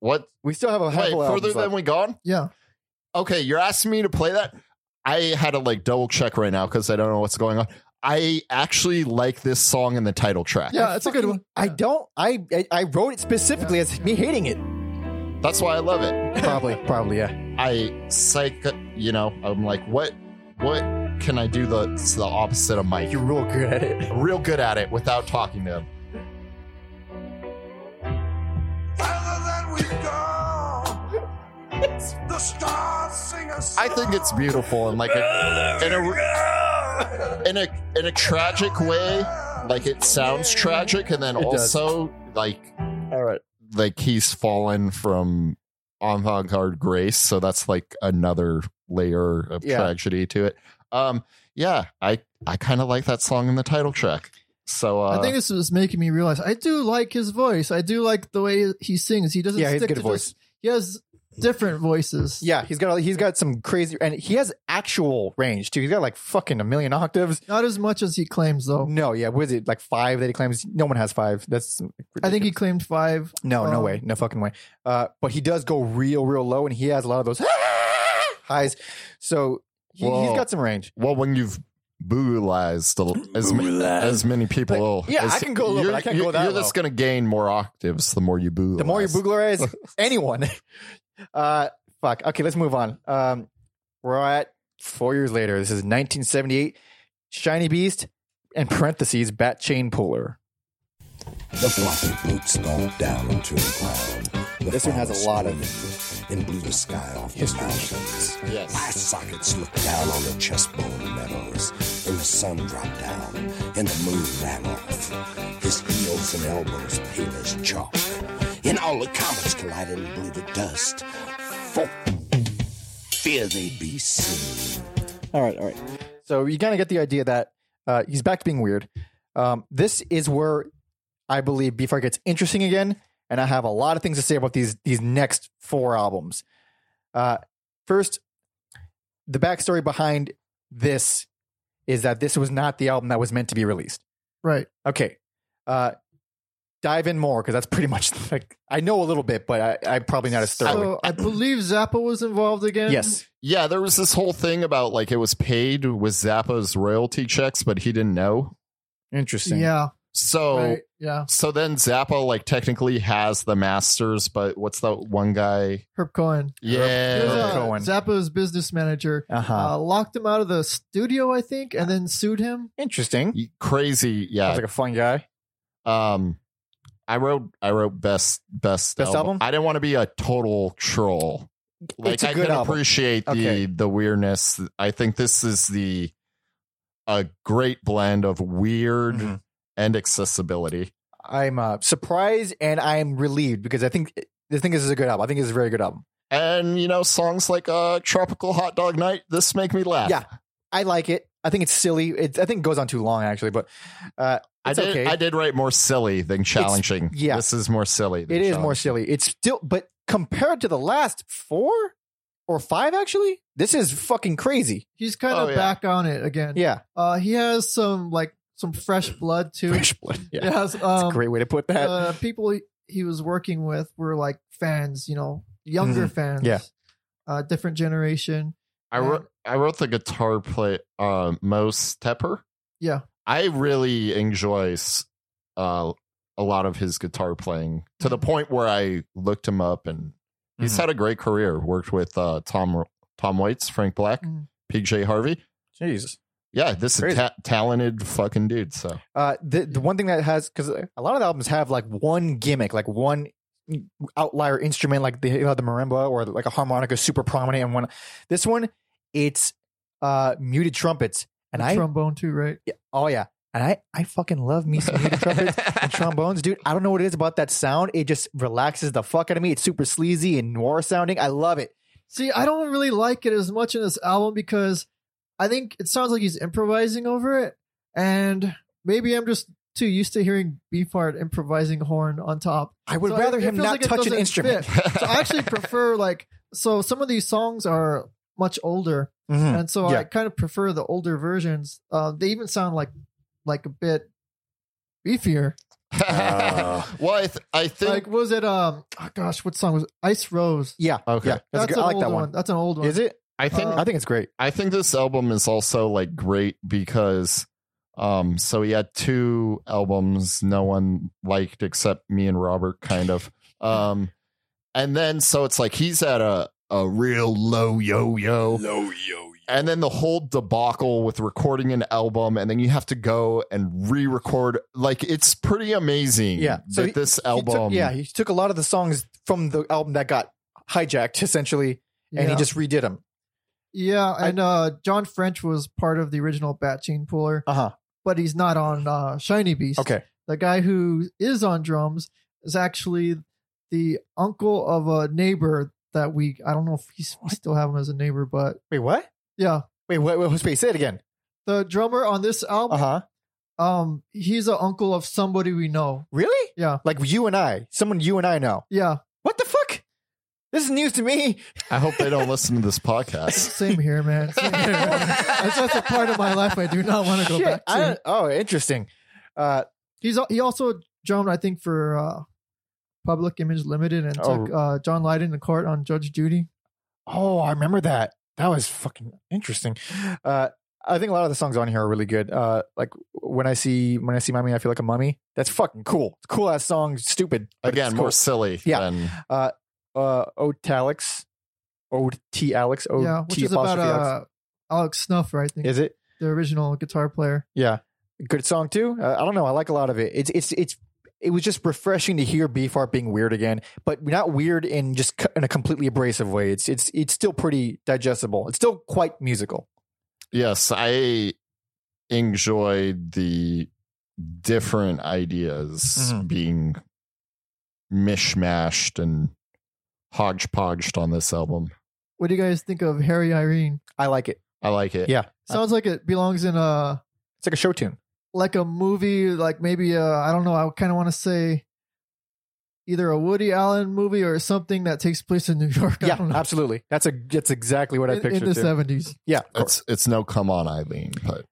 B: what?
A: We still have a
B: Wait,
A: handful of
B: further
A: albums
B: than
A: left.
B: we gone?
C: yeah,
B: Okay, you're asking me to play that. I had to like double check right now because I don't know what's going on. I actually like this song in the title track.
C: yeah, it's a good one.
A: I don't. I I, I wrote it specifically as me hating it.
B: That's why I love it.
A: Probably. probably. Yeah.
B: I psych, you know, I'm like, what, what can I do the it's the opposite of Mike?
A: You're real good at it.
B: You're real good at it without talking to him.
E: Further than we've gone, the stars sing a song.
B: I think it's beautiful and like a, in a in a in a tragic way, like it sounds tragic, and then
A: It does.
B: also like
A: All right.
B: like he's fallen from avant-garde grace, so that's like another layer of
A: Yeah.
B: tragedy to it. Um, yeah, I I kind of like that song in the title track. So uh,
C: I think this was making me realize I do like his voice. I do like the way he sings. He doesn't
A: Yeah, he's
C: stick
A: good
C: to
A: voice.
C: just- he has different voices.
A: Yeah. He's got he's got some crazy and he has actual range too. He's got like fucking a million octaves.
C: Not as much as he claims, though.
A: No. Yeah. What is it? Like five that he claims. No one has five. That's.
C: Oh. I think he claimed five.
A: No, no
C: Um,
A: way, no fucking way. Uh, but he does go real, real low, and he has a lot of those highs. So he, he's
B: Whoa.
A: got some range.
B: Well, when you've boogalized a- as, ma- as many people,
A: Like, yeah,
B: as-
A: I can go low, but
B: you're-
A: I can't
B: you're-
A: go that
B: You're just
A: low.
B: going to gain more octaves the more you boogalize.
A: The more you booglerize anyone, uh, fuck. Okay, let's move on. Um, we're at four years later. This is 1978. Shiny Beast and parentheses Bat Chain Puller.
E: The floppy boots go down into the ground. The
A: This one has a
E: forest
A: lot of
E: wind in blue sky off the
A: history.
E: mountains.
B: Yes.
E: Eye sockets look down on the chessbone meadows, and the sun dropped down, and the moon ran off. His heels and elbows pale as chalk, and all the comets collided and blew the dust. Folk fear they'd be seen.
A: All right, all right. So you kind of get the idea that uh, he's back to being weird. Um, this is where I believe Beefheart gets interesting again, and I have a lot of things to say about these these next four albums. Uh, first, the backstory behind this is that this was not the album that was meant to be released.
C: Right.
A: Okay, uh, dive in more because that's pretty much like I know a little bit, but I, I probably not as thoroughly.
C: So um, I believe Zappa was involved again.
A: yes,
B: yeah, there was this whole thing about like it was paid with Zappa's royalty checks, but he didn't know.
A: interesting.
C: Yeah.
A: Oh.
B: So.
C: Right. Yeah.
B: So then Zappa like technically has the masters, but what's that one guy?
C: Herb Cohen.
B: Yeah.
C: He was, uh,
A: Cohen.
C: Zappa's business manager.
A: Uh huh.
C: Uh, locked him out of the studio, I think, and then sued him.
A: interesting.
B: Crazy.
A: Sounds
B: Yeah.
A: like a fun guy.
B: Um I wrote I wrote best best,
A: Best album?
B: I didn't want to be a total troll. Like
A: It's a
B: I
A: good
B: can
A: album.
B: appreciate the
A: Okay.
B: the weirdness. I think this is the a great blend of weird
A: Mhm.
B: and accessibility.
A: I'm uh, surprised and I'm relieved because I think the thing is, this is a good album. I think this is a very good album.
B: And you know, songs like uh Tropical Hot Dog Night, this make me laugh.
A: Yeah, I like it. I think it's silly. It, I think it goes on too long actually, but uh,
B: I
A: it's
B: did
A: okay.
B: I did write more silly than challenging.
A: yeah.
B: This is more silly. than
A: it is more
B: challenging.
A: silly. It's still, but compared to the last four or five, actually, this is fucking crazy.
C: He's kind
B: Oh,
C: of
B: yeah.
C: back on it again.
A: Yeah,
C: Uh, he has some like some fresh blood too.
A: fresh blood. Yeah,
C: Yes.
A: that's
C: Um,
A: a great way to put that.
C: uh, people he- he was working with were like fans, you know, younger fans.
A: Mm-hmm. Yeah.
C: Uh, different generation.
B: I
C: Yeah.
B: wrote I wrote the guitar play uh Mo Tepper.
C: Yeah.
B: I really enjoy s- uh a lot of his guitar playing to
C: Mm-hmm.
B: the point where I looked him up and he's
A: Mhm.
B: had a great career. Worked with uh Tom Tom Waits, Frank Black,
C: Mhm.
B: PJ Harvey.
A: Jesus.
B: Yeah, this is
A: Crazy.
B: ta- talented fucking dude. So
A: Uh, the
C: Mm-hmm.
A: the one thing that has because a lot of the albums have like one gimmick, like one outlier instrument, like the uh, the marimba or like a harmonica super prominent. And one, this one, it's uh muted trumpets, and
C: The
A: I
C: trombone too, right?
A: oh yeah, and I I fucking love me some muted trumpets and trombones, dude. I don't know what it is about that sound. It just relaxes the fuck out of me. It's super sleazy and noir sounding. I love it.
C: See, I don't really like it as much in this album because I think it sounds like he's improvising over it, and maybe I'm just too used to hearing Beefheart improvising horn on top.
A: I would
C: So it-
A: rather
C: it
A: him
C: feels
A: not
C: like it
A: touch an
C: doesn't
A: instrument.
C: fit. So I actually prefer like so some of these songs are much older,
A: Mhm.
C: and so
A: Yeah.
C: I kind of prefer the older versions. Uh, they even sound like like a bit beefier.
A: Ah.
B: well, I, th- I think
C: Like was it um oh gosh, what song was it? Ice Rose?
A: Yeah.
B: Okay.
A: Yeah. That's a
C: That's
A: good-
C: an
A: I like
C: old
A: that
C: one.
A: one.
C: That's an old one.
A: Is it?
B: I think
C: Uh,
A: I think it's great.
B: I think this album is also like great because um so he had two albums no one liked except me and Robert kind of. Um and then so it's like he's at a a real low yo yo.
E: Low yo.
B: And then the whole debacle with recording an album and then you have to go and re-record like it's pretty amazing
A: Yeah. So
B: that
A: he-
B: this
A: He
B: album
A: took- yeah, he took a lot of the songs from the album that got hijacked essentially,
C: yeah.
A: and he just redid them.
C: Yeah, and uh John French was part of the original Batching Puller,
A: Uh huh.
C: but he's not on uh Shiny Beast.
A: Okay.
C: The guy who is on drums is actually the uncle of a neighbor that we I don't know if he's, we still have him as a neighbor, but
A: Wait, what?
C: yeah.
A: Wait, what? what wait, say it again.
C: The drummer on this
A: Uh
C: album,
A: huh. Uh-huh.
C: um, he's an uncle of somebody we know.
A: Really?
C: Yeah.
A: Like you and I, someone you and I know.
C: Yeah,
A: What the fuck? This is news to me.
B: I hope they don't listen to this podcast.
C: same here, man. Same here, man. That's, that's a part of my life I do not want to go
A: Shit,
C: back
A: I don't-
C: to.
A: oh, interesting. Uh,
C: He's he also drummed, I think, for uh, Public Image Limited and
A: Oh.
C: took uh, John Lydon to court on Judge Judy.
A: Oh, I remember that. That was fucking interesting. Uh, I think a lot of the songs on here are really good. Uh, like when I see when I see mommy, I feel like a mummy. That's fucking cool. It's a cool ass song. Stupid but
B: Again,
A: it's
B: more silly
A: Yeah.
B: than
A: cool. uh, Otalix, O T Alex, O Oh, T
C: yeah, which is about
A: apostrophe Alex.
C: uh, Alex Snuff, right? I think
A: Is it?
C: the original guitar player.
A: Yeah, good song too. Uh, I don't know. I like a lot of it. It's it's it's it was just refreshing to hear Beefheart being weird again, but not weird in just co- in a completely abrasive way. It's it's it's still pretty digestible. It's still quite musical.
B: yes i enjoyed the different ideas
A: Mhm.
B: being mishmashed and hodgepodged on this album
C: What do you guys think of Harry Irene?
A: I like it.
B: i like it
A: Yeah.
C: Sounds like it belongs in a
A: It's like a show tune.
C: like a movie, like maybe I I don't know. I kind of want to say either a Woody Allen movie or something that takes place in New York. I
A: yeah,
C: don't know.
A: absolutely. That's a that's exactly what I
C: In,
A: pictured.
C: in the
A: too.
C: seventies,
A: Yeah, of course.
B: it's it's no come on eileen but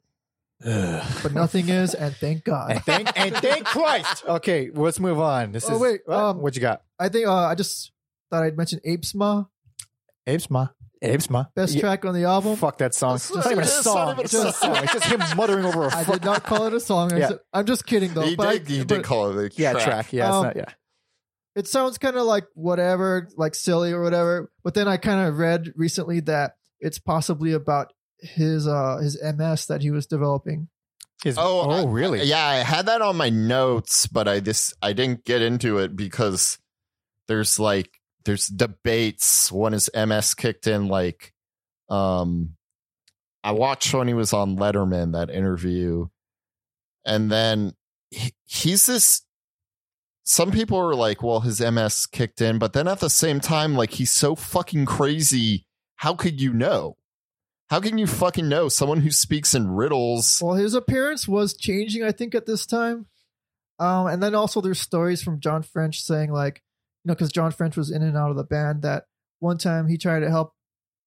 C: but nothing is, and thank God.
A: and thank and thank Christ. Okay, let's move on. This
C: Oh,
A: is
C: wait,
A: what,
C: um,
A: what you got?
C: I think uh, I just thought I'd mention Apes Ma,
A: Apes ma, apes ma.
C: best track on the album.
A: Fuck that song. It's not even a
B: It's not
A: song.
B: even a
A: It's just a
B: song.
A: song. It's just him muttering over a
C: I
A: fuck.
C: did not call it a song. I
A: Yeah.
C: said- I'm just kidding though.
B: he
C: but I-
B: did, he
C: but
B: did call it a
A: Yeah,
B: track.
A: track. Yeah, it's
C: Um,
A: not. Yeah,
C: it sounds kind of like whatever, like silly or whatever. But then I kind of read recently that it's possibly about his uh his MS that he was developing.
A: His-
B: Oh, I-
A: really?
B: yeah i had that on my notes but i just i didn't get into it because there's like there's debates when is ms kicked in like um i watched when he was on letterman that interview and then he, he's this some people are like well his ms kicked in but then at the same time like he's so fucking crazy how could you know how can you fucking know someone who speaks in riddles
C: Well, his appearance was changing, I think, at this time. Um, and then also there's stories from John French saying like, you know, because John French was in and out of the band. That one time he tried to help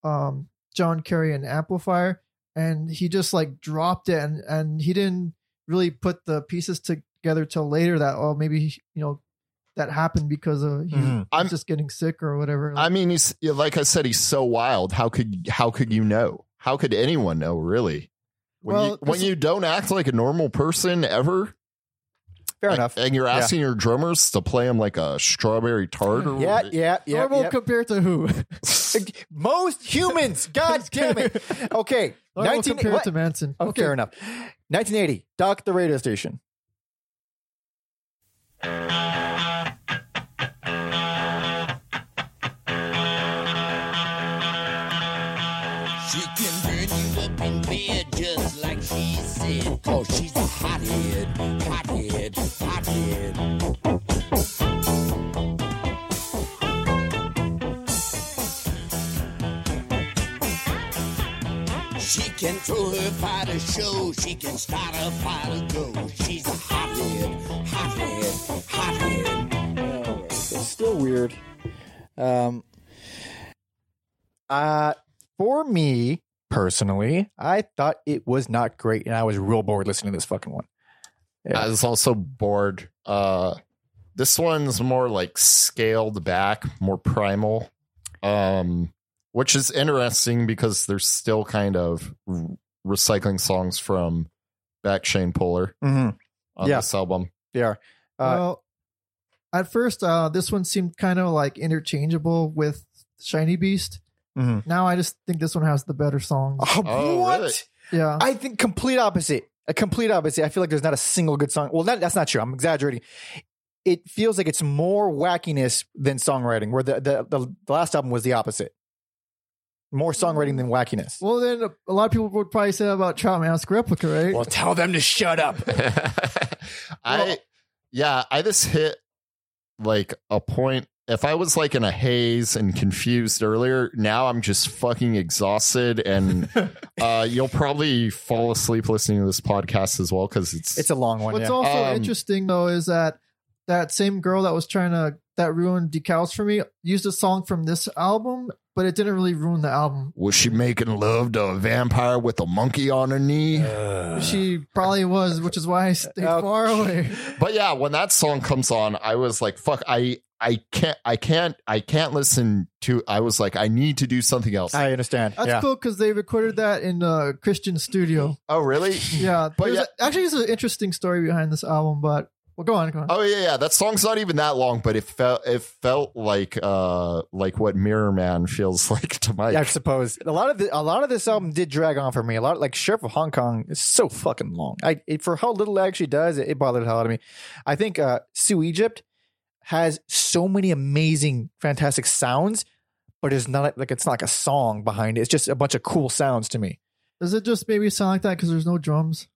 C: um, John carry an amplifier, and he just like dropped it, and and he didn't really put the pieces together till later. That oh maybe he- you know that happened because of he
A: Mhm.
B: I'm-
C: was just getting sick or whatever.
A: Mm-hmm.
B: I mean, he's like I said, he's so wild. How could how could you know? How could anyone know? Really? When
C: Well,
B: you, when
C: this-
B: you don't act like a normal person ever,
A: Fair
B: and-
A: enough.
B: and you're
A: Yeah.
B: asking your drummers to play him like a strawberry tart, or
A: Yeah, yeah, yeah.
C: normal
A: yeah.
C: compared to who?
A: Most humans. God damn it. Okay,
C: normal
A: 19
C: compared
A: what?
C: to Manson.
A: Oh, fair enough. 1980. Doc the radio station.
E: She can burn you up in bed just like she said. Cause she's a hothead, hothead, hothead. She can throw her fire to show, she can start a fire to go. She's a hothead, hothead, hothead.
A: It's still weird. Um, Uh, for me personally, I thought it was not great, and I was real bored listening to this fucking one. Yeah.
B: I was also bored. Uh, this one's more like scaled back, more primal, um, which is interesting because they're still kind of r- recycling songs from back Shane Puller
A: Mm-hmm.
B: on
A: Yeah.
B: this album.
A: Yeah. Uh,
C: well, at first, uh, this one seemed kind of like interchangeable with Shiny Beast.
A: Mhm.
C: Now I just think this one has the better songs.
A: Oh,
B: Oh,
A: what?
B: really?
C: Yeah,
A: I think complete opposite. A complete opposite. I feel like there's not a single good song. Well, that, that's not true. I'm exaggerating. It feels like it's more wackiness than songwriting, where the, the, the, the last album was the opposite. More songwriting than wackiness.
C: Well, then a lot of people would probably say that about Trout Mask Replica, right?
A: Well, tell them to shut up.
B: I yeah, I just hit like a point. If I was like in a haze and confused earlier, now I'm just fucking exhausted, and uh, you'll probably fall asleep listening to this podcast as well because it's
A: It's a long one.
C: What's
A: yeah.
C: also
B: Um,
C: interesting though is that that same girl that was trying to that ruined decals for me used a song from this album, but it didn't really ruin the album.
B: was she making love to a vampire with a monkey on her knee?
C: She probably was, which is why I stayed
A: Okay.
C: far away.
B: But yeah, when that song comes on, I was like, "Fuck, I, I can't, I can't, I can't listen to." I was like, "I need to do something else."
A: I understand.
C: That's
A: yeah.
C: cool because they recorded that in a Christian studio.
B: oh, really?
C: Yeah,
B: But
C: there's a- actually, there's an interesting story behind this album, but well, go on, go
A: Uh,
C: on.
B: Oh yeah, yeah. That song's not even that long, but it felt it felt like uh like what Mirror Man feels like to Mike.
A: Yeah, I suppose a lot of the, a lot of this album did drag on for me. A lot like Sheriff of Hong Kong is so fucking long. I it, for how little it actually does, it, it bothered the hell out of me. I think uh, Sue Egypt has so many amazing, fantastic sounds, but it's not like it's not like a song behind it. It's just a bunch of cool sounds to me.
C: Does it just maybe sound like that because there's no drums?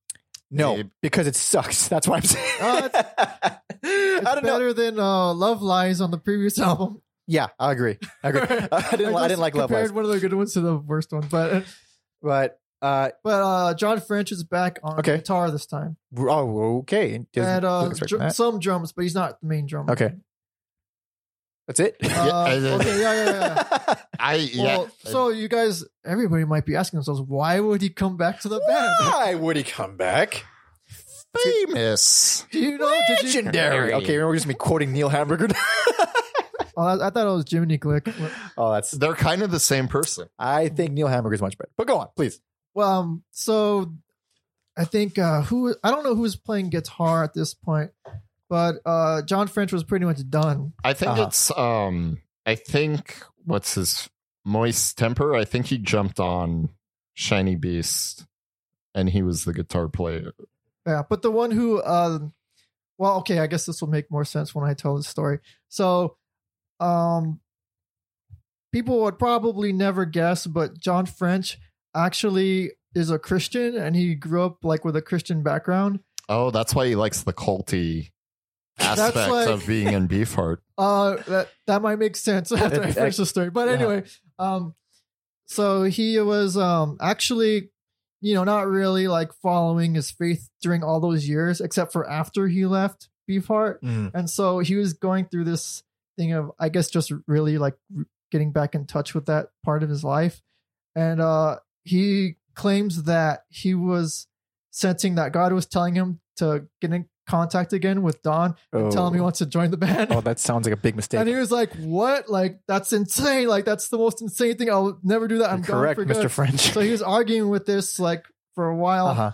A: No,
B: Maybe.
A: because it sucks. That's why I'm saying.
C: Oh, It's
A: I don't know.
C: better than uh, Love Lies on the previous album.
A: Yeah, I agree. I agree. I didn't. I
C: just
A: didn't like Love
C: compared
A: Lies,
C: One of the good ones to the worst one, but
A: but uh,
C: But uh, John French is back on
A: Okay.
C: guitar this time,
A: oh, okay. Didn't-
C: and uh,
A: didn't expect
C: dr-
A: that.
C: some drums, but he's not the main drummer.
A: Okay. That's it.
C: Uh,
B: I-
C: okay. Yeah. Yeah. Yeah.
B: I yeah.
C: Well, so you guys, everybody might be asking themselves, why would he come back to the band?
A: Why would he come back?
B: famous.
C: Do you know? Did you,
A: Legendary. Okay, we're just gonna be quoting Neil Hamburger.
C: oh, I, I thought it was Jiminy Glick.
A: oh, that's.
B: They're kind of the same person.
A: I think Neil Hamburger's much better. But go on, please.
C: Well, um, so I think uh, who I don't know who's playing guitar at this point, but uh, John French was pretty much done.
B: I think
A: Uh-huh.
B: it's um I think what's his moist temper? I think he jumped on Shiny Beast and he was the guitar player.
C: Yeah, but the one who, um, well, okay, I guess this will make more sense when I tell the story. So, um, people would probably never guess, but John French actually is a Christian, and he grew up like with a Christian background.
B: Oh, that's why he likes the culty
C: That's
B: aspect
C: like-
B: of being in Beefheart.
C: Uh, that that might make sense after I finish the story. But
A: Yeah.
C: anyway, um, so he was um actually, you know, not really like following his faith during all those years, except for after he left Beefheart.
A: Mm.
C: And so he was going through this thing of, I guess, just really like r- getting back in touch with that part of his life. And uh, he claims that he was sensing that God was telling him to get in contact again with Don and tell him he wants to join the band.
A: Oh, that sounds like a big mistake.
C: and he was like, "What? Like that's insane! Like that's the most insane thing. I'll never do that. I'm
A: Correct,
C: gone for good."
A: Mr. French.
C: So he was arguing with this like for a while
A: uh-huh.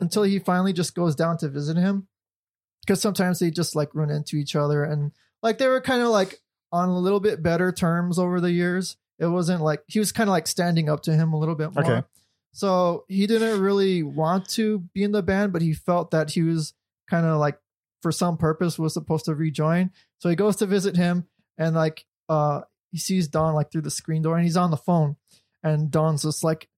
C: until he finally just goes down to visit him because sometimes they just like run into each other and like they were kind of like on a little bit better terms over the years it wasn't like he was kind of like standing up to him a little bit more
A: Okay.
C: so he didn't really want to be in the band but he felt that he was kind of like for some purpose was supposed to rejoin so he goes to visit him and like uh he sees don like through the screen door and he's on the phone and don's just like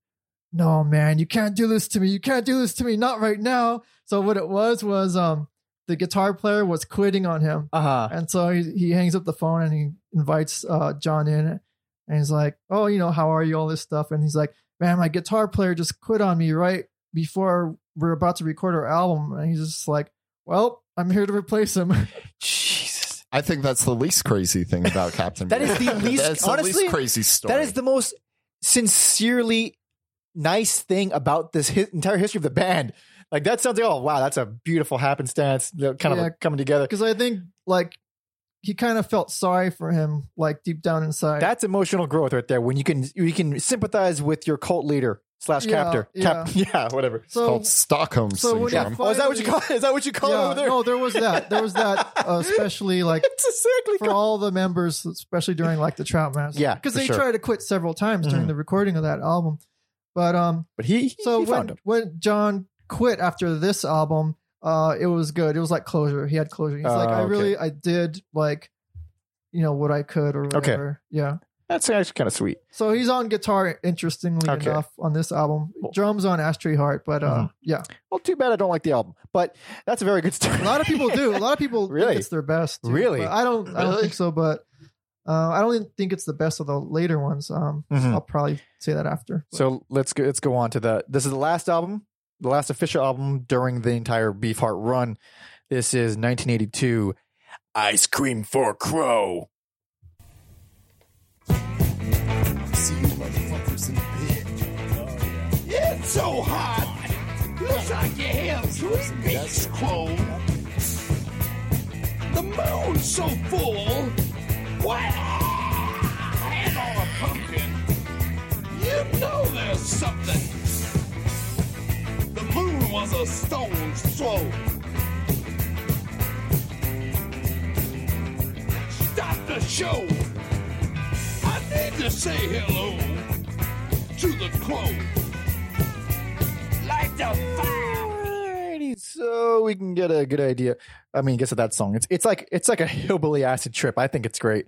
C: no man you can't do this to me you can't do this to me not right now so what it was was um the guitar player was quitting on him
A: Uh-huh.
C: and so he, he hangs up the phone and he invites uh john in and he's like oh you know how are you all this stuff and he's like man my guitar player just quit on me right before we're about to record our album and he's just like well i'm here to replace him
A: Jesus.
B: I think that's the least crazy thing about Captain.
A: That is
B: Beefheart.
A: the least-
B: That's
A: honestly,
B: the least crazy story.
A: That is the most sincerely nice thing about this hi- entire history of the band. Like that sounds like oh wow, that's a beautiful happenstance, you know, kind of
C: Yeah.
A: like coming together.
C: because I think like he kind of felt sorry for him, like deep down inside.
A: That's emotional growth right there. When you can you can sympathize with your cult leader slash
C: Yeah,
A: captor, cap, yeah, whatever.
C: so
B: called Stockholm
C: so when-
B: syndrome.
A: Oh, is that what you call?
C: Finally-
A: It? Is that what you call it
C: yeah,
A: over there?
C: no, there was that. There was that, uh, especially like
A: it's exactly.
C: for all the members, especially during like the Trout Mask.
A: Yeah,
C: because
A: for
C: they
A: sure.
C: tried to quit several times during
A: Mhm.
C: the recording of that album. But um,
A: But he, he-
C: so
A: he found
C: when
A: him.
C: when John quit after this album, uh, it was good. It was like closure. He had closure. He's like,
A: Oh,
C: I
A: okay.
C: really, I did like, you know, what I could or whatever. Yeah.
A: That's actually kind of sweet.
C: So he's on guitar, interestingly
A: Okay.
C: enough, on this album. Drums on Ashtray Heart, but uh,
A: Mhm.
C: yeah,
A: Well, too bad I don't like the album, but that's a very good story.
C: a lot of people do. A lot of people
A: Really?
C: think it's their best. dude,
A: Really?
C: but I don't. I don't
B: Really?
C: think so, but. Uh, I don't even think it's the best of the later ones. Um,
A: Mhm.
C: I'll probably say that after.
A: So let's go, let's go on to the. This is the last album, the last official album during the entire Beefheart run. This is 1982. Ice cream for crow.
E: See you motherfuckers in bed. It's so hot. Looks like your hamstrings, bitch, crow. The moon's so full. What? Hand on a pumpkin. You know there's something. The moon was a stone's throw. Stop the show. I need to say hello to the crow. Light the fire.
A: Alrighty, so we can get a good idea. I mean, guess at that song. It's it's like it's like a hillbilly acid trip. I think it's great.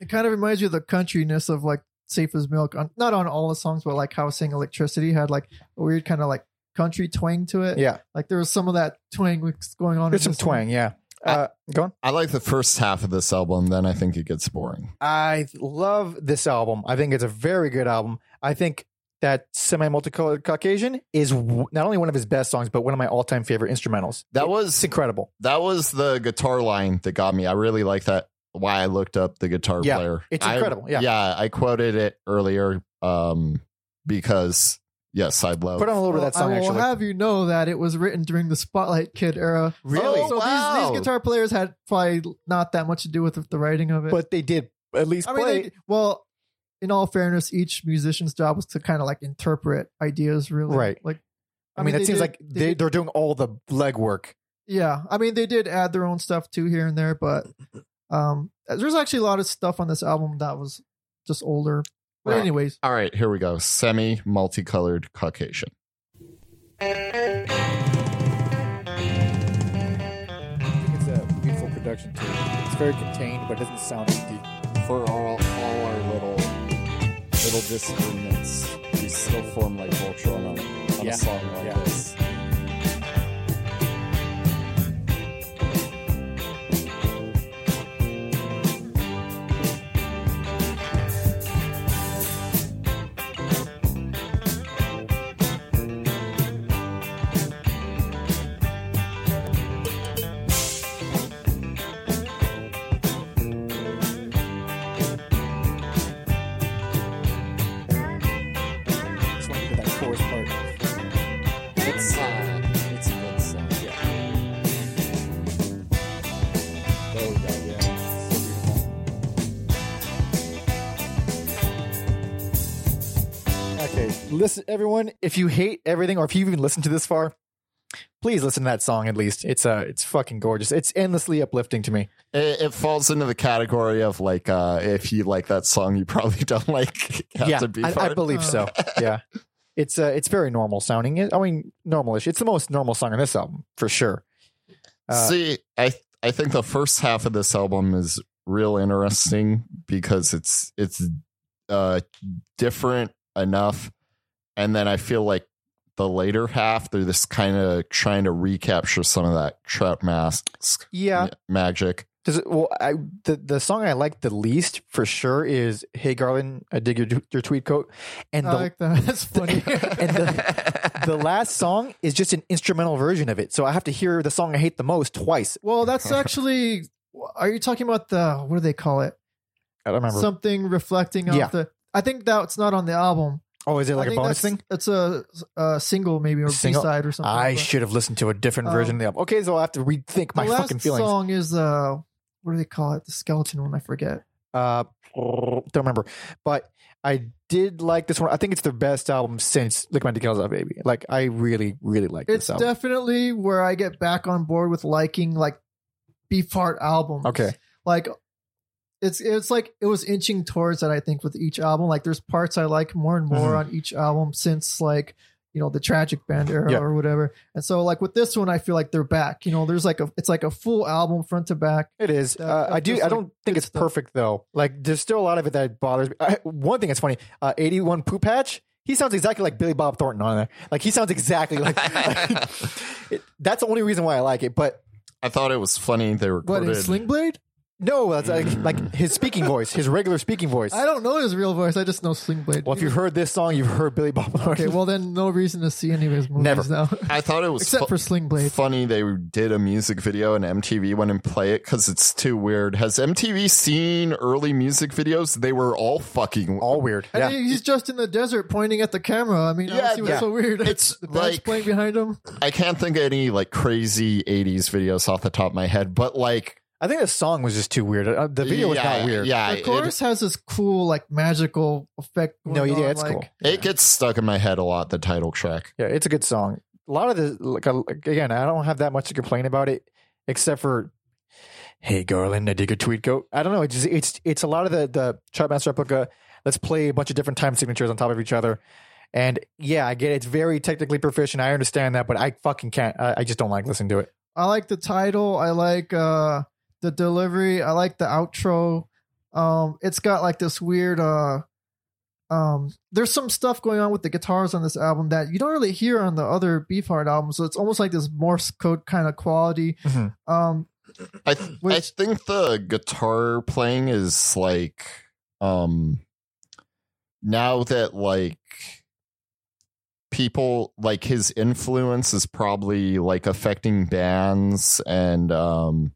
C: It kind of reminds you of the countryness of like "Safe as Milk." On, not on all the songs, but like how "Sing Electricity" had like a weird kind of like country twang to it.
A: Yeah,
C: like there was some of that twang that's going on.
A: there's
C: in
A: some
C: this one.
A: twang. Yeah, uh, go on.
B: I like the first half of this album, then I think it gets boring.
A: I love this album. I think it's a very good album. I think that semi multicolored Caucasian is w- not only one of his best songs, but one of my all time favorite instrumentals.
B: That
A: It's
B: was
A: incredible.
B: that was the guitar line that got me. I really like that. Why I looked up the guitar
A: Yeah,
B: player.
A: it's
B: I-
A: incredible, yeah.
B: yeah. I quoted it earlier um, because yes, I love.
A: Put on a little bit
C: Well,
A: of that song,
C: I will
A: actually.
C: have you know that it was written during the Spotlight Kid era.
A: Really?
B: Oh,
C: So these,
B: wow.
C: these guitar players had probably not that much to do with the writing of it.
A: but they did at least
C: I mean,
A: play.
C: they- well, in all fairness, each musician's job was to kind of like interpret ideas, really.
A: Right.
C: Like,
A: I mean, it
C: they
A: seems
C: did-
A: like they,
C: did-
A: they're doing all the legwork.
C: yeah. I mean, they did add their own stuff too here and there, but um, there's actually a lot of stuff on this album that was just older. But
B: Right.
C: anyways,
B: All right, here we go. Semi multicolored Caucasian.
A: It's a beautiful production, too. It's very contained, but it doesn't sound empty.
F: for all, all our little little disagreements, we still form like culture on, a, on
A: Yeah.
F: a song like
A: Yeah.
F: this.
A: Just want to get that chorus part.
F: It's uh, it's a good song. Yeah. There we go. Yeah. So beautiful.
A: Okay, listen, everyone. If you hate everything, or if you've even listened to this far, please listen to that song at least. It's uh, it's fucking gorgeous. It's endlessly uplifting to me.
B: It, it falls into the category of like uh, if you like that song, you probably don't like have
A: yeah,
B: to be
A: I, I
B: part.
A: believe so. Yeah, it's uh, it's very normal sounding. I mean, normalish. It's the most normal song on this album for sure. uh,
B: See, I I think the first half of this album is real interesting because it's it's uh different enough, and then I feel like the later half they're just kind of trying to recapture some of that trap mask
A: Yeah,
B: magic.
A: because well, I, the the song I like the least for sure is "Hey Garland, I dig your your tweed coat," and
C: I
A: the
C: like that. That's funny.
A: and the, the last song is just an instrumental version of it. So I have to hear the song I hate the most twice.
C: well, that's actually. Are you talking about the what do they call it?
A: I don't remember.
C: Something reflecting
A: Yeah.
C: off the. I think that's not on the album.
A: Oh, is it like a
C: I think
A: bonus
C: that's-
A: thing?
C: It's a, a single maybe or B
A: Single?
C: side or something.
A: I
C: but
A: should have listened to a different version of the album. Okay, so I'll have to rethink my
C: the last
A: fucking feelings.
C: song is uh, what do they call it? The skeleton one. I forget.
A: Uh, don't remember, but I did like this one. I think it's their best album since "Lick My Dick Out, Baby." Like, I really, really like
C: It's
A: this album.
C: definitely where I get back on board with liking like B part albums.
A: okay,
C: like it's it's like it was inching towards that I think with each album. Like there's parts I like more and more
A: Mm-hmm.
C: on each album since like you know the Tragic Band era
A: Yeah.
C: or whatever. And so like with this one, I feel like they're back. You know, there's like a it's like a full album front to back.
A: it is.
C: That-
A: uh,
C: that
A: I do.
C: feels
A: I don't think
C: good
A: it's
C: stuff.
A: perfect though. Like, there's still a lot of it that bothers me. I, one thing that's funny: uh, "81 Poo Patch." He sounds exactly like Billy Bob Thornton on there. Like, he sounds exactly like. it, that's the only reason why I like it, but.
B: I thought it was funny they
C: What
B: recorded.
C: is Sling Blade?
A: No, that's like, like his speaking voice, his regular speaking voice.
C: I don't know his real voice. I just know Sling Blade.
A: Well, if you've heard this song, you've heard Billy Bob Thornton.
C: okay, well then no reason to see any of his movies
A: Never.
C: now,
B: I thought it was
C: except
B: fu-
C: for Sling Blade.
B: funny they did a music video and MTV went and play it because it's too weird. Has MTV seen early music videos? They were all fucking
A: all weird.
C: And
A: Yeah.
C: he- he's just in the desert pointing at the camera. I mean, I don't
B: Yeah,
C: see what's
B: yeah.
C: so weird.
B: It's
C: the band's
B: like-
C: playing behind him.
B: I can't think of any like crazy '80s videos off the top of my head, but like
A: I think the song was just too weird. Uh, The video was
B: yeah,
A: not weird.
B: Yeah,
C: the
B: it,
C: chorus has this cool like magical effect. Going
A: No,
C: on,
A: yeah, it's
C: like,
A: cool.
B: it gets stuck in my head a lot. The title track.
A: Yeah, it's a good song. A lot of the like uh, like, again, I don't have that much to complain about it, except for "Hey Garland, I dig a tweet goat." I don't know. It's just, it's it's a lot of the the Chartmaster replica. Let's play a bunch of different time signatures on top of each other, and yeah, I get it. it's very technically proficient. I understand that, but I fucking can't. I, I just don't like listening to it.
C: I like the title. I like uh the delivery. I like the outro. Um, it's got like this weird uh um there's some stuff going on with the guitars on this album that you don't really hear on the other Beefheart albums. So it's almost like this Morse code kind of quality.
A: Mhm.
B: Mm-hmm.
C: Um
B: I th- I
C: Which-
B: think the guitar playing is like um now that like people like his influence is probably like affecting bands and um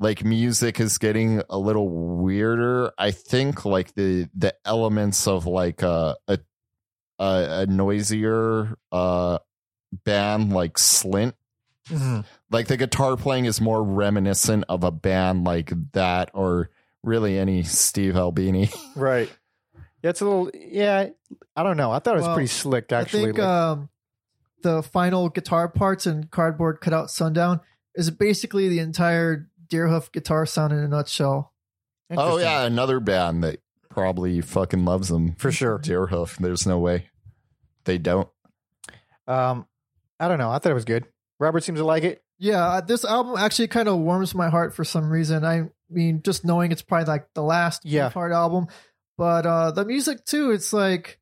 B: like music is getting a little weirder i think like the the elements of like a a a, a noisier uh band like slint
C: Mm-hmm.
B: like the guitar playing is more reminiscent of a band like that or really any Steve Albini.
A: Right. Yeah, it's a little. Yeah, I don't know. I thought it was
C: Well,
A: pretty slick,
C: I
A: actually.
C: think
A: like-
C: um the final guitar parts and cardboard cutout sundown is basically the entire Deerhoof guitar sound in a nutshell. uh,
B: Oh
A: Interesting.
B: yeah, another band that probably fucking loves them.
A: for sure.
B: Deerhoof, there's no way they don't.
A: Um, I don't know. I thought it was good. Robert seems to like it.
C: Yeah, uh, this album actually kind of warms my heart for some reason. I mean, just knowing it's probably like the last
A: Yeah.
C: part album, but uh the music too. It's like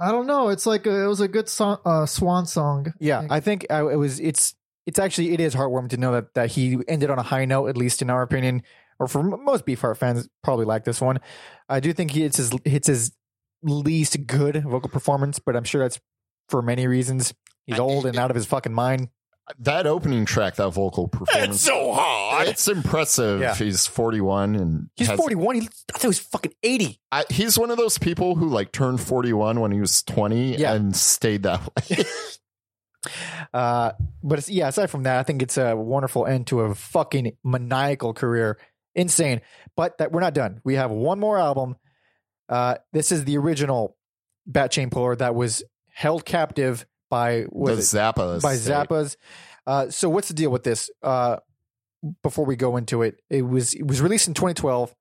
C: I don't know. It's like a, it was a good song, uh, swan song.
A: Yeah, I think I, it was. It's it's actually it is heartwarming to know that that he ended on a high note, at least in our opinion, or for m- most Beefheart fans, probably like this one. I do think he, it's his it's his least good vocal performance, but I'm sure that's for many reasons. He's
B: I-
A: old and out of his fucking mind.
B: That opening track, that vocal performance. It's so hard. It's impressive.
A: Yeah.
B: He's 41 and
A: He's
B: has-
A: 41. He, I thought he was fucking 80.
B: I, he's one of those people who like turned 41 when he was 20
A: Yeah.
B: and stayed that way.
A: Uh, but it's, yeah, aside from that, I think it's a wonderful end to a fucking maniacal career. Insane. But that we're not done. We have one more album. Uh, this is the original Bat Chain Puller that was held captive by
B: With
A: was
B: Zappa.
A: by
B: estate.
A: Zappa's. Uh, so what's the deal with this? Uh, before we go into it, it was it was released in 2012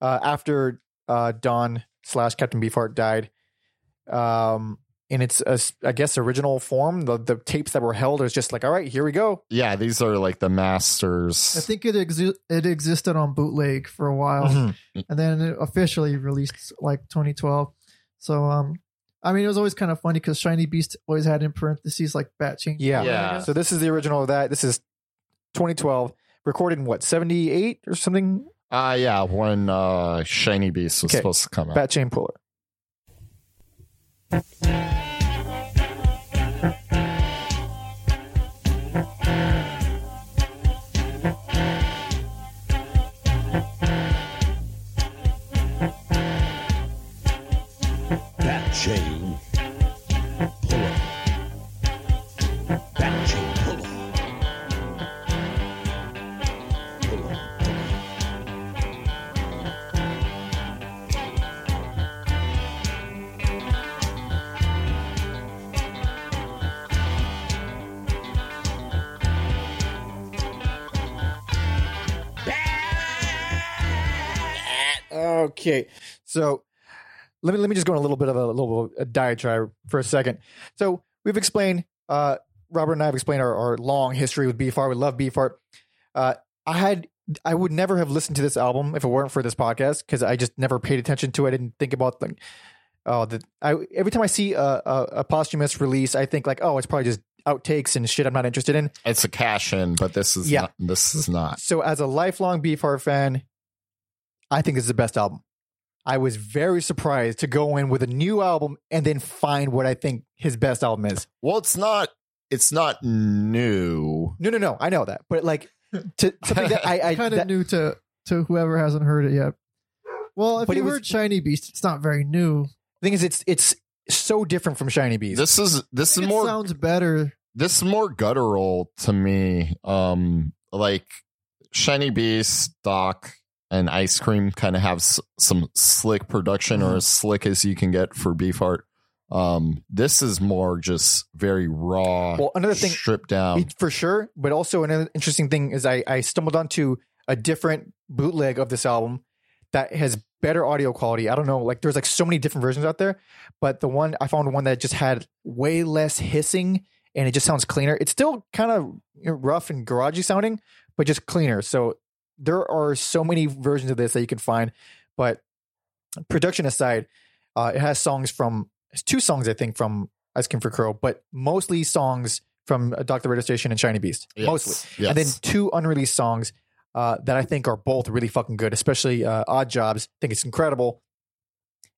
A: uh, after uh, Don slash Captain Beefheart died. Um, in its uh, I guess original form, the the tapes that were held is just like, all right, here we go.
B: Yeah, these are like the masters.
C: I think it exi- it existed on bootleg for a while,
A: Mhm.
C: and then it officially released like 2012. So um, I mean, it was always kind of funny because Shiny Beast always had in parentheses like Bat Chain.
A: Yeah.
B: Yeah.
A: So this is the original of that. This is 2012, recorded in what 78 or something.
B: Ah, yeah, when uh, Shiny Beast was
A: Okay.
B: supposed to come out.
A: Bat Chain Puller. Okay, so let me let me just go on a little bit of a little bit of a diatribe for a second. So we've explained, uh, Robert and I have explained our, our long history with Beefheart. We love Beefheart. Uh, I had I would never have listened to this album if it weren't for this podcast because I just never paid attention to it. I didn't think about the. Oh, the, I, every time I see a, a, a posthumous release, I think like, oh, it's probably just outtakes and shit I'm not interested in.
B: It's a cash in, but this is
A: Yeah.
B: not, this is not.
A: So as a lifelong Beefheart fan, I think this is the best album. I was very surprised to go in with a new album and then find what I think his best album is.
B: Well, it's not it's not new.
A: No, no, no, I know that, but like to something that I, I
C: kind of
A: that-
C: new to to whoever hasn't heard it yet. Well, if
A: But
C: you
A: it was-
C: heard Shiny Beast, it's not very new.
A: the thing is, it's it's so different from Shiny Bees.
B: This is this is
C: It
B: more
C: sounds better.
B: this is more guttural to me. Um, like Shiny Beast, Doc, and Ice Cream kind of have s- some slick production,
A: Uh-huh.
B: or as slick as you can get for Beefheart. Um, this is more just very raw,
A: well, another thing
B: stripped down.
A: It- for sure. But also another interesting thing is I, I stumbled onto a different bootleg of this album that has better audio quality. I don't know, like there's like so many different versions out there, but the one I found one that just had way less hissing and it just sounds cleaner. It's still kind of rough and garagey sounding, but just cleaner. So there are so many versions of this that you can find, but production aside, uh, it has songs from it's two songs I think from Ice Cream for Crow, but mostly songs from uh, Doctor Radio Station and Shiny Beast,
B: Yes,
A: mostly,
B: yes.
A: and then two unreleased songs uh, that I think are both really fucking good, especially uh, Odd Jobs. I think it's incredible.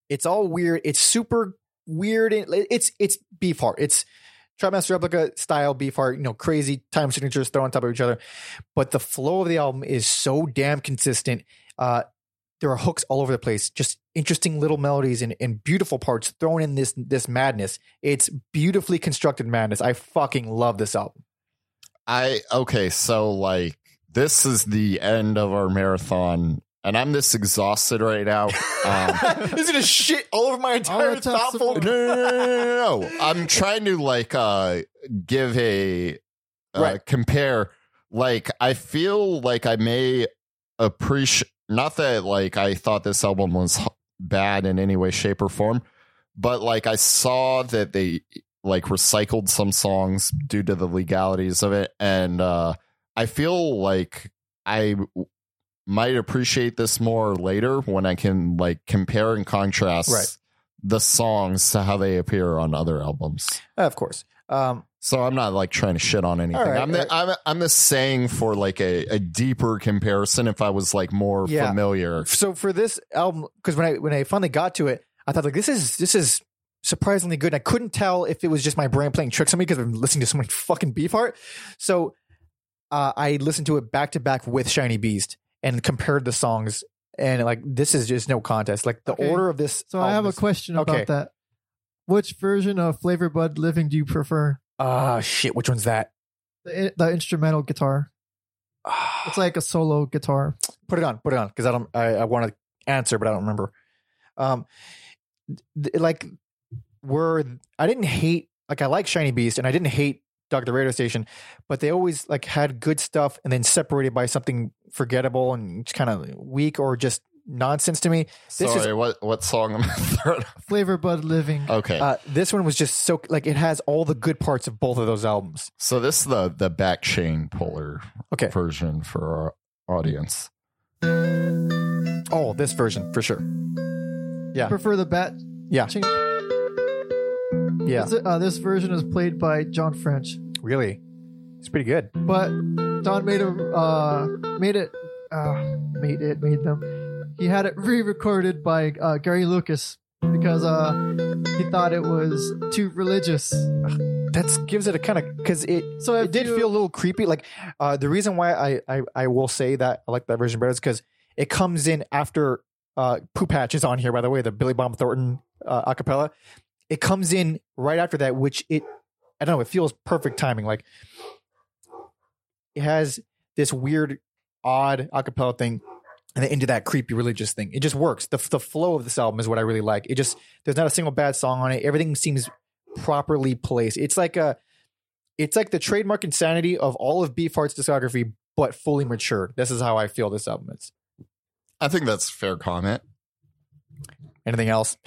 A: It's all weird. It's super weird. And it's it's Beefheart. It's Tribemaster Replica style Beefheart. You know, crazy time signatures thrown on top of each other, but the flow of the album is so damn consistent. Uh, there are hooks all over the place, just interesting little melodies and, and beautiful parts thrown in this this madness. It's beautifully constructed madness. I fucking love this album.
B: I okay, so like this is the end of our marathon, and I'm this exhausted right now. Um,
A: this is gonna shit all over my
C: All the top
B: no, no, no, no, no, no, no. I'm trying to like uh give a uh,
A: Right.
B: compare. Like I feel like I may appreciate not that like I thought this album was h- bad in any way, shape, or form, but like I saw that they like recycled some songs due to the legalities of it, and uh I feel like I w- might appreciate this more later when I can like compare and contrast
A: Right.
B: the songs to how they appear on other albums.
A: Of course. Um,
B: So I'm not like trying to shit on anything.
A: All right, uh,
B: I'm,
A: all right.
B: I'm I'm just saying for like a, a deeper comparison if I was like more
A: Yeah.
B: familiar.
A: so for this album, because when I when I finally got to it, I thought like this is this is surprisingly good. And I couldn't tell if it was just my brain playing tricks on me because I've been listening to so much fucking Beefheart. So uh, I listened to it back to back with Shiny Beast and compared the songs. And like this is just no contest. Like the
C: Okay.
A: order of this.
C: So I have a
A: album
C: question
A: Oh, Okay.
C: about that. Which version of Flavor Bud Living do you prefer?
A: is- Ah shit, which one's that?
C: The, the instrumental guitar.
A: Ah.
C: It's like a solo guitar.
A: put it on, put it on, because I don't, I, I want to answer, but I don't remember. Um, th- like were I didn't hate like I like Shiny Beast and I didn't hate Doctor Radio Station, but they always like had good stuff and then separated by something forgettable and kind of weak or just nonsense to me. This
B: Sorry, what what song am I throwing?
C: Flavor Bud Living.
B: Okay.
A: Uh, this one was just so like it has all the good parts of both of those albums.
B: so this is the the back chain puller
A: Okay.
B: version for our audience.
A: Oh, this version for sure.
C: I prefer the bat.
A: Yeah.
C: Ching-
A: Yeah,
C: It's- Uh, this version is played by John French,
A: really, it's pretty good.
C: but Don made a uh, made it uh, made it made them. He had it re-recorded by uh, Gary Lucas because uh, he thought it was too religious.
A: That gives it a kind of because it
C: So
A: it did feel a little creepy. Like uh, the reason why I, I I will say that I like that version better is because it comes in after uh, Poop Hatch is on here. By the way, the Billy Bob Thornton uh, acapella, it comes in right after that, which it I don't know. It feels perfect timing. Like it has this weird, odd acapella thing. And then into that creepy religious thing, it just works. the The flow of this album is what I really like. It just there's not a single bad song on it. Everything seems properly placed. It's like a it's like the trademark insanity of all of Beefheart's discography, but fully matured. This is how I feel this album is.
B: I think that's a fair comment.
A: Anything else?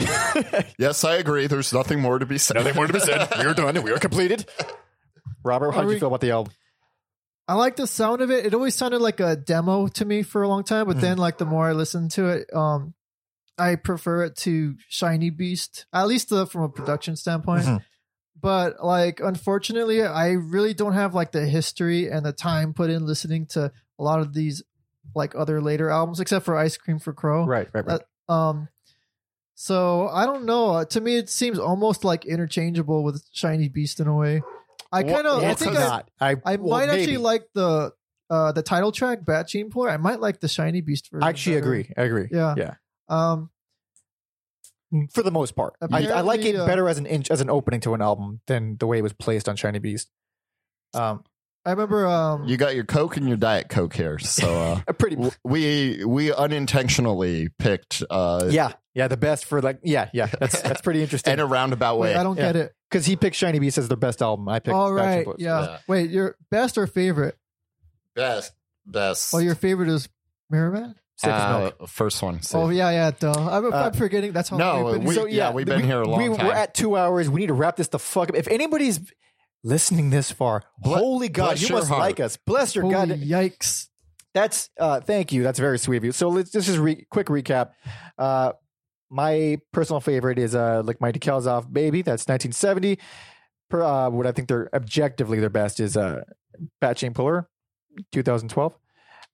B: Yes, I agree. There's nothing more to be said.
A: Nothing more to be said. We are done. We are completed. Robert, how
C: Are
A: do you
C: we-
A: feel about the album?
C: I like the sound of it. It always sounded like a demo to me for a long time, but
A: Mhm.
C: then like the more I listened to it, um, I prefer it to Shiny Beast, at least uh, from a production standpoint.
A: Mhm.
C: But like, unfortunately, I really don't have like the history and the time put in listening to a lot of these like other later albums, except for Ice Cream for Crow.
A: Right, right, right.
C: Um, so I don't know. Uh, To me, it seems almost like interchangeable with Shiny Beast in a way. I
B: Wha-
C: kind of, I
B: what's
C: think
B: his-
C: I,
A: not. I,
C: I
A: well,
C: might
A: maybe.
C: actually like the uh the title track Bat Gene Ploy. I might like the Shiny Beast version.
A: I actually
C: better.
A: agree. I agree.
C: Yeah. Um
A: For the most part, I, I like it
C: Apparently, uh,
A: better as an inch, as an opening to an album than the way it was placed on Shiny Beast. Um,
C: I remember um
B: You got your Coke and your Diet Coke here. So uh,
A: a pretty.
B: w- we we unintentionally picked uh,
A: Yeah, yeah, the best for like, yeah, yeah. That's that's pretty
B: in
A: interesting
B: a roundabout
C: wait,
B: way.
C: I don't
A: yeah.
C: get it.
A: because he picked Shiny Beast as their best album. I picked.
C: All
A: Backstreet
C: right.
A: Boys.
C: Yeah.
B: Yeah.
C: Wait, your best or favorite?
B: best. Best.
C: Well, your favorite is Mirror Man?
A: Safe as
B: Uh,
A: milk.
B: first one. safe.
C: Oh yeah, yeah, duh. I'm,
A: Uh,
C: I'm forgetting that's how
B: no,
C: we've been-
B: we- yeah, we've been here a long
A: we,
B: time.
A: We're at two hours. We need to wrap this the fuck up. If anybody's listening this far,
B: Ble-
A: holy God,
B: bless
A: you
B: your
A: must
B: heart.
A: like us. Bless your
C: Holy
A: God.
C: yikes.
A: That's uh, thank you. That's very sweet of you. So let's just just re- quick recap. Uh, my personal favorite is uh, like my decals off baby. That's 1970. Per, uh, what I think they're objectively their best is uh, Bat Chain Puller, 2012.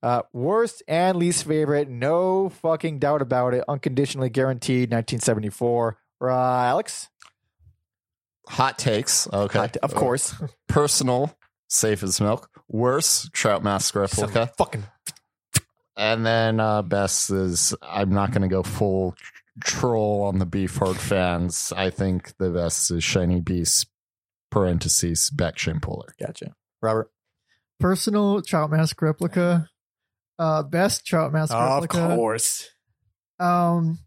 A: Uh, worst and least favorite, no fucking doubt about it. Unconditionally guaranteed, 1974. Uh, Alex,
B: Hot takes. Okay. Uh,
A: Hot- of course,
B: Personal. Safe as milk. Worse. Trout mask
A: Son of a
B: replica.
A: fucking
B: And then uh, best is I'm not going to go full troll on the Beefheart fans. I think the best is Shiny Beast parentheses back Shimpuller.
A: gotcha, Robert.
C: Personal trout mask replica. Uh best trout mask replica.
A: course,
C: Um,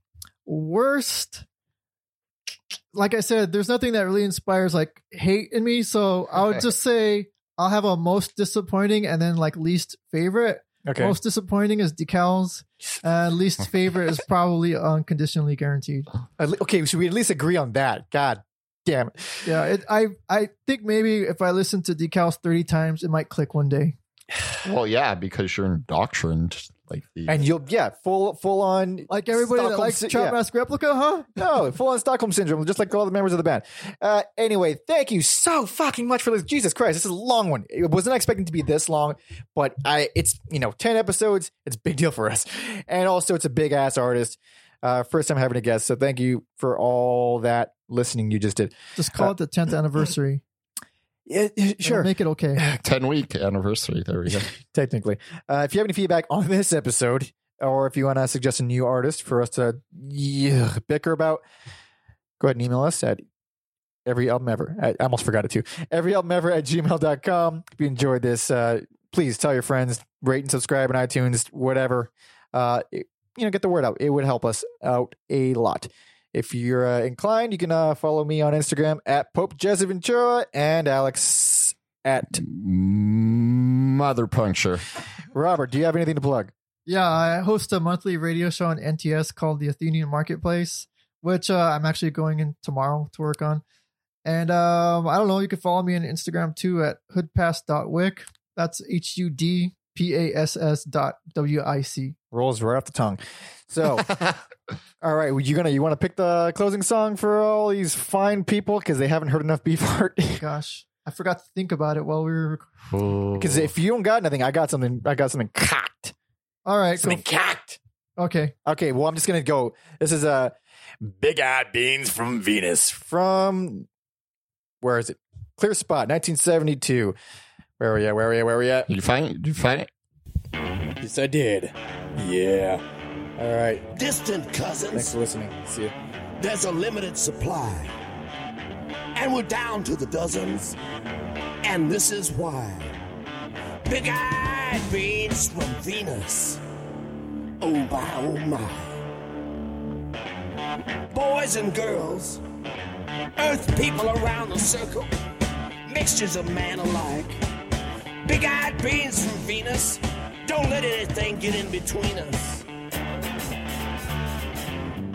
C: worst, like I said, there's nothing that really inspires like hate in me. So I would just say I'll have a most disappointing and then like least favorite.
A: okay.
C: Most disappointing is decals, and least favorite is probably unconditionally guaranteed.
A: At le- okay, so we at least agree on that. God damn it.
C: Yeah, it, I I think maybe if I listen to decals 30 times, it might click one day.
B: Well, yeah, because you're indoctrined like the
A: And you'll yeah, full full on
C: Like everybody that
A: Stockholm
C: likes
A: Sy-
C: Trout
A: yeah.
C: Mask Replica, huh?
A: no, full on Stockholm syndrome, just like all the members of the band. Uh, anyway, thank you so fucking much for this. Jesus Christ, this is a long one. It wasn't expecting to be this long, but I it's you know ten episodes. It's a big deal for us, and also it's a big ass artist. Uh, first time having a guest, so thank you for all that listening you just did.
C: Just
A: Uh,
C: call it the 10th anniversary.
A: Yeah, yeah,
C: It'll Make it okay.
B: 10 week anniversary. There we go.
A: technically. Uh, if you have any feedback on this episode, or if you want to suggest a new artist for us to yeah, bicker about, go ahead and email us at every album ever. I I almost forgot it too. Every album ever at gmail.com. If you enjoyed this, uh, please tell your friends, rate and subscribe on iTunes, whatever. Uh, it- you know, get the word out. It would help us out a lot. If you're uh, inclined, you can uh, follow me on Instagram at Pope Jesse Ventura and Alex at
B: Mother puncture.
A: Robert. Do you have anything to plug?
C: Yeah, I host a monthly radio show on NTS called the Athenian Marketplace, which uh, I'm actually going in tomorrow to work on. And um, I don't know, you can follow me on Instagram too at hoodpass.wick. That's H U D P A S S dot W I C.
A: rolls right off the tongue. So, all right, well, you gonna you want to pick the closing song for all these fine people because they haven't heard enough beef heart.
C: Gosh, I forgot to think about it while we were. rec-
A: Because if you don't got nothing, I got something. I got something cocked.
C: All right, cool.
A: Something cocked.
C: Okay.
A: Okay, well, I'm just gonna go. This is a big eyed beans from Venus from where is it? Clear spot, 1972. Where are we at? Where are we at? Where are we at?
B: Did you find it? Did you find it?
D: Yes, I did. Yeah.
A: All right,
E: Distant cousins.
A: thanks for listening. See you.
E: There's a limited supply. And we're down to the dozens. And this is why. Big eyed beans from Venus. Oh my, oh my. Boys and girls, earth people around the circle, mixtures of man alike. Big eyed beans from Venus. Don't let anything get in between us.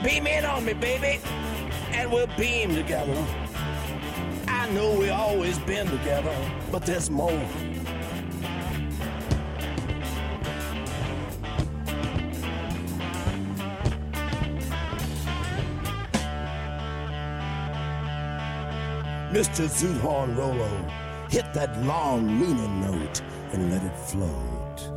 E: Beam in on me, baby, and we'll beam together. I know we always been together, but there's more. Mr. Zoothorn Rolo, hit that long lunar note and let it float.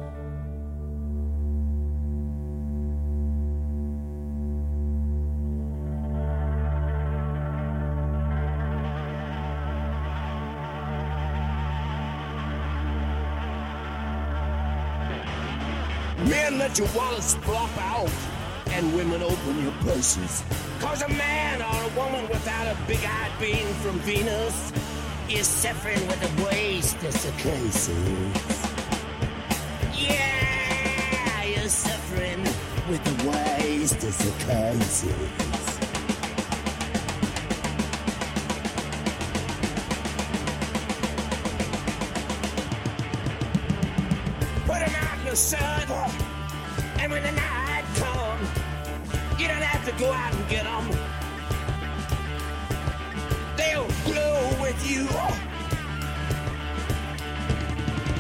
E: Men, let your wallets flop out, and women, open your purses. Cause a man or a woman without a big eyed being from Venus is suffering with a waste of circases. Yeah, you're suffering with the waste of circases. Put 'em out in the sun. And when the night comes, you don't have to go out and get 'em. They'll glow with you.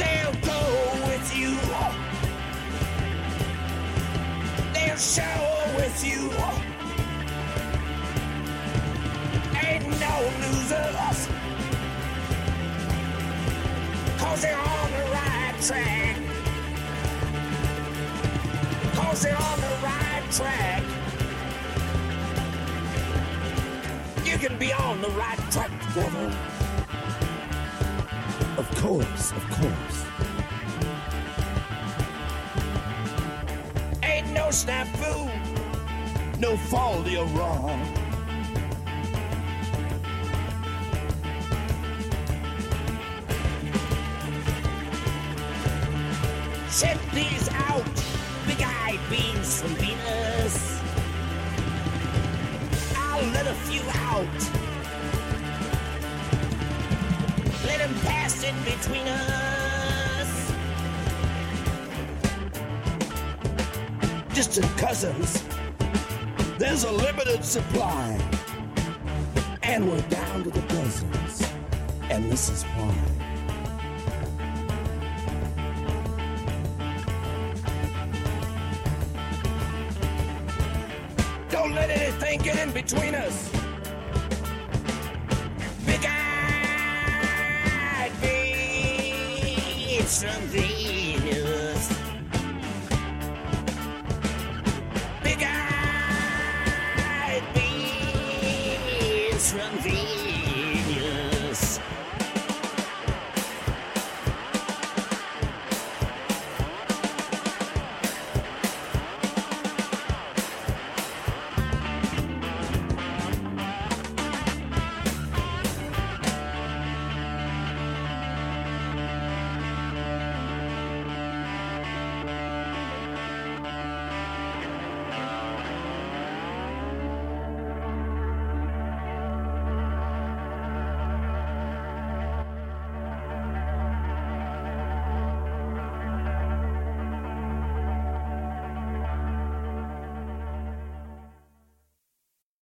E: They'll go with you. They'll shower with you. Ain't no losers. Cause they're on the right track. Cause they're on the right track. You can be on the right track together. Of course, of course. Ain't no snafu, no faulty or wrong. Check these out. Big eye beams from Venus. I'll let a few out. Let 'em pass in between us. Distant cousins. There's a limited supply. And we're down to the dozens. And this is why. Don't let anything get in between us. Big eyed babes from Venus. Big eyed babes from Venus.